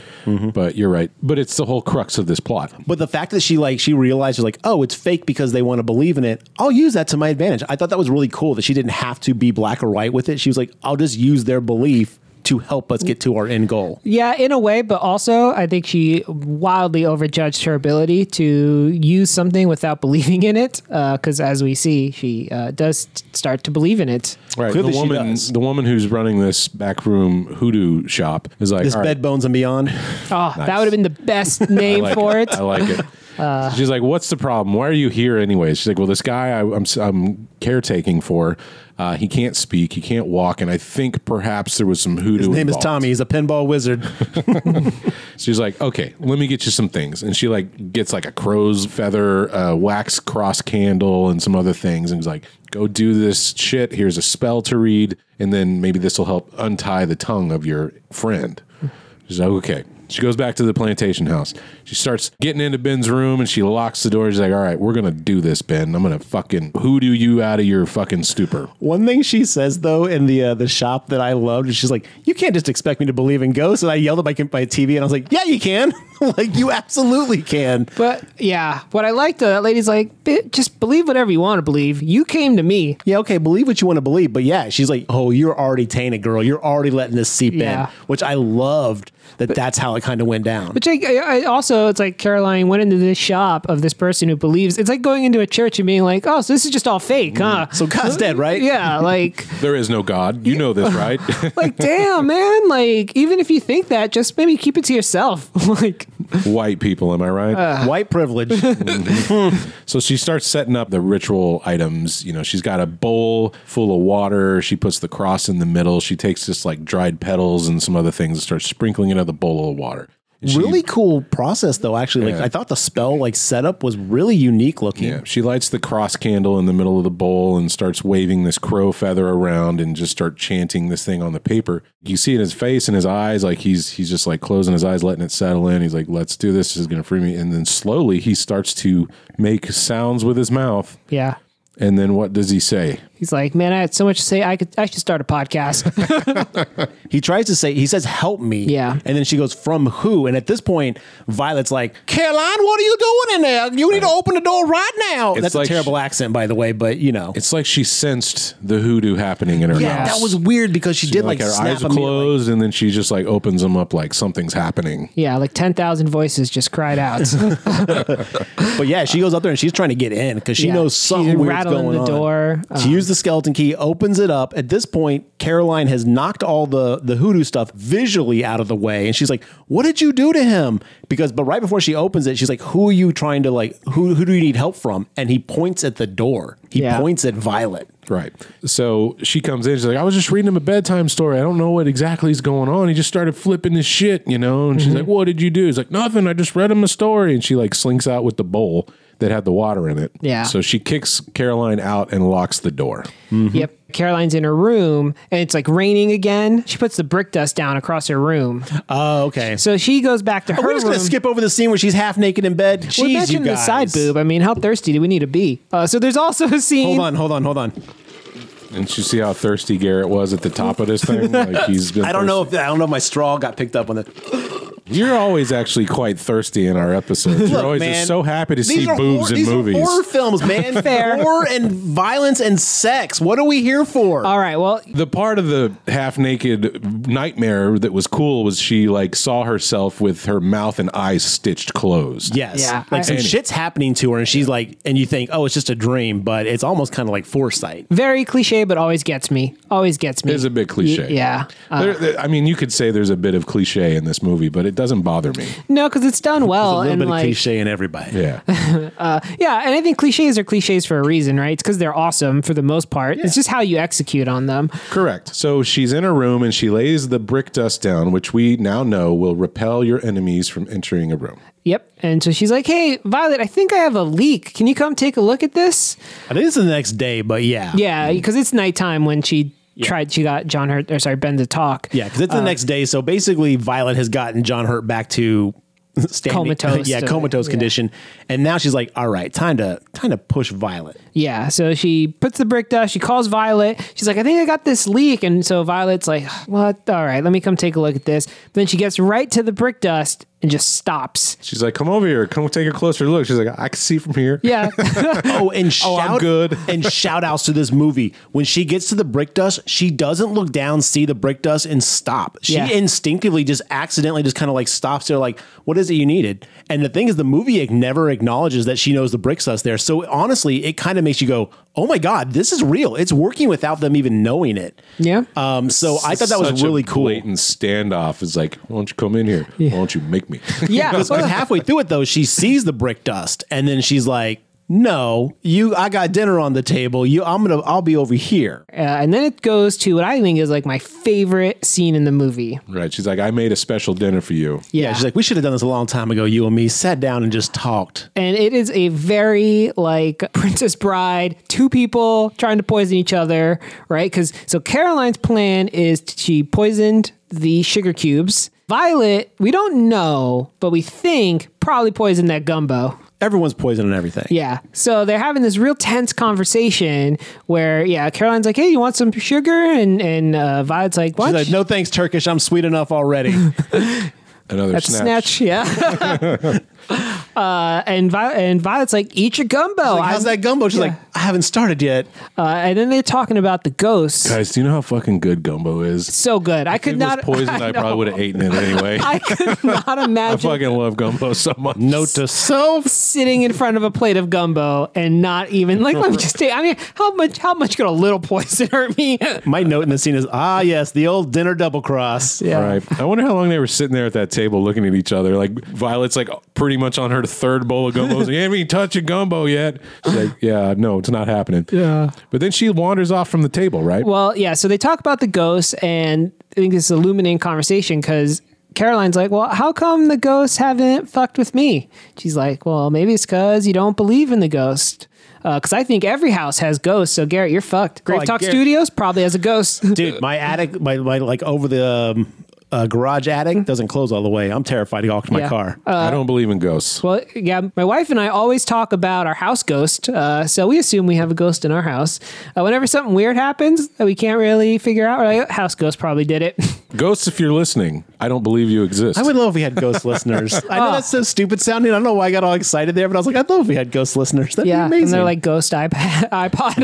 S1: But you're right. But it's the whole crux of this plot.
S3: But the fact that she like she realized like, oh, it's fake because they want to believe in it. I'll use that to my advantage. I thought that was really cool that she didn't have to be black or white with it. She was like, I'll just use their belief to help us get to our end goal.
S4: Yeah, in a way, but also I think she wildly overjudged her ability to use something without believing in it. Because as we see, she uh, does t- start to believe in it.
S1: Right.
S3: Clearly
S1: the
S3: she
S1: woman,
S3: does.
S1: the woman who's running this backroom hoodoo shop is like
S3: This
S1: "All right,
S3: bed bones and beyond.
S4: Oh,
S1: Nice.
S4: that would have been the best
S1: I
S4: name
S1: like
S4: for it.
S1: I like it.
S3: Uh.
S1: She's like, "What's the problem? Why are you here, anyways?" She's like, "Well, this guy I, I'm, I'm caretaking for, uh, he can't speak, he can't walk, and I think perhaps there was some hoodoo."
S3: His name is
S1: involved."
S3: Tommy. He's a pinball wizard.
S1: She's like, okay, let me get you some things. And she like gets like a crow's feather, a wax cross candle, and some other things. And he's like, go do this shit. Here's a spell to read, and then maybe this will help untie the tongue of your friend. She's like, okay. She goes back to the plantation house. She starts getting into Ben's room and she locks the door. She's like, all right, we're gonna do this, Ben. I'm gonna fucking hoodoo you out of your fucking stupor.
S3: One thing she says though in the uh, the shop that I loved is she's like, "You can't just expect me to believe in ghosts." And I yelled at my, my TV, and I was like, "Yeah, you can! like, you absolutely can."
S4: But yeah, what I liked, uh, that lady's like, "Bi- just believe whatever you want to believe. You came to me.
S3: Yeah, okay, believe what you want to believe, but yeah, she's like, "Oh, you're already tainted, girl. You're already letting this seep
S4: Yeah.
S3: in," which I loved that. that's how it kind of went down.
S4: But Jake, I, I also, it's like Caroline went into this shop of this person who believes. It's like going into a church and being like, oh, so this is just all fake,
S1: Mm,
S4: huh?
S3: so God's dead, right?
S4: yeah, like,
S1: There is no God. You know this, right?
S4: like, damn, man. Like, even if you think that, just maybe keep it to yourself. like,
S1: White people, am I right?
S3: White privilege.
S1: So she starts setting up the ritual items. You know, she's got a bowl full of water. She puts the cross in the middle. She takes this like dried petals and some other things and starts sprinkling it on the bowl of water. And she-
S3: really cool process though. Actually, like
S1: Yeah.
S3: I thought the spell like setup was really unique looking.
S1: Yeah, she lights the cross candle in the middle of the bowl and starts waving this crow feather around and just start chanting this thing on the paper. You see it in his face and his eyes, like he's he's just like closing his eyes, letting it settle in. He's like, "Let's do this. This is gonna free me." And then slowly he starts to make sounds with his mouth.
S4: Yeah.
S1: And then what does he say?
S4: He's like, man, I had so much to say. I could, I should start a podcast.
S3: He tries to say, he says, "Help me."
S4: Yeah.
S3: and then she goes, "From who?" And at this point, Violet's like, "Caroline, what are you doing in there? You need to open the door right now." That's
S1: like-
S3: a terrible accent, by the way, but you know.
S1: It's like she sensed the hoodoo happening in her
S3: Yeah,
S1: house.
S3: that was weird because she did like,
S1: like, her
S3: snap
S1: eyes are
S3: immediately.
S1: closed, and then she just like opens them up, like something's happening.
S4: yeah. Like 10,000 voices just cried out. Mm-hmm.
S3: But yeah, she goes up there and she's trying to get in because she
S4: Yeah,
S3: knows
S4: she's
S3: something weird's
S4: rattling
S3: going
S4: the
S3: on.
S4: door. Um,
S3: She used the skeleton key, opens it up. At this point, Caroline has knocked all the the hoodoo stuff visually out of the way, and she's like, "What did you do to him?" Because but right before she opens it, she's like, "Who are you trying to like? Who who do you need help from?" And he points at the door. He
S4: Yeah.
S3: points at Violet.
S1: Right. So she comes in. She's like, I was just reading him a bedtime story. I don't know what exactly is going on. He just started flipping his shit, you know? And
S3: Mm-hmm.
S1: she's like, What did you do? He's like, Nothing. I just read him a story. And she like slinks out with the bowl that had the water in it.
S4: Yeah.
S1: So she kicks Caroline out and locks the door.
S4: Yep. Caroline's in her room and it's like raining again. She puts the brick dust down across her room.
S3: Oh, okay. So
S4: So she goes back to her
S3: Oh, we're just
S4: room.
S3: gonna skip over the scene where she's half naked in bed. Jeez,
S4: we
S3: you
S4: mentioned the
S3: guys.
S4: side boob. I mean, how thirsty do we need to be? Uh, so there's also a scene.
S3: Hold on, hold on, hold on.
S1: And she see how thirsty Garrett was at the top of this thing. Like he's been
S3: I don't know if I don't know if my straw got picked up on the.
S1: thirsty. you're always actually quite thirsty in our episodes. You're
S3: Look,
S1: always
S3: man,
S1: just so happy to
S3: these
S1: see
S3: are
S1: boobs
S3: hor-
S1: in
S3: these are
S1: movies.
S3: horror films, man.
S4: Fair.
S3: Horror and violence and sex. What are we here for?
S4: All right. Well,
S1: the part of the half naked nightmare that was cool was she like saw herself with her mouth and eyes stitched closed.
S3: yes.
S4: Yeah,
S3: like
S4: I-
S3: some
S1: Annie.
S3: shit's happening to her, and she's like, and you think, oh, it's just a dream, but it's almost kind of like foresight.
S4: very cliche, but always gets me. Always gets me.
S1: It is a bit cliche.
S4: Y- yeah. Uh,
S1: There- there- I mean, you could say there's a bit of cliche in this movie, but it doesn't bother me.
S4: no, because it's done
S3: There's a
S4: well.
S3: little
S4: and
S3: bit
S4: like,
S3: of cliche in everybody.
S1: Yeah.
S4: Yeah, and I think cliches are cliches for a reason, right? It's because they're awesome for the most part. It's just how you execute on them.
S1: Correct. So she's in her room and she lays the brick dust down, which we now know will repel your enemies from entering a room.
S4: Yep. And so she's like, "Hey, Violet, I think I have a leak. Can you come take a look at this?"
S3: I think it's the next day, but yeah,
S4: Yeah, because it's nighttime when she tried. She got John Hurt or sorry Ben to talk.
S3: yeah, because
S4: Uh,
S3: it's the next day. So basically, Violet has gotten John Hurt back to. Standing,
S4: Comatose.
S3: yeah, comatose
S4: Yeah.
S3: condition, and now she's like, "All right, time to time to push Violet."
S4: Yeah, so she puts the brick dust. She calls Violet. She's like, I think I got this leak. And so Violet's like, What? All right, let me come take a look at this. But then she gets right to the brick dust and just stops.
S1: She's like, come over here. Come take a closer look. She's like, I can see from here.
S4: Yeah.
S3: Oh, and shout
S1: I'm good.
S3: and shout outs to this movie. When she gets to the brick dust, she doesn't look down, see the brick dust, and stop. She
S4: Yeah.
S3: instinctively just accidentally just kind of like stops there, like, what is it you needed? And the thing is, the movie ac- never acknowledges that she knows the brick dust there. So honestly, it kind of makes you go, oh my god, this is real. It's working without them even knowing it.
S4: yeah.
S3: Um, so I thought that was
S1: Such a
S3: really cool.
S1: Blatant standoff is like, why don't you come in here? Why don't you make me?
S4: yeah.
S3: Because like, halfway through it though, she sees the brick dust, and then she's like. No, you. I got dinner on the table. You, I'm gonna. I'll be over here.
S4: Uh, and then it goes to what I think is like my favorite scene in the movie.
S1: Right. She's like, I made a special dinner for you.
S3: Yeah. she's like, we should have done this a long time ago. You and me sat down and just talked.
S4: and it is a very like Princess Bride, two people trying to poison each other, right? Because so Caroline's plan is t- she poisoned the sugar cubes. Violet, we don't know, but we think probably poisoned that gumbo.
S3: Everyone's poisoning everything.
S4: Yeah. So they're having this real tense conversation where, yeah, Caroline's like, "Hey, you want some sugar?" and and uh, Violet's like, "What?"
S3: She's like, no thanks, Turkish. I'm sweet enough already.
S1: Another
S4: That's snatch. yeah. uh, and Vi- and Violet's like, "Eat your gumbo."
S3: Like, How's
S4: I'm-
S3: that gumbo? She's
S4: Oh, Yeah.
S3: like, I haven't started yet.
S4: Uh, and then they're talking about the ghosts.
S1: Guys, do you know how fucking good gumbo is?
S4: So good. I could
S1: If
S4: not.
S1: it was poisoned, I, probably
S4: know.
S1: would have eaten it anyway. I,
S4: I could not imagine
S1: fucking love gumbo so much.
S3: Note to self.
S4: sitting in front of a plate of gumbo and not even like. Let me just take. I mean, how much? How much could a little poison hurt me?
S3: My note in the scene is, ah, yes, the old dinner double cross.
S4: Yeah.
S1: Right. I wonder how long they were sitting there at that table looking at each other. Like Violet's like pretty much on her third bowl of gumbo. She's like, you haven't even touched a gumbo yet. She's like, yeah, no, it's not happening.
S4: Yeah.
S1: But then she wanders off from the table, right?
S4: Well, yeah. So they talk about the ghosts, and I think this is illuminating conversation because Caroline's like, well, how come the ghosts haven't fucked with me? She's like, well, maybe it's because you don't believe in the ghost. Because I think every house has ghosts. So Garrett, you're fucked. Grave
S3: like
S4: Talk
S3: Garrett-
S4: Studios probably has a ghost.
S3: dude. My attic, my, my like over the um, uh, garage attic doesn't close all the way. I'm terrified to walk to my
S4: Yeah.
S3: car.
S1: I don't believe in ghosts.
S4: Well, yeah, my wife and I always talk about our house ghost. Uh, so we assume we have a ghost in our house. Uh, whenever something weird happens that we can't really figure out, we're like, "Oh, house ghost probably did it.
S1: Ghosts, if you're listening, I don't believe you exist.
S3: I would love if we had ghost listeners. I
S4: Oh.
S3: know that's so stupid sounding. I don't know why I got all excited there, but I was like, I'd love if we had ghost listeners. That'd
S4: yeah.
S3: be amazing.
S4: And they're like ghost iPad, iPod.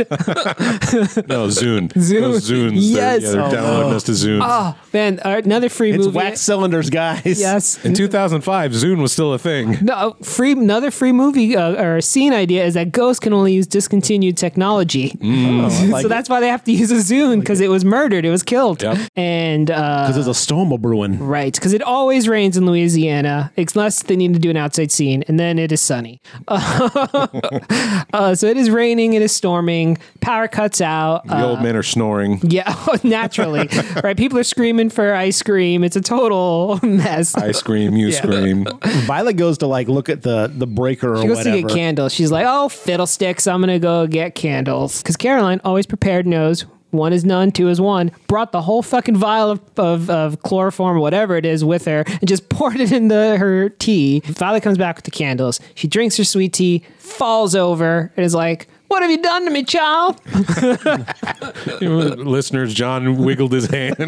S1: no, Zune. Those Zunes.
S4: Yes.
S1: They're, yeah, they're
S4: Oh,
S1: downloading us to Zune.
S4: oh, man. all right, Another free
S3: it's
S4: movie.
S3: wax cylinders, guys.
S4: Yes.
S1: In 2005, Zune was still a thing.
S4: No, oh, free another free movie uh, or scene idea is that ghosts can only use discontinued technology.
S3: Mm. Oh, like
S4: so
S3: it.
S4: that's why they have to use a Zune because it was murdered, it was killed,
S1: Yep.
S4: and uh,
S3: Because there's a storm a brewing.
S4: Right, because it always rains in Louisiana, unless they need to do an outside scene, and then it is sunny. uh, so it is raining, it is storming, power cuts out.
S1: The
S4: Uh,
S1: old men are snoring.
S4: yeah, naturally, right? People are screaming for ice cream. It's a total mess.
S1: I scream, you scream.
S3: Violet goes to like look at the the breaker or
S4: She goes
S3: whatever.
S4: to get candles. She's like, "Oh, fiddlesticks! I'm gonna go get candles." Because Caroline, always prepared, knows one is none, two is one. Brought the whole fucking vial of, of, of chloroform, whatever it is, with her, and just poured it in the her tea. Violet comes back with the candles. She drinks her sweet tea, falls over, and is like. What have you done to me, child?
S1: Listeners, John wiggled his hand.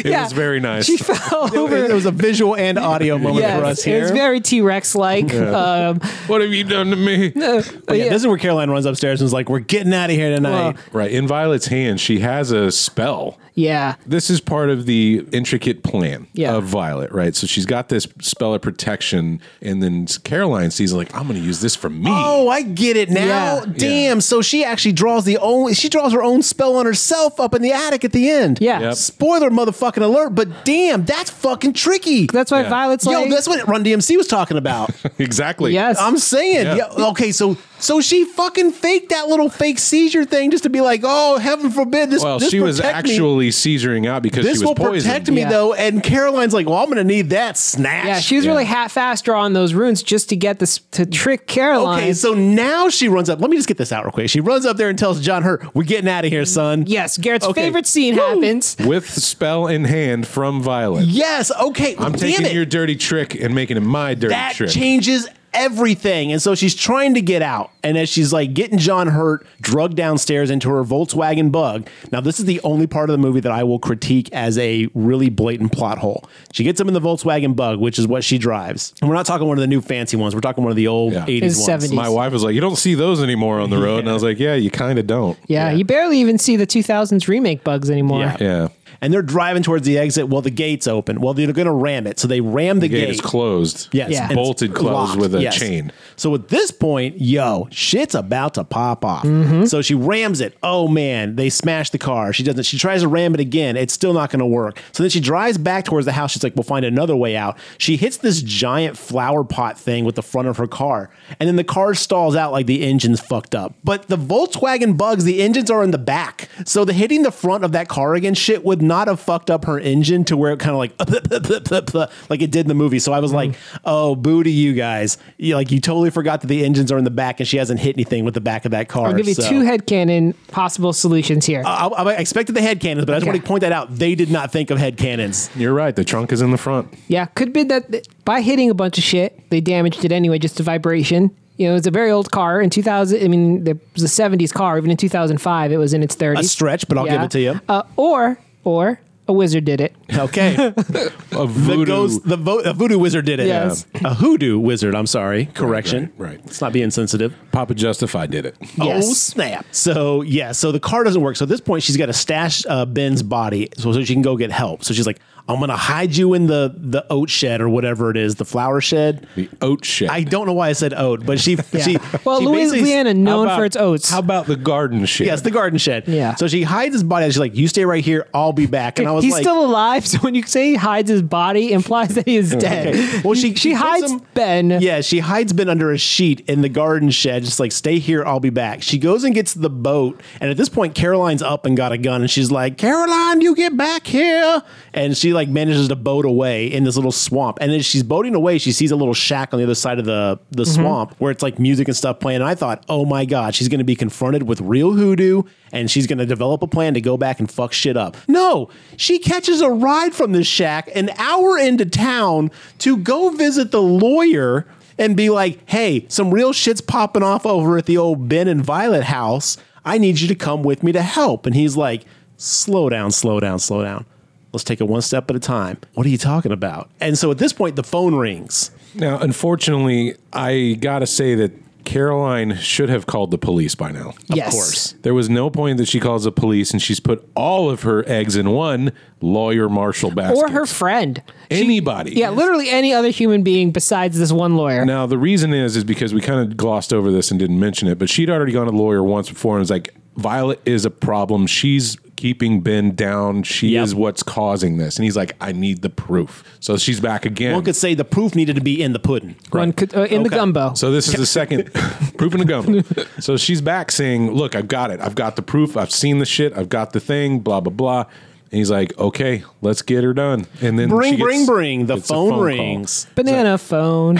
S1: It was very nice.
S4: She fell
S3: It
S4: over.
S3: was a visual and audio moment for us
S4: Yes,
S3: here.
S4: it was very T Rex like. Um,
S1: what have you done to me?
S4: but
S3: yeah,
S4: yeah.
S3: This is where Caroline runs upstairs and is like, "We're getting out of here tonight."
S4: Well,
S1: Right. In Violet's hand, she has a spell.
S4: yeah.
S1: This is part of the intricate plan
S4: Yeah.
S1: of Violet, right? So she's got this spell of protection, and then Caroline sees, like, I'm going to use this for me.
S3: Oh, I get it now.
S4: Yeah.
S3: Damn. So she actually draws the only she draws her own spell on herself up in the attic at the end.
S4: Yeah. Yep.
S3: Spoiler motherfucking alert, but damn, that's fucking tricky.
S4: That's why
S1: Yeah.
S4: Violet's
S3: Yo,
S4: like.
S3: that's what Run DMC was talking about.
S1: Exactly.
S4: Yes.
S3: I'm saying.
S1: Yeah.
S3: yo- okay, so so she fucking faked that little fake seizure thing just to be like, "Oh, heaven forbid this
S1: Well,
S3: this
S1: she was
S3: protect me.
S1: actually seizuring out because
S3: this
S1: she was
S3: will
S1: poisoned.
S3: protect me
S4: Yeah.
S3: though." And Caroline's like, "Well, I'm going to need that snatch."
S4: yeah, she was really half-assed drawing those runes just to get this to trick Caroline.
S3: Okay, so now she runs up. Let me just get this out real quick. She runs up there and tells John Hurt, "We're getting out of here, son."
S4: Yes, Garrett's
S3: Okay.
S4: favorite scene happens.
S1: With spell in hand from Violet.
S3: Yes. Okay.
S1: I'm
S3: damn
S1: taking
S3: it.
S1: your dirty trick and making it my dirty
S3: that
S1: trick.
S3: changes everything. And so she's trying to get out. And as she's like getting John hurt, drugged downstairs into her Volkswagen bug. Now, this is the only part of the movie that I will critique as a really blatant plot hole. She gets him in the Volkswagen bug, which is what she drives. And we're not talking one of the new fancy ones. We're talking one of the old
S1: Yeah.
S3: 80s
S4: It's
S3: ones.
S4: 70s.
S1: My wife was like, "You don't see those anymore on the road," and I was like, "Yeah, you kind of don't."
S4: Yeah, you barely even see the 2000s remake bugs anymore.
S3: Yeah.
S1: Yeah.
S3: And they're driving towards the exit. Well, the gate's open. Well, they're going to ram it. So they ram the,
S1: The gate is closed.
S3: Yes.
S4: Yeah.
S3: and it's
S1: Bolted closed
S3: locked,
S1: with a
S3: yes.
S1: chain.
S3: So at this point, yo, shit's about to pop off. So she rams it. Oh man, they smash the car. She doesn't. She tries to ram it again. It's still not going to work. So then she drives back towards the house. She's like, "We'll find another way out." She hits this giant flower pot thing with the front of her car, and then the car stalls out like the engine's fucked up. But the Volkswagen bugs. The engines are in the back, so the hitting the front of that car again shit would not have fucked up her engine to where it kind of like like it did in the movie. So I
S4: Mm-hmm.
S3: was like, "Oh, boo to you guys! You, like you totally forgot that the engines are in the back, and she hasn't hit anything with the back of that car."
S4: I'll give you
S3: so. Uh.
S4: two headcanon possible solutions here.
S3: I, I expected the head cannons, but I just
S4: Okay.
S3: want to point that out. They did not think of head cannons.
S1: You're right. The trunk is in the front.
S4: yeah, could be that th- by hitting a bunch of shit, they damaged it anyway, just a vibration. You know, it's a very old car in 2000. I mean, it was a 70s car. Even in 2005, it was in its 30s.
S3: A stretch, but I'll give
S4: Yeah.
S3: it to you.
S4: Uh, or, or a wizard did it.
S3: Okay, the
S1: A voodoo.
S3: ghost, the, vo- the voodoo wizard did it.
S4: Yes.
S3: a hoodoo wizard. I'm sorry, correction.
S1: right, right.
S3: Let's not be insensitive.
S1: Papa Justify did it.
S3: Oh
S4: Yes.
S3: snap! So yeah, so the car doesn't work. So at this point, she's got to stash uh, Ben's body so, so she can go get help. So she's like, "I'm gonna hide you in the the oat shed or whatever it is, the flower shed."
S1: The oat shit.
S3: I don't know why I said oat, but she she
S4: Well,
S3: she basically-
S4: Louisiana known
S1: about-
S4: for its oats.
S1: How about the garden shit?
S3: Yes, the garden shed.
S4: Yeah.
S3: So she hides his body. And she's like, "You stay right here. I'll be back." And I was
S4: He's
S3: like,
S4: still alive, so when you say he hides his body, implies that he is dead.
S3: Okay. Well, she
S4: she
S3: puts
S4: hides
S3: him-
S4: Ben.
S3: Yeah, she hides Ben under a sheet in the garden shed, just like stay here, I'll be back. She goes and gets the boat, and at this point, Caroline's up and got a gun, and she's like, "Caroline, you get back here!" And she like manages to boat away in this little swamp, and then she's boating away. She sees a little shack on the other side of the the swamp where it's like music and stuff playing. And I thought, oh my god, she's going to be confronted with real hoodoo, and she's going to develop a plan to go back and fuck shit up. No, she catches a ride from this shack an hour into town to go visit the lawyer and be like, hey, some real shit's popping off over at the old Ben and Violet house. I need you to come with me to help. And he's like, slow down, slow down, slow down. Let's take it one step at a time. What are you talking about? And so at this point, the phone rings.
S1: Now, unfortunately, I gotta say that Caroline should have called the police by now.
S4: yes.
S3: course.
S1: There was no point that she calls the police and she's put all of her eggs in one lawyer Marshall basket.
S4: Or her friend. She-
S1: Anybody.
S4: yeah, literally any other human being besides this one lawyer.
S1: Now the reason is is because we kind of glossed over this and didn't mention it, but she'd already gone to the lawyer once before and was like, Violet is a problem. She's keeping Ben down. She
S3: Yep.
S1: is what's causing this. And he's like, I need the proof. So she's back again.
S3: One could say the proof needed to be in the pudding.
S4: One could, uh, in the
S3: Okay.
S4: gumbo.
S1: So this is the second proof in the gum. So she's back saying, "Look, I've got it. I've got the proof. I've seen the shit. I've got the thing. Blah blah blah." And he's like, "Okay, let's get her done." And then
S3: Bring,
S1: she gets-
S3: bring, bring. The
S1: gets a
S3: phone,
S1: call.
S3: rings.
S4: Banana phone.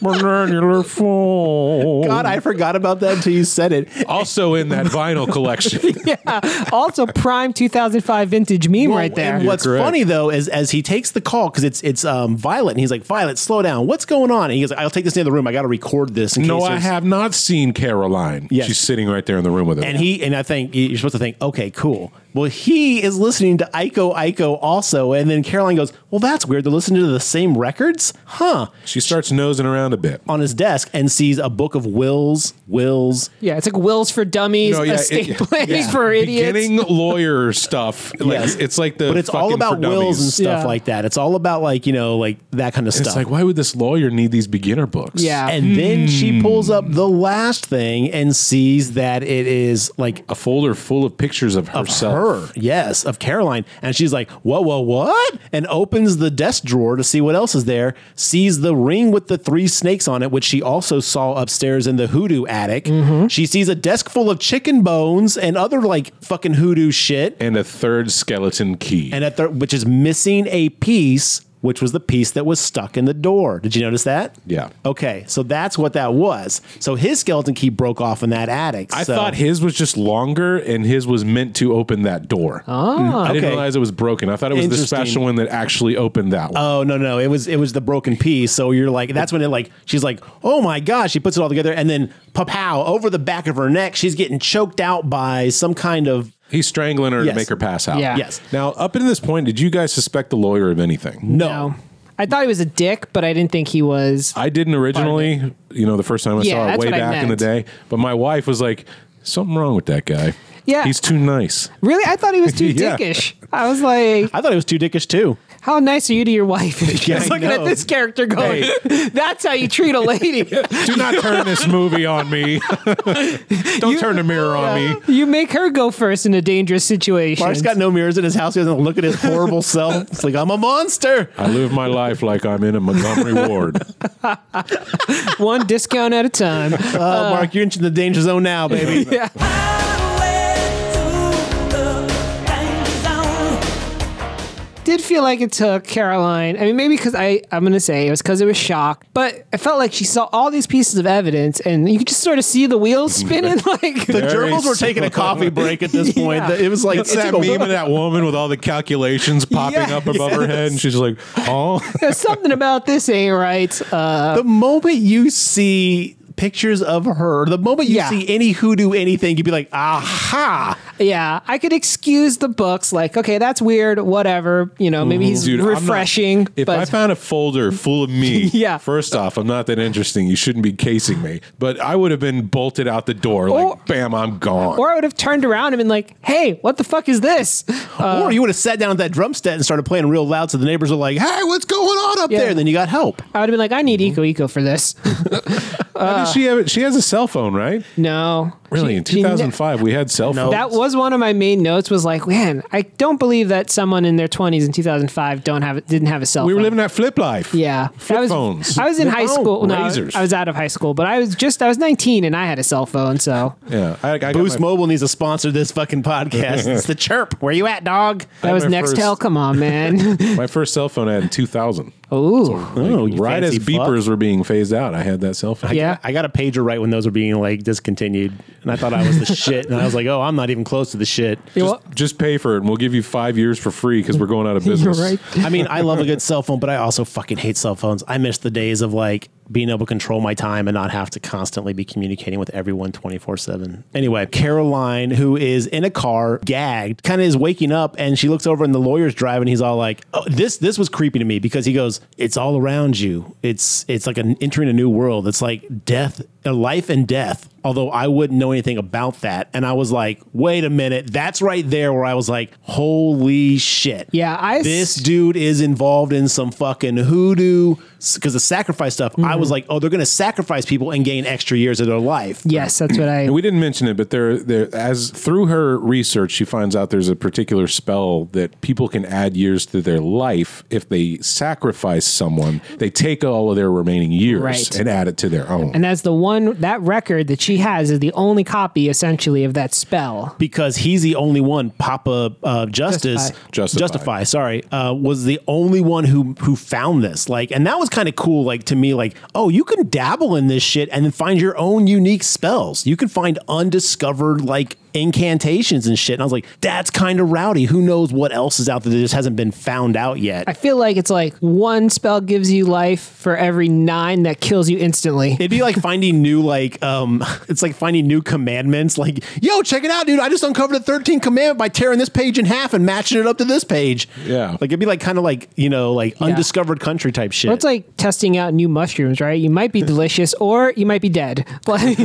S1: Vernacular phone.
S3: God, I forgot about that until you said it.
S1: also in that vinyl collection.
S4: yeah. Also, prime 2005 vintage meme right there.
S3: And what's
S1: You're correct.
S3: funny though is as he takes the call because it's it's um, Violet and he's like Violet, slow down. What's going on? And he goes, I'll take this in the room. I got to record this. In
S1: no,
S3: case
S1: I
S3: there's-"
S1: have not seen Caroline.
S3: Yes.
S1: She's sitting right there in the room with him.
S3: And he and I think you're supposed to think, okay, cool. Well, he is listening to Ico Ico also, and then Caroline goes, well, that's weird. They're listening to the same records, huh?
S1: she starts nosing around a bit.
S3: On his desk and sees a book of wills, wills,
S4: yeah, it's like wills for dummies,
S1: No, yeah,
S4: estate
S1: it-
S4: planning
S1: yeah.
S4: for idiots.
S1: Beginning lawyer stuff. Like,
S3: Yes.
S1: It's like the
S3: but it's all
S1: fucking for
S3: about wills and
S1: dummies.
S3: stuff
S4: Yeah.
S3: like that. It's all about like you know like that kind of
S1: It's
S3: stuff.
S1: like, why would this lawyer need these beginner books?
S4: Yeah.
S3: And then
S1: Hmm.
S3: she pulls up the last thing and sees that it is like
S1: a folder full of pictures of herself.
S3: her, yes, of Caroline. And she's like, whoa, whoa, what? And opens the desk drawer to see what else is there, sees the ring with the three snakes on it, which she also saw upstairs in the hoodoo attic.
S1: Mm-hmm.
S3: She sees a desk full of chicken bones and other like fucking hoodoo shit.
S1: And a third skeleton key.
S3: And at the, which is missing a piece, which was the piece that was stuck in the door. Did you notice that?
S1: Yeah.
S3: Okay, so that's what that was. So his skeleton key broke off in that attic.
S1: I
S3: so-
S1: thought his was just longer and his was meant to open that door. I didn't
S3: Ah, okay.
S1: realize it was broken. I thought it was the
S3: Interesting.
S1: special one that actually opened that one.
S3: Oh no no! It was it was the broken piece. So you're like that's when it like she's like oh my gosh! She puts it all together and then papow over the back of her neck. She's getting choked out by some kind of
S1: He's strangling her
S3: Yes.
S1: to make her pass out.
S4: Yeah.
S3: Yes.
S1: Now, up until this point, did you guys suspect the lawyer of anything?
S3: no.
S4: No. I thought he was a dick, but I didn't think he was.
S1: I didn't originally, you know, the first time I
S4: Yeah,
S1: saw it
S4: that's
S1: way
S4: what I
S1: back in the day.
S4: meant.
S1: But my wife was like, something wrong with that guy.
S4: Yeah.
S1: He's too nice.
S4: Really? I thought he was too
S1: Yeah.
S4: dickish. I was like,
S3: I thought it was too dickish too.
S4: how nice are you to your wife? I
S3: I
S4: was looking at
S3: know.
S4: this character going, that's how you treat a lady.
S1: Do not turn this movie on me. Don't turn the mirror on me.
S4: You make her go first in a dangerous situation.
S3: Mark's got no mirrors in his house. He doesn't look at his horrible self. It's like I'm a monster.
S1: I live my life like I'm in a Montgomery ward.
S4: One discount at a time.
S3: Oh,
S1: Uh.
S3: Mark, you're into the danger zone now, baby.
S4: did feel like it took Caroline. I mean, maybe because I, I'm going to say it was because it was shock, but I felt like she saw all these pieces of evidence and you could just sort of see the wheels spinning.
S3: The
S4: like,
S1: Very
S3: gerbils were taking a coffee break at this point.
S4: Yeah.
S3: It was like
S1: It's that
S3: took a-
S1: meme of that woman with all the calculations popping
S4: Yeah,
S1: up above her head, and she's like, "Oh,
S4: there's something about this ain't right. Uh,
S3: the moment you see pictures of her, the moment you
S4: Yeah.
S3: see any hoodoo anything, you'd be like, aha.
S4: yeah, I could excuse the books. Like, okay, that's weird. Whatever. You know, maybe he's
S1: dude, I'm not-
S4: refreshing.
S1: if
S4: but
S1: I found a folder full of me,
S4: Yeah.
S1: First off, I'm not that interesting. You shouldn't be casing me. But I would have been bolted out the door, like,
S4: Or-
S1: bam, I'm gone.
S4: or I would have turned around and been like, hey, what the fuck is this? Uh,
S3: or you would have sat down at that drum set and started playing real loud so the neighbors are like, hey, what's going on up
S4: Yeah.
S3: there? And then you got help.
S4: I would
S1: Mm-hmm.
S4: have been like, I need Eco Eco for this.
S1: How does she have it? She has a cell phone, right?
S4: no.
S1: Really, in
S4: uh, She- she ne-
S1: 2005, we had cell phones.
S4: That was one of my main notes. Was like, man, I don't believe that someone in their twenties in 2005 don't have didn't have a cell.
S1: we were
S4: phone.
S1: living that flip life.
S4: Yeah,
S1: Flip
S4: I was,
S1: phones.
S4: I was in
S1: Flip
S4: high
S1: phone.
S4: school. No, I was-
S1: Razors.
S4: I was out of high school, but I was just I was 19 and I had a cell phone. So
S1: Yeah. I, I got
S3: Boost
S1: my-
S3: Mobile needs to sponsor this fucking podcast. it's the chirp. Where you at, dog?
S4: that was
S1: my
S4: Nextel.
S1: first-
S4: Come on, man.
S1: My first cell phone I had in 2000.
S4: Ooh,
S3: Oh, you
S1: right as
S3: fancy fuck.
S1: beepers were being phased out, I had that cell phone.
S4: Yeah.
S3: I got a pager right when those were being like discontinued, and I thought I was the shit, and I was like, oh, I'm not even close to the shit.
S4: You're-
S1: Just pay for it, and we'll give you five years for free because we're going out of
S4: you're
S1: business.
S4: right.
S3: I mean, I love a good cell phone, but I also fucking hate cell phones. I miss the days of like being able to control my time and not have to constantly be communicating with everyone 24 7. Anyway, Caroline, who is in a car, gagged, kind of is waking up and she looks over and the lawyer's driving. He's all like, oh, this, this was creepy to me because he goes, it's all around you. It's, it's like an entering a new world. It's like death, uh, life and death. Although I wouldn't know anything about that. And I was like, wait a minute. That's right there where I was like, holy shit.
S4: Yeah, I
S3: This dude is involved in some fucking hoodoo because the sacrifice stuff. I was like, oh, they're gonna sacrifice people and gain extra years of their life.
S4: yes, that's what I.
S1: And we didn't mention it, but there, there, as through her research, she finds out there's a particular spell that people can add years to their life if they sacrifice someone. They take all of their remaining years
S4: Right.
S1: and add it to their own.
S4: And that's the one that record that she has is the only copy essentially of that spell.
S3: Because he's the only one, Papa uh, Justice
S4: Justify.
S1: Justify.
S3: Justify, sorry, uh, was the only one who who found this. Like, and that was kind of cool. Like to me, like, oh, you can dabble in this shit and then find your own unique spells. You can find undiscovered like incantations and shit. And I was like, that's kind of rowdy. Who knows what else is out there that just hasn't been found out yet?
S4: I feel like it's like one spell gives you life for every nine that kills you instantly.
S3: It'd be like finding new like um it's like finding new commandments like yo check it out dude I just uncovered the 13th commandment by tearing this page in half and matching it up to this page.
S1: Yeah.
S3: Like it'd be like kind of like, you know, like undiscovered country type shit.
S4: Or it's like testing out new mushrooms, right? You might be delicious or you might be dead. Like,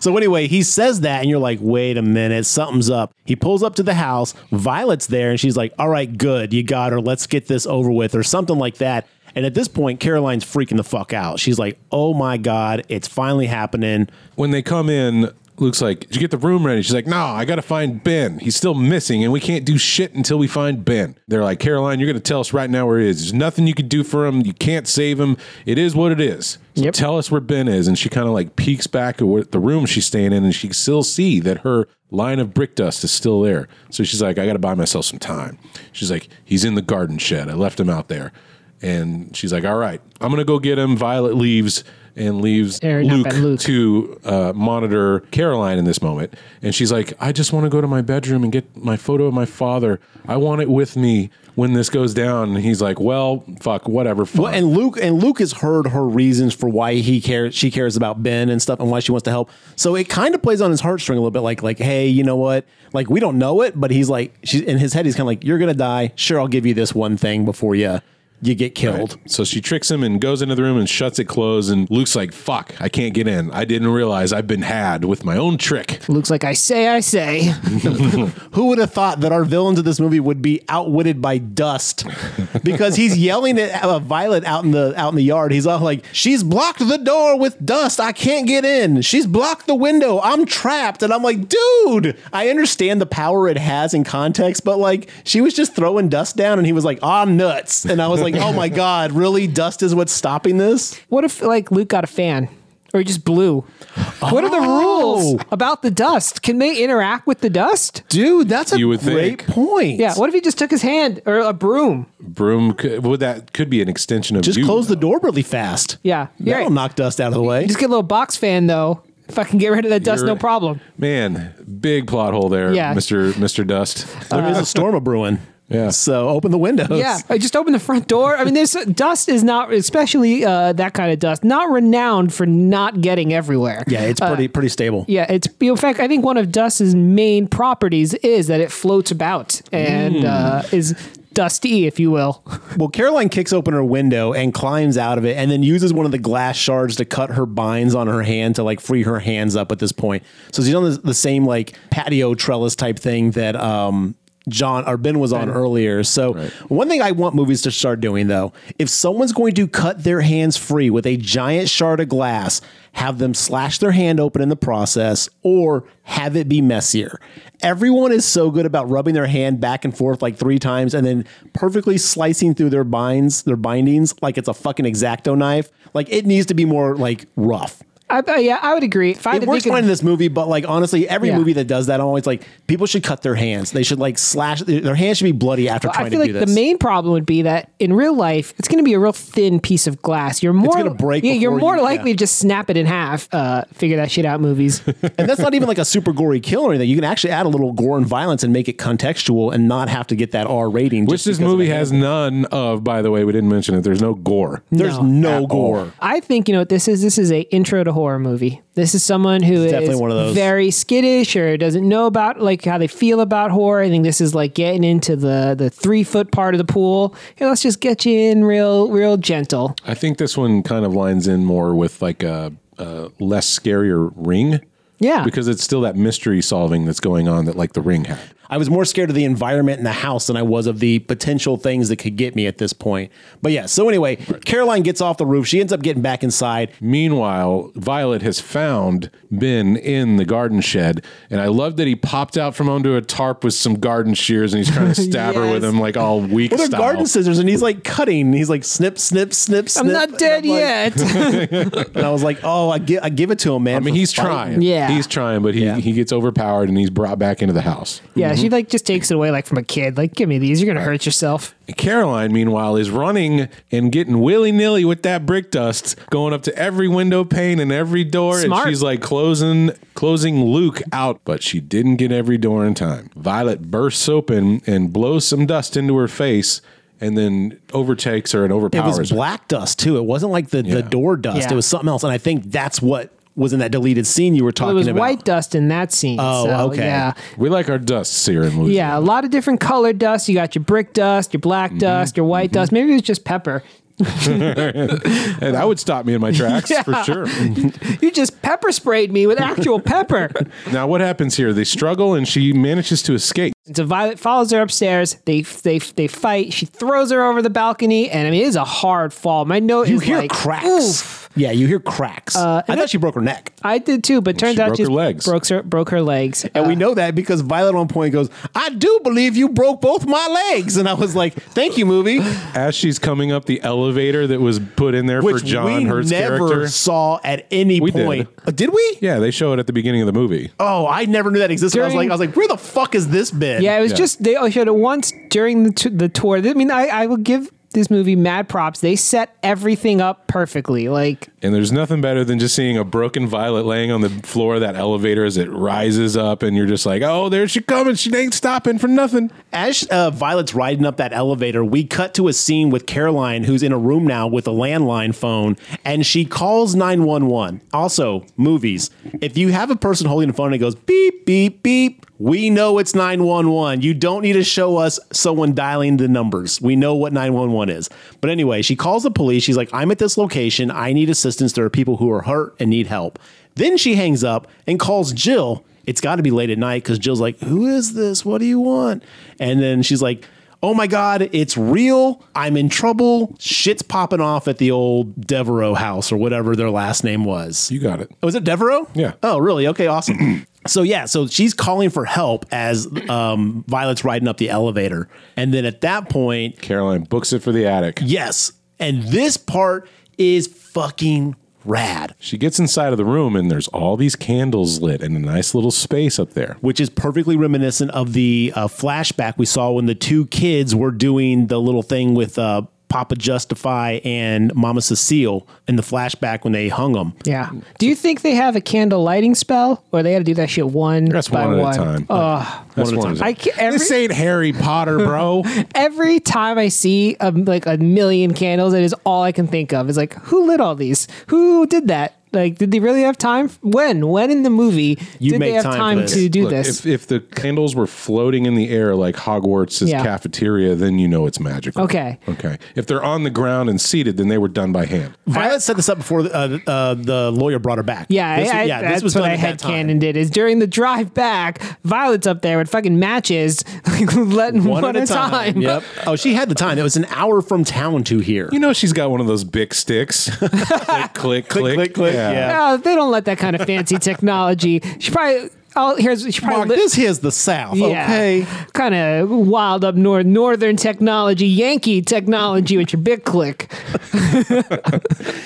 S3: so anyway, he says that and you're like, "Wait a minute, something's up." He pulls up to the house, Violet's there and she's like, "All right, good. You got her. Let's get this over with" or something like that. And at this point, Caroline's freaking the fuck out. She's like, "Oh my god, it's finally happening."
S1: when they come in, Luke's like, Did you get the room ready? She's like, Nah, I got to find Ben. He's still missing, and we can't do shit until we find Ben. They're like, Caroline, you're going to tell us right now where he is. There's nothing you can do for him. You can't save him. It is what it is. So
S4: Yep.
S1: tell us where Ben is. And she kind of like peeks back at where, the room she's staying in, and she can still see that her line of brick dust is still there. So she's like, I got to buy myself some time. She's like, He's in the garden shed. I left him out there. And she's like, All right, I'm going to go get him. Violet leaves and leaves
S4: Or not
S1: Luke,
S4: Ben, Luke.
S1: to uh, monitor Caroline in this moment, and she's like, "I just want to go to my bedroom and get my photo of my father. I want it with me when this goes down." And he's like, "Well, fuck, whatever." Fuck.
S3: Well, and Luke and Luke has heard her reasons for why he cares. She cares about Ben and stuff, and why she wants to help. So it kind of plays on his heartstring a little bit, like like, hey, you know what? Like we don't know it, but he's like, she's in his head. He's kind of like, you're gonna die. Sure, I'll give you this one thing before you you get killed.
S1: so she tricks him and goes into the room and shuts it closed. And Luke's like, "Fuck, I can't get in. I didn't realize I've been had with my own trick."
S4: looks like I say, I say.
S3: Who would have thought that our villains of this movie would be outwitted by dust? Because he's yelling at uh, Violet out in the out in the yard. He's all like, "She's blocked the door with dust. I can't get in. She's blocked the window. I'm trapped." And I'm like, "Dude, I understand the power it has in context, but like, she was just throwing dust down, and he was like, "I'm nuts." And I was like, "Oh my god, really? Dust is what's stopping this?"
S4: What if like Luke got a fan? Or he just blew? What are the rules about the dust? Can they interact with the dust?
S3: Dude, that's a
S1: You would
S3: great
S1: think.
S3: point.
S4: Yeah. What if he just took his hand or a broom?
S1: Broom, could, well, that could be an extension of
S3: Just
S1: you.
S3: close the door really fast.
S4: Yeah, you're
S3: That'll
S4: right.
S3: knock dust out of the way.
S4: Just get a little box fan though. If I can get rid of that dust,
S1: You're-
S4: no problem.
S1: Man, big plot hole there,
S4: Yeah.
S1: Mister Mister Dust.
S3: There is a storm a brewing.
S1: Yeah.
S3: So open the windows.
S4: Yeah, I just open the front door. I mean, there's dust is not, especially uh, that kind of dust, not renowned for not getting everywhere.
S3: Yeah, it's pretty pretty stable.
S4: Uh, Yeah, it's in fact I think one of Dust's main properties is that it floats about and
S3: Hmm.
S4: uh, is dusty, if you will.
S3: Well, Caroline kicks open her window and climbs out of it and then uses one of the glass shards to cut her binds on her hand to like free her hands up at this point. So she's on the, the same like patio trellis type thing that um John or Ben was on earlier. So one thing I want movies to start doing though, if someone's going to cut their hands free with a giant shard of glass, have them slash their hand open in the process or have it be messier. Everyone is so good about rubbing their hand back and forth like three times and then perfectly slicing through their binds, their bindings like it's a fucking exacto knife. Like it needs to be more like rough
S4: I, I- yeah, I would agree. If I had
S3: it
S4: to
S3: works
S4: think of-
S3: fine in this movie, but like honestly, every
S4: Yeah.
S3: movie that does that, I'm always like, people should cut their hands. They should like slash their their hands should be bloody after
S4: I
S3: trying
S4: feel
S3: to
S4: like
S3: do
S4: the
S3: this.
S4: main problem would be that in real life, it's going to be a real thin piece of glass. You're more
S3: gonna break
S4: Yeah, you're
S3: before
S4: more
S3: you-
S4: likely
S3: yeah.
S4: to just snap it in half. Uh, figure that shit out, movies.
S3: and that's not even like a super gory kill or anything. You can actually add a little gore and violence and make it contextual and not have to get that R rating.
S1: Which
S3: just
S1: this
S3: because of
S1: movie
S3: the
S1: has
S3: hand.
S1: none of, by the way, we didn't mention it. There's no gore.
S3: There's
S4: No.
S3: no,
S1: At
S3: gore.
S1: all.
S4: I think you know what this is. This is a intro to horror movie. This is someone who is
S3: definitely one of those.
S4: very skittish or doesn't know about like how they feel about horror. I think this is like getting into the the three foot part of the pool. Here, let's just get you in real real gentle.
S1: I think this one kind of lines in more with like a, a less scarier ring.
S4: Yeah.
S1: Because it's still that mystery solving that's going on that like the ring had.
S3: I was more scared of the environment in the house than I was of the potential things that could get me at this point. But yeah, so anyway, Caroline gets off the roof. She ends up getting back inside.
S1: Meanwhile, Violet has found Ben in the garden shed, and I love that he popped out from under a tarp with some garden shears, and he's trying to stab her with
S4: Yes.
S1: them like all weak
S3: Well, they're
S1: style.
S3: garden scissors, and he's like cutting. He's like snip, snip, snip, snip.
S4: I'm not dead
S3: And I'm like-
S4: yet.
S3: And I was like, oh, I give, I give it to him, man.
S1: I mean, he's trying.
S4: Yeah.
S1: he's trying, but he
S3: Yeah.
S1: he gets overpowered and he's brought back into the house.
S4: yeah, she like just takes it away like from a kid. Like, give me these. You're gonna hurt yourself.
S1: Caroline, meanwhile, is running and getting willy nilly with that brick dust, going up to every window pane and every door,
S4: Smart.
S1: and she's like closing closing Luke out, but she didn't get every door in time. Violet bursts open and blows some dust into her face, and then overtakes her and
S3: It
S1: overpowers
S3: was
S1: her.
S3: black dust too. It wasn't like the,
S1: Yeah.
S3: the door dust.
S4: Yeah.
S3: It was something else, and I think that's what was in that deleted scene you were talking
S4: It was
S3: about.
S4: white dust in that scene.
S3: Oh,
S4: so,
S3: okay.
S4: Yeah.
S1: We like our dusts here in movies.
S4: Yeah, a lot of different colored dust. You got your brick dust, your
S3: Mm-hmm.
S4: black dust, your white dust. Maybe it was just pepper.
S1: and that would stop me in my tracks for
S4: Yeah.
S1: sure.
S4: You just pepper sprayed me with actual pepper.
S1: now, what happens here? They struggle, and she manages to escape.
S4: And so Violet follows her upstairs. They they they fight. She throws her over the balcony, and I mean it is a hard fall. My note
S3: You
S4: is
S3: hear
S4: like,
S3: cracks.
S4: oof. Uh,
S3: Yeah, you hear cracks. I thought she broke her neck,
S4: I did too, but turns
S1: she
S4: out
S1: broke
S4: she
S1: her
S4: just
S1: legs.
S4: broke her broke her legs.
S3: and we know that because Violet on point goes, "I do believe you broke both my legs," and I was like, "Thank you, movie,"
S1: As she's coming up the elevator that was put in there
S3: which
S1: for John
S3: we
S1: Hurt's
S3: never
S1: character.
S3: saw at any
S1: We did.
S3: point. Uh, did we?
S1: Yeah, they show it at the beginning of the movie.
S3: Oh, I never knew that existed. I was like,
S4: During-
S3: I was like, where the fuck is this been?
S4: Yeah, it was
S1: Yeah.
S4: just they only showed it once during the, t- the tour. I mean, I, I will give this movie mad props. They set everything up perfectly. Like
S1: And there's nothing better than just seeing a broken violet laying on the floor of that elevator as it rises up, and you're just like, oh, there she coming. She ain't stopping for nothing.
S3: As uh, Violet's riding up that elevator, we cut to a scene with Caroline, who's in a room now with a landline phone, and she calls 911. Also, movies. If you have a person holding a phone and it goes beep, beep, beep, we know it's 911. You don't need to show us someone dialing the numbers. We know what 911 is. But anyway, she calls the police. She's like, I'm at this location. I need assistance. There are people who are hurt and need help. Then she hangs up and calls Jill it's got to be late at night because Jill's like, Who is this? What do you want? And then she's like, Oh my God, it's real. I'm in trouble. Shit's popping off at the old Devereaux house or whatever their last name was.
S1: You got it.
S3: Oh, is it Devereaux?
S1: Yeah.
S3: Oh, really? Okay, awesome. so yeah, so she's calling for help as um, Violet's riding up the elevator. And then at that point,
S1: Caroline books it for the attic.
S3: yes. And this part is fucking rad.
S1: She gets inside of the room, and there's all these candles lit in a nice little space up there.
S3: which is perfectly reminiscent of the uh, flashback we saw when the two kids were doing the little thing with uh, Papa Justify and Mama Cecile in the flashback when they hung them.
S4: Yeah. Do you think they have a candle lighting spell, or they had to do that shit one
S1: That's
S4: by
S1: one,
S4: one?
S1: at a time. That's one, at a
S4: I
S1: time.
S4: can't- every-
S1: this ain't Harry Potter, bro.
S4: Every time I see um like a million candles, it is all I can think of. It's like, who lit all these? Who did that? Like, did they really have time? f- When? When in the movie
S3: You
S4: did they
S3: make
S4: have
S3: time for
S4: time,
S3: this.
S4: to do
S1: Look,
S4: this?
S1: If, if the candles were floating in the air like Hogwarts'
S4: Yeah.
S1: cafeteria, then you know it's magical.
S4: Okay.
S1: Okay. If they're on the ground and seated, then they were done by hand.
S3: Violet set this up before uh, uh, the lawyer brought her back.
S4: yeah,
S3: this,
S4: I, I,
S3: yeah,
S4: that's
S3: this was
S4: what
S3: done
S4: I
S3: at that
S4: had
S3: time.
S4: Cannon did. Is during the drive back, Violet's up there with fucking matches, letting one, at a time.
S3: Yep. Oh, she had the time. It was an hour from town to here.
S1: You know she's got one of those big sticks. click, click, click,
S3: click, click, yeah.
S4: No, Oh, they don't let that kind of fancy technology. She probably. Oh, here's she probably
S3: Mark,
S4: li-
S3: this here's the South. Okay.
S4: Kind of wild up north, northern technology, Yankee technology with your big click.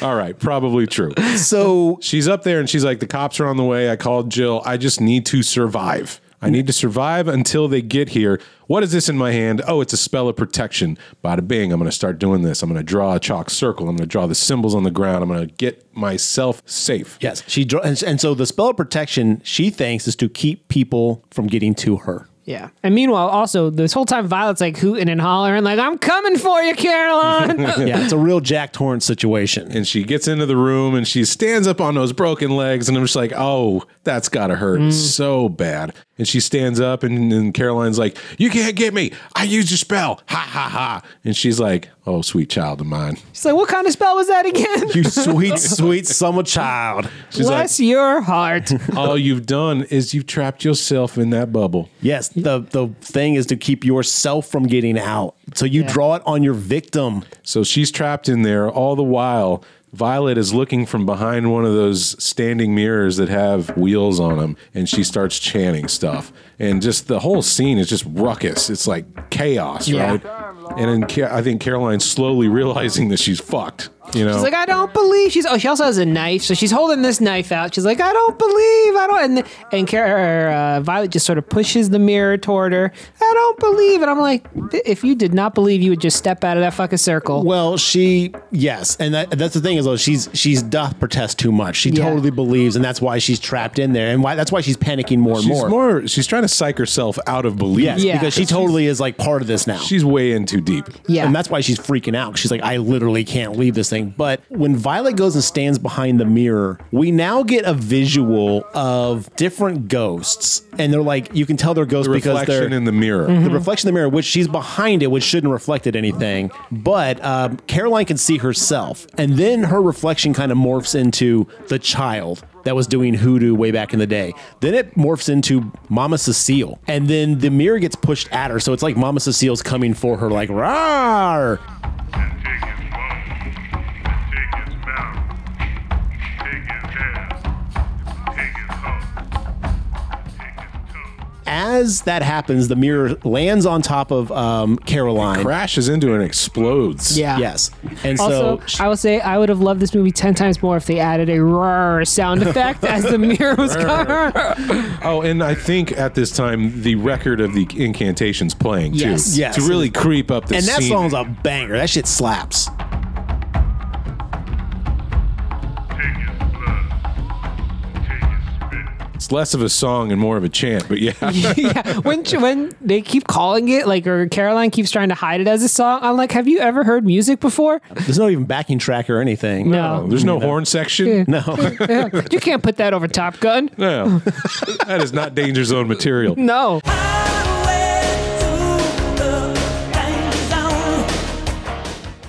S1: All right. Probably true.
S3: So
S1: She's up there and she's like, the cops are on the way. I called Jill. I just need to survive. I need to survive until they get here. What is this in my hand? Oh, it's a spell of protection. Bada bing. I'm going to start doing this. I'm going to draw a chalk circle. I'm going to draw the symbols on the ground. I'm going to get myself safe.
S3: yes, she draw, and, and so the spell of protection she thinks is to keep people from getting to her.
S4: Yeah. And meanwhile, also this whole time, Violet's like hooting and hollering, like "I'm coming for you, Caroline."
S3: Yeah, it's a real Jack Torrance situation.
S1: and she gets into the room and she stands up on those broken legs and i'm just like oh that's gotta hurt so bad and she stands up and, and caroline's like you can't get me i used your spell ha ha ha and she's like oh sweet child of mine
S4: She's like, "What kind of spell was that again?"
S3: You sweet, sweet summer child.
S1: she's
S4: Bless your heart.
S1: like all you've done is you've trapped yourself in that bubble
S3: Yes, the the thing is to keep yourself from getting out. So you
S4: Yeah.
S3: draw it on your victim.
S1: so she's trapped in there all the while Violet is looking from behind one of those standing mirrors that have wheels on them, and she starts chanting stuff. And just the whole scene is just ruckus. It's like chaos,
S4: Yeah.
S1: right? And then Ca- I think Caroline's slowly realizing that she's fucked. You know,
S4: She's like, I don't believe she's. Oh, she also has a knife, so she's holding this knife out. She's like, I don't believe, I don't. And and Car- or, uh, Violet just sort of pushes the mirror toward her. I don't believe, and I'm like, if you did not believe, you would just step out of that fucking circle.
S3: Well, she yes, and that, that's the thing is though she's she's doth protest too much. She
S4: Yeah.
S3: totally believes, and that's why she's trapped in there, and why that's why she's panicking more and
S1: she's
S3: more.
S1: more. She's trying to psych herself out of belief.
S3: yes,
S4: Yeah.
S3: because she totally is like part of this now.
S1: she's way in too deep.
S4: yeah,
S3: And that's why she's freaking out. She's like, I literally can't leave this thing. But when Violet goes and stands behind the mirror, we now get a visual of different ghosts. And they're like, you can tell they're ghosts
S1: The
S3: because they're
S1: reflection in the mirror.
S4: Mm-hmm.
S3: the reflection in the mirror, which she's behind it, which shouldn't reflect it anything. But um, Caroline can see herself, and then her reflection kind of morphs into the child that was doing hoodoo way back in the day. Then it morphs into Mama Cecile, and then the mirror gets pushed at her, so it's like Mama Cecile's coming for her, like rawr.
S7: Take his bone, take his mouth, take his hair, take his home, take his toe.
S3: As that happens, the mirror lands on top of um, Caroline.
S1: Crashes into and explodes.
S4: yeah,
S3: Yes, and
S4: Also,
S3: so.
S4: I will say I would have loved this movie ten times more if they added a roar sound effect as the mirror was coming.
S1: Oh, and I think at this time the record of the incantations playing
S4: Yes.
S1: too,
S3: Yes.
S1: to really creep up the
S3: and that
S1: scene.
S3: song's a banger. That shit slaps.
S7: Take his blood, take his spit.
S1: It's less of a song and more of a chant, but yeah,
S4: yeah, when she- when they keep calling it like, or Caroline keeps trying to hide it as a song, I'm like, have you ever heard music before?
S3: There's no even backing track or anything.
S4: No.
S1: there's no horn section.
S4: you can't put that over Top Gun.
S1: No, that is not danger zone material.
S4: No.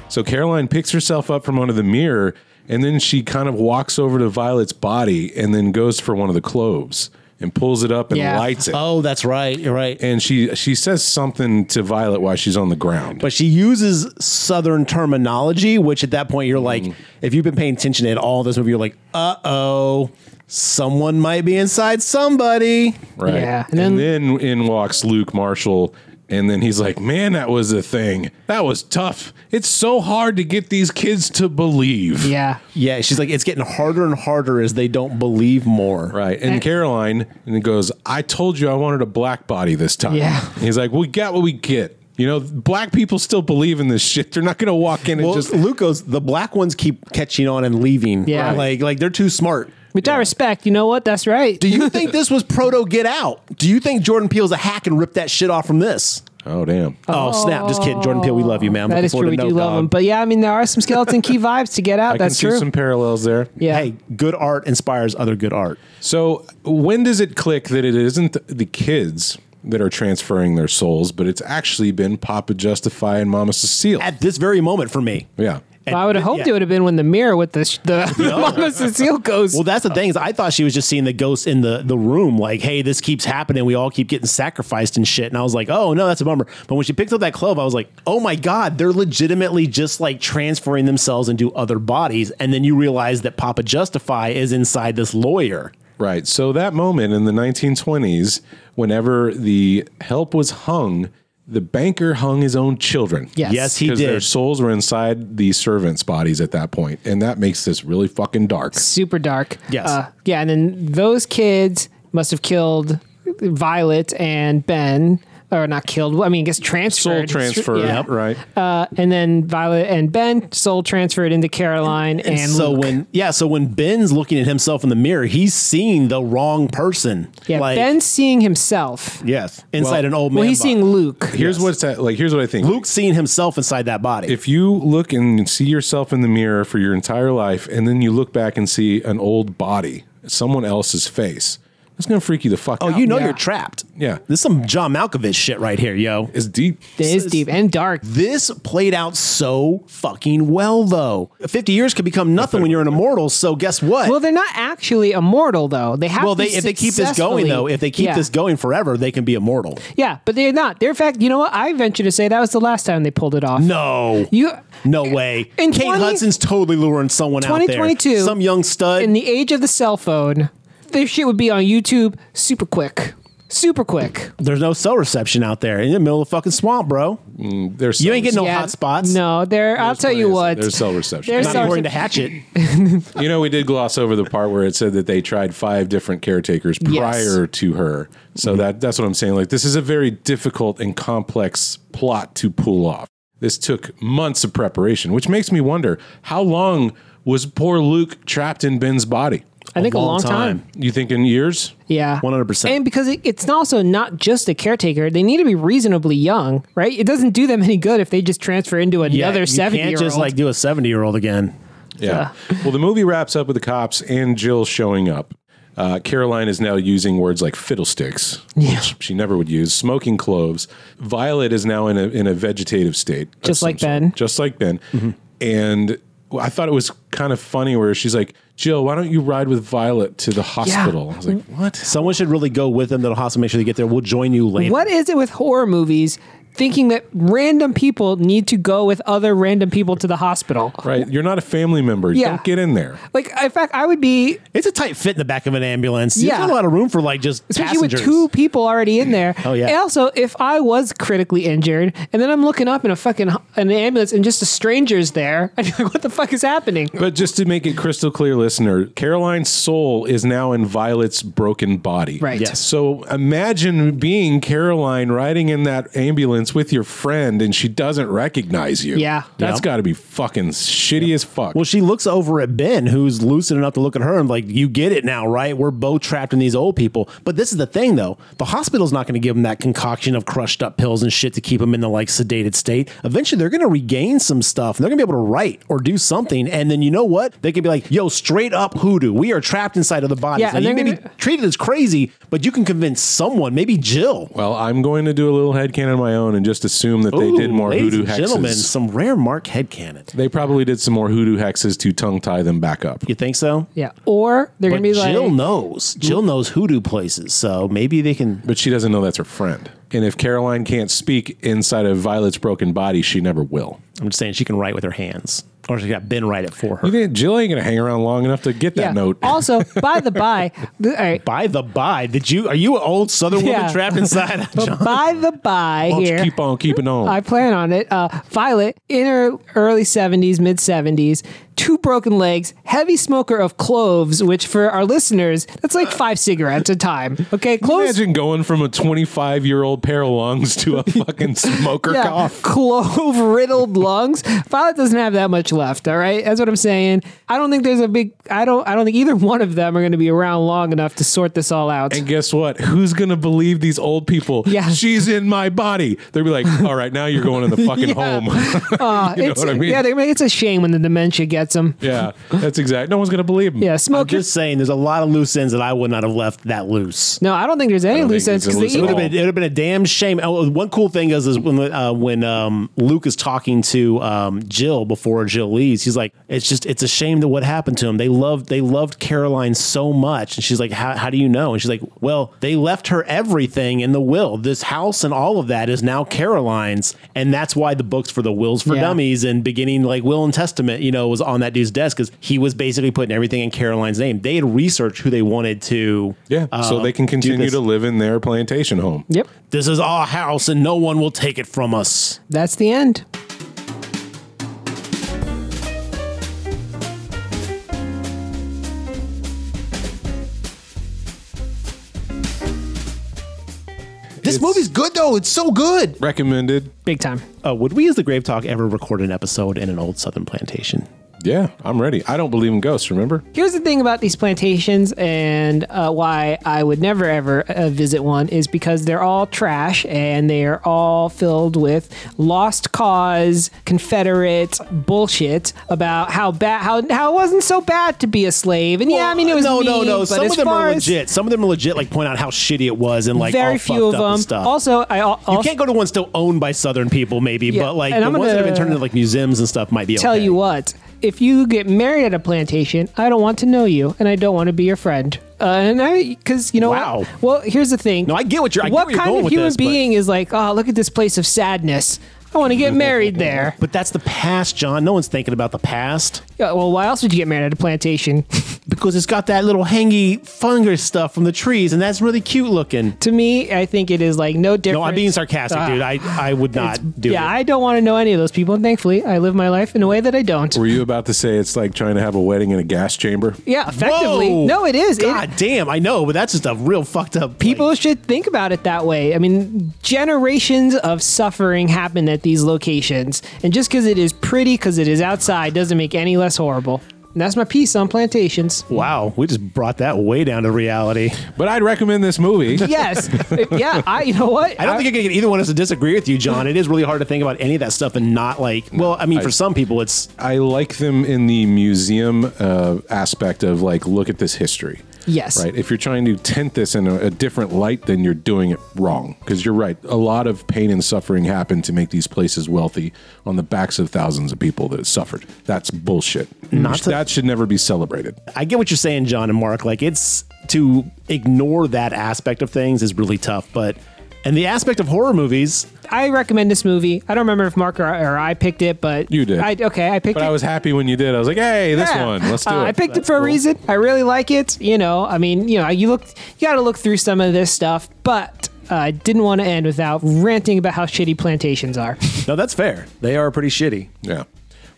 S1: So Caroline picks herself up from under the mirror, and then she kind of walks over to Violet's body, and then goes for one of the cloves and pulls it up and
S4: Yeah.
S1: lights it.
S3: Oh, that's right. You're right.
S1: And she she says something to Violet while she's on the ground.
S3: but she uses Southern terminology, which at that point you're like, if you've been paying attention at all this movie, you're like, uh oh, someone might be inside somebody.
S1: Right.
S4: Yeah.
S1: And,
S4: And
S1: then, in walks Luke Marshall. And then he's like, man, that was a thing. That was tough. It's so hard to get these kids to believe.
S4: Yeah.
S3: Yeah, she's like, it's getting harder and harder as they don't believe more.
S1: Right. And Caroline, and he goes, I told you I wanted a black body this time.
S4: Yeah.
S1: And he's like, we got what we get. You know, black people still believe in this shit. They're not going to walk in and
S3: Well,
S1: just.
S3: just Luke goes, the black ones keep catching on and leaving.
S4: Yeah.
S3: Like, like they're too smart.
S4: With that respect, you know what? That's right.
S3: Do you think this was proto Get Out? Do you think Jordan Peele's a hack and ripped that shit off from this?
S1: Oh damn!
S3: Oh, snap! Just kidding, Jordan Peele. We love you, man. I'm
S4: That
S3: looking
S4: is
S3: forward
S4: true. We
S3: to
S4: do
S3: No
S4: love
S3: Dog.
S4: them, but yeah, I mean there are some skeleton key vibes to get out.
S1: I can
S4: That's
S1: see
S4: true.
S1: some parallels there.
S4: yeah.
S3: Hey, good art inspires other good art.
S1: So when does it click that it isn't the kids that are transferring their souls, but it's actually been Papa Justify and Mama Cecile?
S3: At this very moment, for me.
S1: yeah.
S4: Well, I would have hoped
S3: yeah.
S4: it would have been when the mirror with the sh- the Mama Cecile goes.
S3: Well, that's the thing is, I thought she was just seeing the ghosts in the the room. Like, hey, this keeps happening. We all keep getting sacrificed and shit. And I was like, oh no, that's a bummer. But when she picks up that clove, I was like, oh my god, they're legitimately just like transferring themselves into other bodies. And then you realize that Papa Justify is inside this lawyer.
S1: Right. So that moment in the 1920s, whenever the help was hung, the banker hung his own children.
S4: Yes.
S3: Yes, he
S1: Because their
S3: did.
S1: souls were inside the servants' bodies at that point, and that makes this really fucking dark.
S4: super dark.
S3: Yes.
S4: Uh, yeah, and then those kids must have killed Violet and Ben, or not killed. I mean, I guess
S1: Soul
S4: transferred.
S1: transfer,
S4: Yeah.
S1: right?
S4: Uh, and then Violet and Ben soul transferred into Caroline and,
S3: so
S4: Luke.
S3: when yeah, so when Ben's looking at himself in the mirror, he's seeing the wrong person.
S4: yeah, Ben's seeing himself.
S3: yes, inside an old Oh, man.
S4: Well, he's
S3: body.
S4: seeing Luke.
S1: Here's what's at, like. Here's what I think.
S3: Luke's seeing himself inside that body.
S1: if you look and see yourself in the mirror for your entire life and then you look back and see an old body someone else's face it's gonna freak you the fuck
S3: oh,
S1: out
S3: you know
S4: yeah.
S3: you're trapped.
S1: Yeah.
S3: this is some John Malkovich shit right here, yo.
S1: it's deep
S4: It is deep and dark.
S3: This played out so fucking well, though. Fifty years could become nothing when you're an immortal. So guess what?
S4: Well, they're not actually immortal though. They have
S3: Well,
S4: to
S3: they, if they keep this going
S4: successfully-
S3: though, if they keep
S4: Yeah.
S3: this going forever, they can be immortal.
S4: yeah, but they're not. They're in fact, you know what? I venture to say that was the last time they pulled it off.
S3: No,
S4: you
S3: no way.
S4: In
S3: Kate
S4: 20
S3: Hudson's totally luring someone out there.
S4: 2022
S3: some young stud.
S4: in the age of the cell phone, this shit would be on YouTube super quick. Super quick.
S3: There's no cell reception out there in the middle of the fucking swamp, bro.
S1: there's
S3: You ain't getting no
S4: Yeah.
S3: hot spots.
S4: No, there. I'll tell you what.
S1: there's cell reception
S4: There's
S3: Not
S4: cell
S3: according to
S4: reception.
S3: Hatchet.
S1: you know we did gloss over the part where it said that they tried five different caretakers
S4: Yes.
S1: prior to her so that that's what i'm saying like this is a very difficult and complex plot to pull off this took months of preparation which makes me wonder how long was poor luke trapped in ben's body
S4: I think a long time.
S1: you think in years
S4: Yeah,
S3: 100%.
S4: And because it, it's also not just a caretaker, they need to be reasonably young, right? It doesn't do them any good if they just transfer into
S3: Yeah,
S4: another
S3: you
S4: seventy
S3: can't
S4: year
S3: just
S4: old.
S3: like do a seventy-year-old again.
S1: Yeah. well, the movie wraps up with the cops and Jill showing up. Uh, Caroline is now using words like fiddlesticks,
S4: Yeah.
S1: which she never would use, smoking cloves. Violet is now in a, in a vegetative state. of
S4: Just
S1: some
S4: like Ben.
S1: Just like Ben. And I thought it was kind of funny where she's like, Jill, why don't you ride with Violet to the hospital? I was like, what?
S3: Someone should really go with them to the hospital, make sure they get there. We'll join you later.
S4: what is it with horror movies? Thinking that random people need to go with other random people to the hospital.
S1: Right. You're not a family member.
S4: Yeah.
S1: Don't get in there.
S4: Like, in fact, I would be
S3: It's a tight fit in the back of an ambulance. Yeah.
S4: Yeah.
S3: There's not a lot of room for like just
S4: especially
S3: passengers.
S4: with two people already in there.
S3: Oh, yeah.
S4: And also, if I was critically injured and then I'm looking up in a fucking h- an ambulance and just a stranger's there, I'd be like, what the fuck is happening?
S1: But just to make it crystal clear, listener, Caroline's soul is now in Violet's broken body.
S4: Right. Yes.
S1: So imagine being Caroline riding in that ambulance with your friend and she doesn't recognize you.
S4: Yeah.
S1: that's
S3: Yep.
S1: got to be fucking shitty as fuck.
S3: Well, she looks over at Ben, who's lucid enough to look at her and like, you get it now, right? We're both trapped in these old people. But this is the thing, though. The hospital's not going to give them that concoction of crushed up pills and shit to keep them in the like sedated state. Eventually, they're going to regain some stuff. And they're going to be able to write or do something. And then you know what? They could be like, yo, straight up hoodoo. We are trapped inside of the bodies.
S4: Yeah,
S3: Yeah,
S4: and
S3: you
S4: they're
S3: may be
S4: gonna-
S3: treated as crazy, but you can convince someone, maybe Jill.
S1: Well, I'm going to do a little headcanon of my own and just assume that they did
S3: Ooh,
S1: more
S3: ladies
S1: hoodoo
S3: and Gentlemen,
S1: hexes.
S3: some rare Mark headcanon.
S1: They probably did some more hoodoo hexes to tongue tie them back up.
S3: You think so?
S4: Yeah. Or they're going
S3: But
S4: to be
S3: Jill
S4: like,
S3: knows. Jill knows hoodoo places, so maybe they can.
S1: But she doesn't know that's her friend. And if Caroline can't speak inside of Violet's broken body, she never will.
S3: I'm just saying she can write with her hands, or she got Ben write it for
S1: You
S3: her.
S1: think Jill ain't going to hang around long enough to get that
S4: yeah.
S1: note.
S4: also, by the by, th- all right.
S3: By the by, did you are you an old Southern
S4: Yeah.
S3: woman trapped inside? John?
S4: By the
S1: Why
S4: by,
S1: don't you
S4: here.
S1: keep on keeping on.
S4: I plan on it. Uh, Violet, in her early 70s, mid 70s, two broken legs, heavy smoker of cloves, which for our listeners, that's like five cigarettes a time. Okay, cloves.
S1: Imagine going from a 25 year old pair of lungs to a fucking smoker cough.
S4: clove riddled lungs. Violet doesn't have that much left. All right, that's what I'm saying. I don't think there's a big. I don't. I don't think either one of them are going to be around long enough to sort this all out.
S1: And guess what? Who's gonna believe these old people?
S4: Yeah.
S1: she's in my body. They'll be like, "All right, now you're going in the fucking
S4: Yeah.
S1: home."
S4: Uh,
S1: you know
S4: it's,
S1: what I mean?
S4: Yeah, they, it's a shame when the dementia gets them.
S1: yeah, that's exact. No one's gonna believe him.
S4: Yeah,
S3: I'm
S4: smoke your
S3: just saying, there's a lot of loose ends that I would not have left that loose.
S4: No, I don't think there's any
S1: don't
S4: loose
S1: think
S4: ends
S1: there's
S4: because
S1: a
S4: the
S1: loose
S3: It would
S1: end.
S4: evil.
S3: have been, it would have been a damn shame. Oh, one cool thing is, is when uh, when um, Luke is talking to um, Jill before Jill leaves, he's like, "It's just it's a shame that what happened to him. They loved they loved Caroline so much." And she's like, "How how do you know?" And she's like, "Well, they left her everything in the will. This house and all of that is now Caroline's, and that's why the books for the wills for
S4: Yeah.
S3: dummies and beginning like will and testament, you know, was on that dude's desk because he was basically putting everything in Caroline's name. They had researched who they wanted to,
S1: yeah. so
S3: uh,
S1: they can
S3: do
S1: continue
S3: this.
S1: to live in their plantation home.
S4: Yep,
S3: This is our house and no one will take it from us.
S4: that's the end.
S3: This
S1: It's-
S3: movie's good though. It's so good.
S1: Recommended.
S4: Big time.
S3: Uh, would we as the Grave Talk ever record an episode in an old southern plantation?
S1: Yeah, I'm ready. I don't believe in ghosts. Remember?
S4: Here's the thing about these plantations and uh, why I would never ever uh, visit one is because they're all trash and they are all filled with lost cause Confederate bullshit about how bad how how it wasn't so bad to be a slave. And yeah, I mean it was
S3: no, no,
S4: mean,
S3: no.
S4: But
S3: Some
S4: as
S3: of them
S4: far
S3: are
S4: as-
S3: legit. Some of them are legit. Like point out how shitty it was and like all
S4: very few
S3: fucked
S4: of
S3: up and
S4: them.
S3: Stuff.
S4: Also, I al-
S3: you
S4: also,
S3: can't go to one still owned by Southern people, maybe,
S4: Yeah,
S3: but like
S4: and
S3: the
S4: I'm
S3: ones that have been
S4: gonna
S3: turned into like museums and stuff might be.
S4: tell
S3: okay.
S4: you what if you get married at a plantation i don't want to know you and i don't want to be your friend uh, and i because you know
S3: Wow.
S4: what well here's the thing
S3: No, I get what you're- I get
S4: what
S3: where you're
S4: kind
S3: going
S4: of
S3: with
S4: human
S3: this, but-
S4: being is like oh look at this place of sadness i want to get married there
S3: But that's the past, John. No one's thinking about the past
S4: Yeah, well why else would you get married at a plantation
S3: because it's got that little hangy fungus stuff from the trees, and that's really cute looking.
S4: to me i think it is like no different
S3: No, I'm being sarcastic,
S4: Ah,
S3: dude. I I would
S4: it's-
S3: not do
S4: yeah
S3: it.
S4: i don't want to know any of those people and thankfully i live my life in a way that i don't
S1: Were you about to say it's like trying to have a wedding in a gas chamber?
S4: yeah effectively
S3: Whoa!
S4: no it is It-
S3: God damn, I know, but that's just a real fucked up.
S4: People should think about it that way. I mean, generations of suffering happen at these locations. And just because it is pretty, because it is outside, doesn't make any less horrible. And that's my piece on plantations.
S3: wow, we just brought that way down to reality.
S1: But I'd recommend this movie.
S4: Yes. yeah. I, you know what?
S3: I don't think I can get either one of us to disagree with you, John. It is really hard to think about any of that stuff and not like. Well, I mean, for some people, it's
S1: I like them in the museum uh, aspect of like, look at this history.
S4: Yes.
S1: Right. If you're trying to tint this in a, a different light, then you're doing it wrong. Because you're right. A lot of pain and suffering happened to make these places wealthy on the backs of thousands of people that suffered. That's bullshit.
S3: Not to-
S1: that should never be celebrated.
S3: I get what you're saying, John and Mark. Like it's to ignore that aspect of things is really tough, but. And the aspect of horror movies,
S4: I recommend this movie. I don't remember if Mark or, or I picked it, but
S1: You did.
S4: I, okay, I picked
S1: But
S4: it.
S1: I was happy when you did. I was like, hey, this
S4: Yeah.
S1: one. Let's do it.
S4: Uh, I picked it for a reason. I really like it. You know, I mean, you know, you look, you got to look through some of this stuff, but uh, I didn't want to end without ranting about how shitty plantations are.
S3: no, that's fair. They are pretty shitty.
S1: Yeah.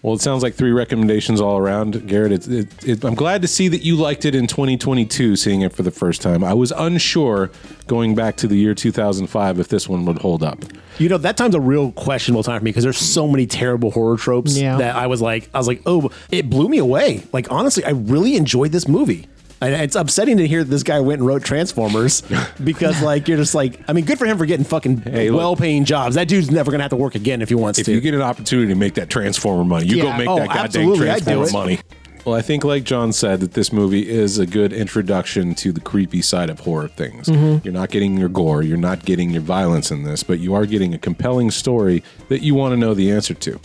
S1: Well, it sounds like three recommendations all around, Garrett. It, it, it, I'm glad to see that you liked it in 2022, seeing it for the first time. I was unsure going back to the year 2005 if this one would hold up.
S3: You know, that time's a real questionable time for me because there's so many terrible horror tropes
S4: Yeah.
S3: that I was like, I was like, oh, it blew me away. Like, honestly, I really enjoyed this movie. And it's upsetting to hear that this guy went and wrote Transformers because, like, you're just like, I mean, good for him for getting fucking
S1: Hey, look.
S3: well paying jobs. That dude's never going to have to work again if he wants
S1: If
S3: to.
S1: you get an opportunity to make that Transformer money, you go
S4: Yeah.
S1: make
S3: Oh,
S1: that goddamn
S3: absolutely, I'd do
S1: Transformer
S3: it.
S1: money. Well, I think, like John said, that this movie is a good introduction to the creepy side of horror things.
S3: Mm-hmm.
S1: You're not getting your gore, you're not getting your violence in this, but you are getting a compelling story that you want to know the answer to.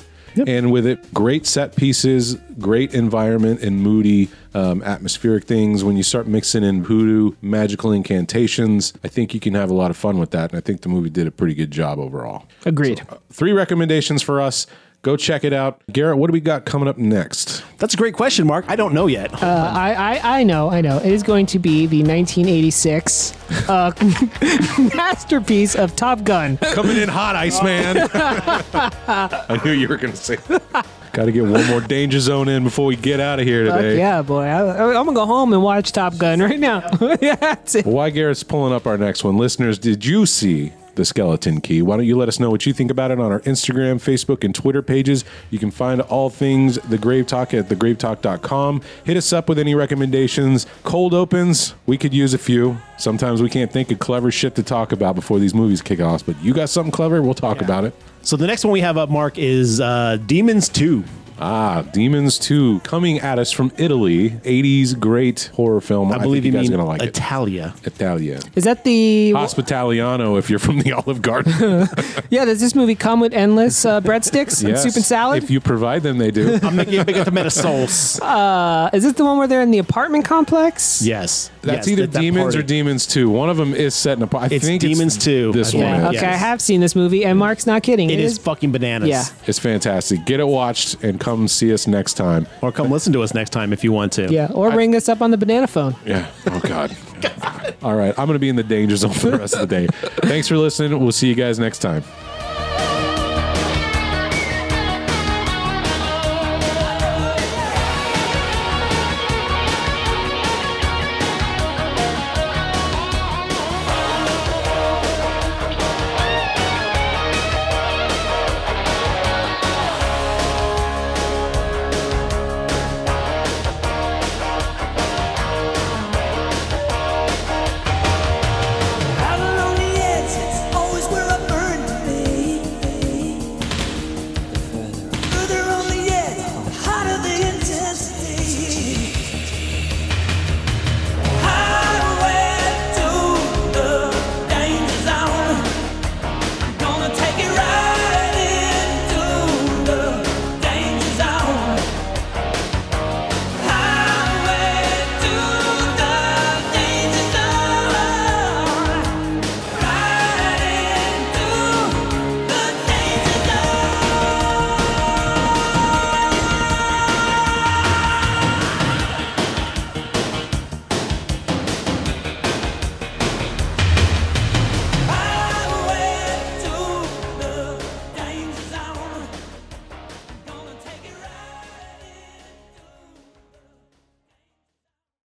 S1: And with it, great set pieces, great environment, and moody um, atmospheric things. When you start mixing in voodoo, magical incantations, I think you can have a lot of fun with that. And I think the movie did a pretty good job overall
S4: Agreed.
S1: three recommendations for us. Go check it out. Garrett, what do we got coming up next?
S3: That's a great question, Mark. I don't know yet.
S4: Uh, I, I, I know, I know. It is going to be the 1986 uh, masterpiece of Top Gun.
S1: Coming in hot, Iceman. I knew you were going to say that. Got to get one more danger zone in before we get out of here
S4: Fuck
S1: today.
S4: yeah, boy. I, I'm going to go home and watch Top Gun right now. yeah, that's it.
S1: Why Garrett's pulling up our next one. Listeners, did you see the skeleton key. Why don't you let us know what you think about it on our Instagram, Facebook, and Twitter pages? You can find all things The Grave Talk at thegravetalk.com. Hit us up with any recommendations. Cold opens, we could use a few. Sometimes we can't think of clever shit to talk about before these movies kick off, but you got something clever, we'll talk about it.
S3: So the next one we have up, Mark, is uh, Demons 2.
S1: Ah, Demons 2 coming at us from Italy, 80s great horror film.
S3: I, believe
S1: think
S3: you
S1: guys
S3: mean
S1: are gonna like it.
S3: Italia.
S1: Italia.
S4: Is that the
S1: Hospitaliano if you're from the Olive Garden.
S4: yeah? Does this movie come with endless uh, breadsticks and soup and salad?
S1: If you provide them, they do.
S3: I'm making a big up the souls.
S4: Uh, is this the one where they're in the apartment complex?
S3: Yes.
S1: That's
S3: Yes,
S1: either
S3: that- that
S1: Demons or
S3: party.
S1: Demons 2. One of them is set in a... po- I
S3: It's
S1: think
S3: Demons 2.
S1: This
S3: I
S1: one
S3: think.
S1: is.
S4: Yeah. Okay, I have seen this movie, and Mark's not kidding.
S3: It is fucking bananas.
S4: Yeah.
S1: It's fantastic. Get it watched and come see us next time.
S3: Or come listen to us next time if you want to.
S4: Yeah, or ring us up on the banana phone.
S1: Yeah. Oh, God. All right. I'm going to be in the danger zone for the rest of the day. Thanks for listening. We'll see you guys next time.
S2: Thank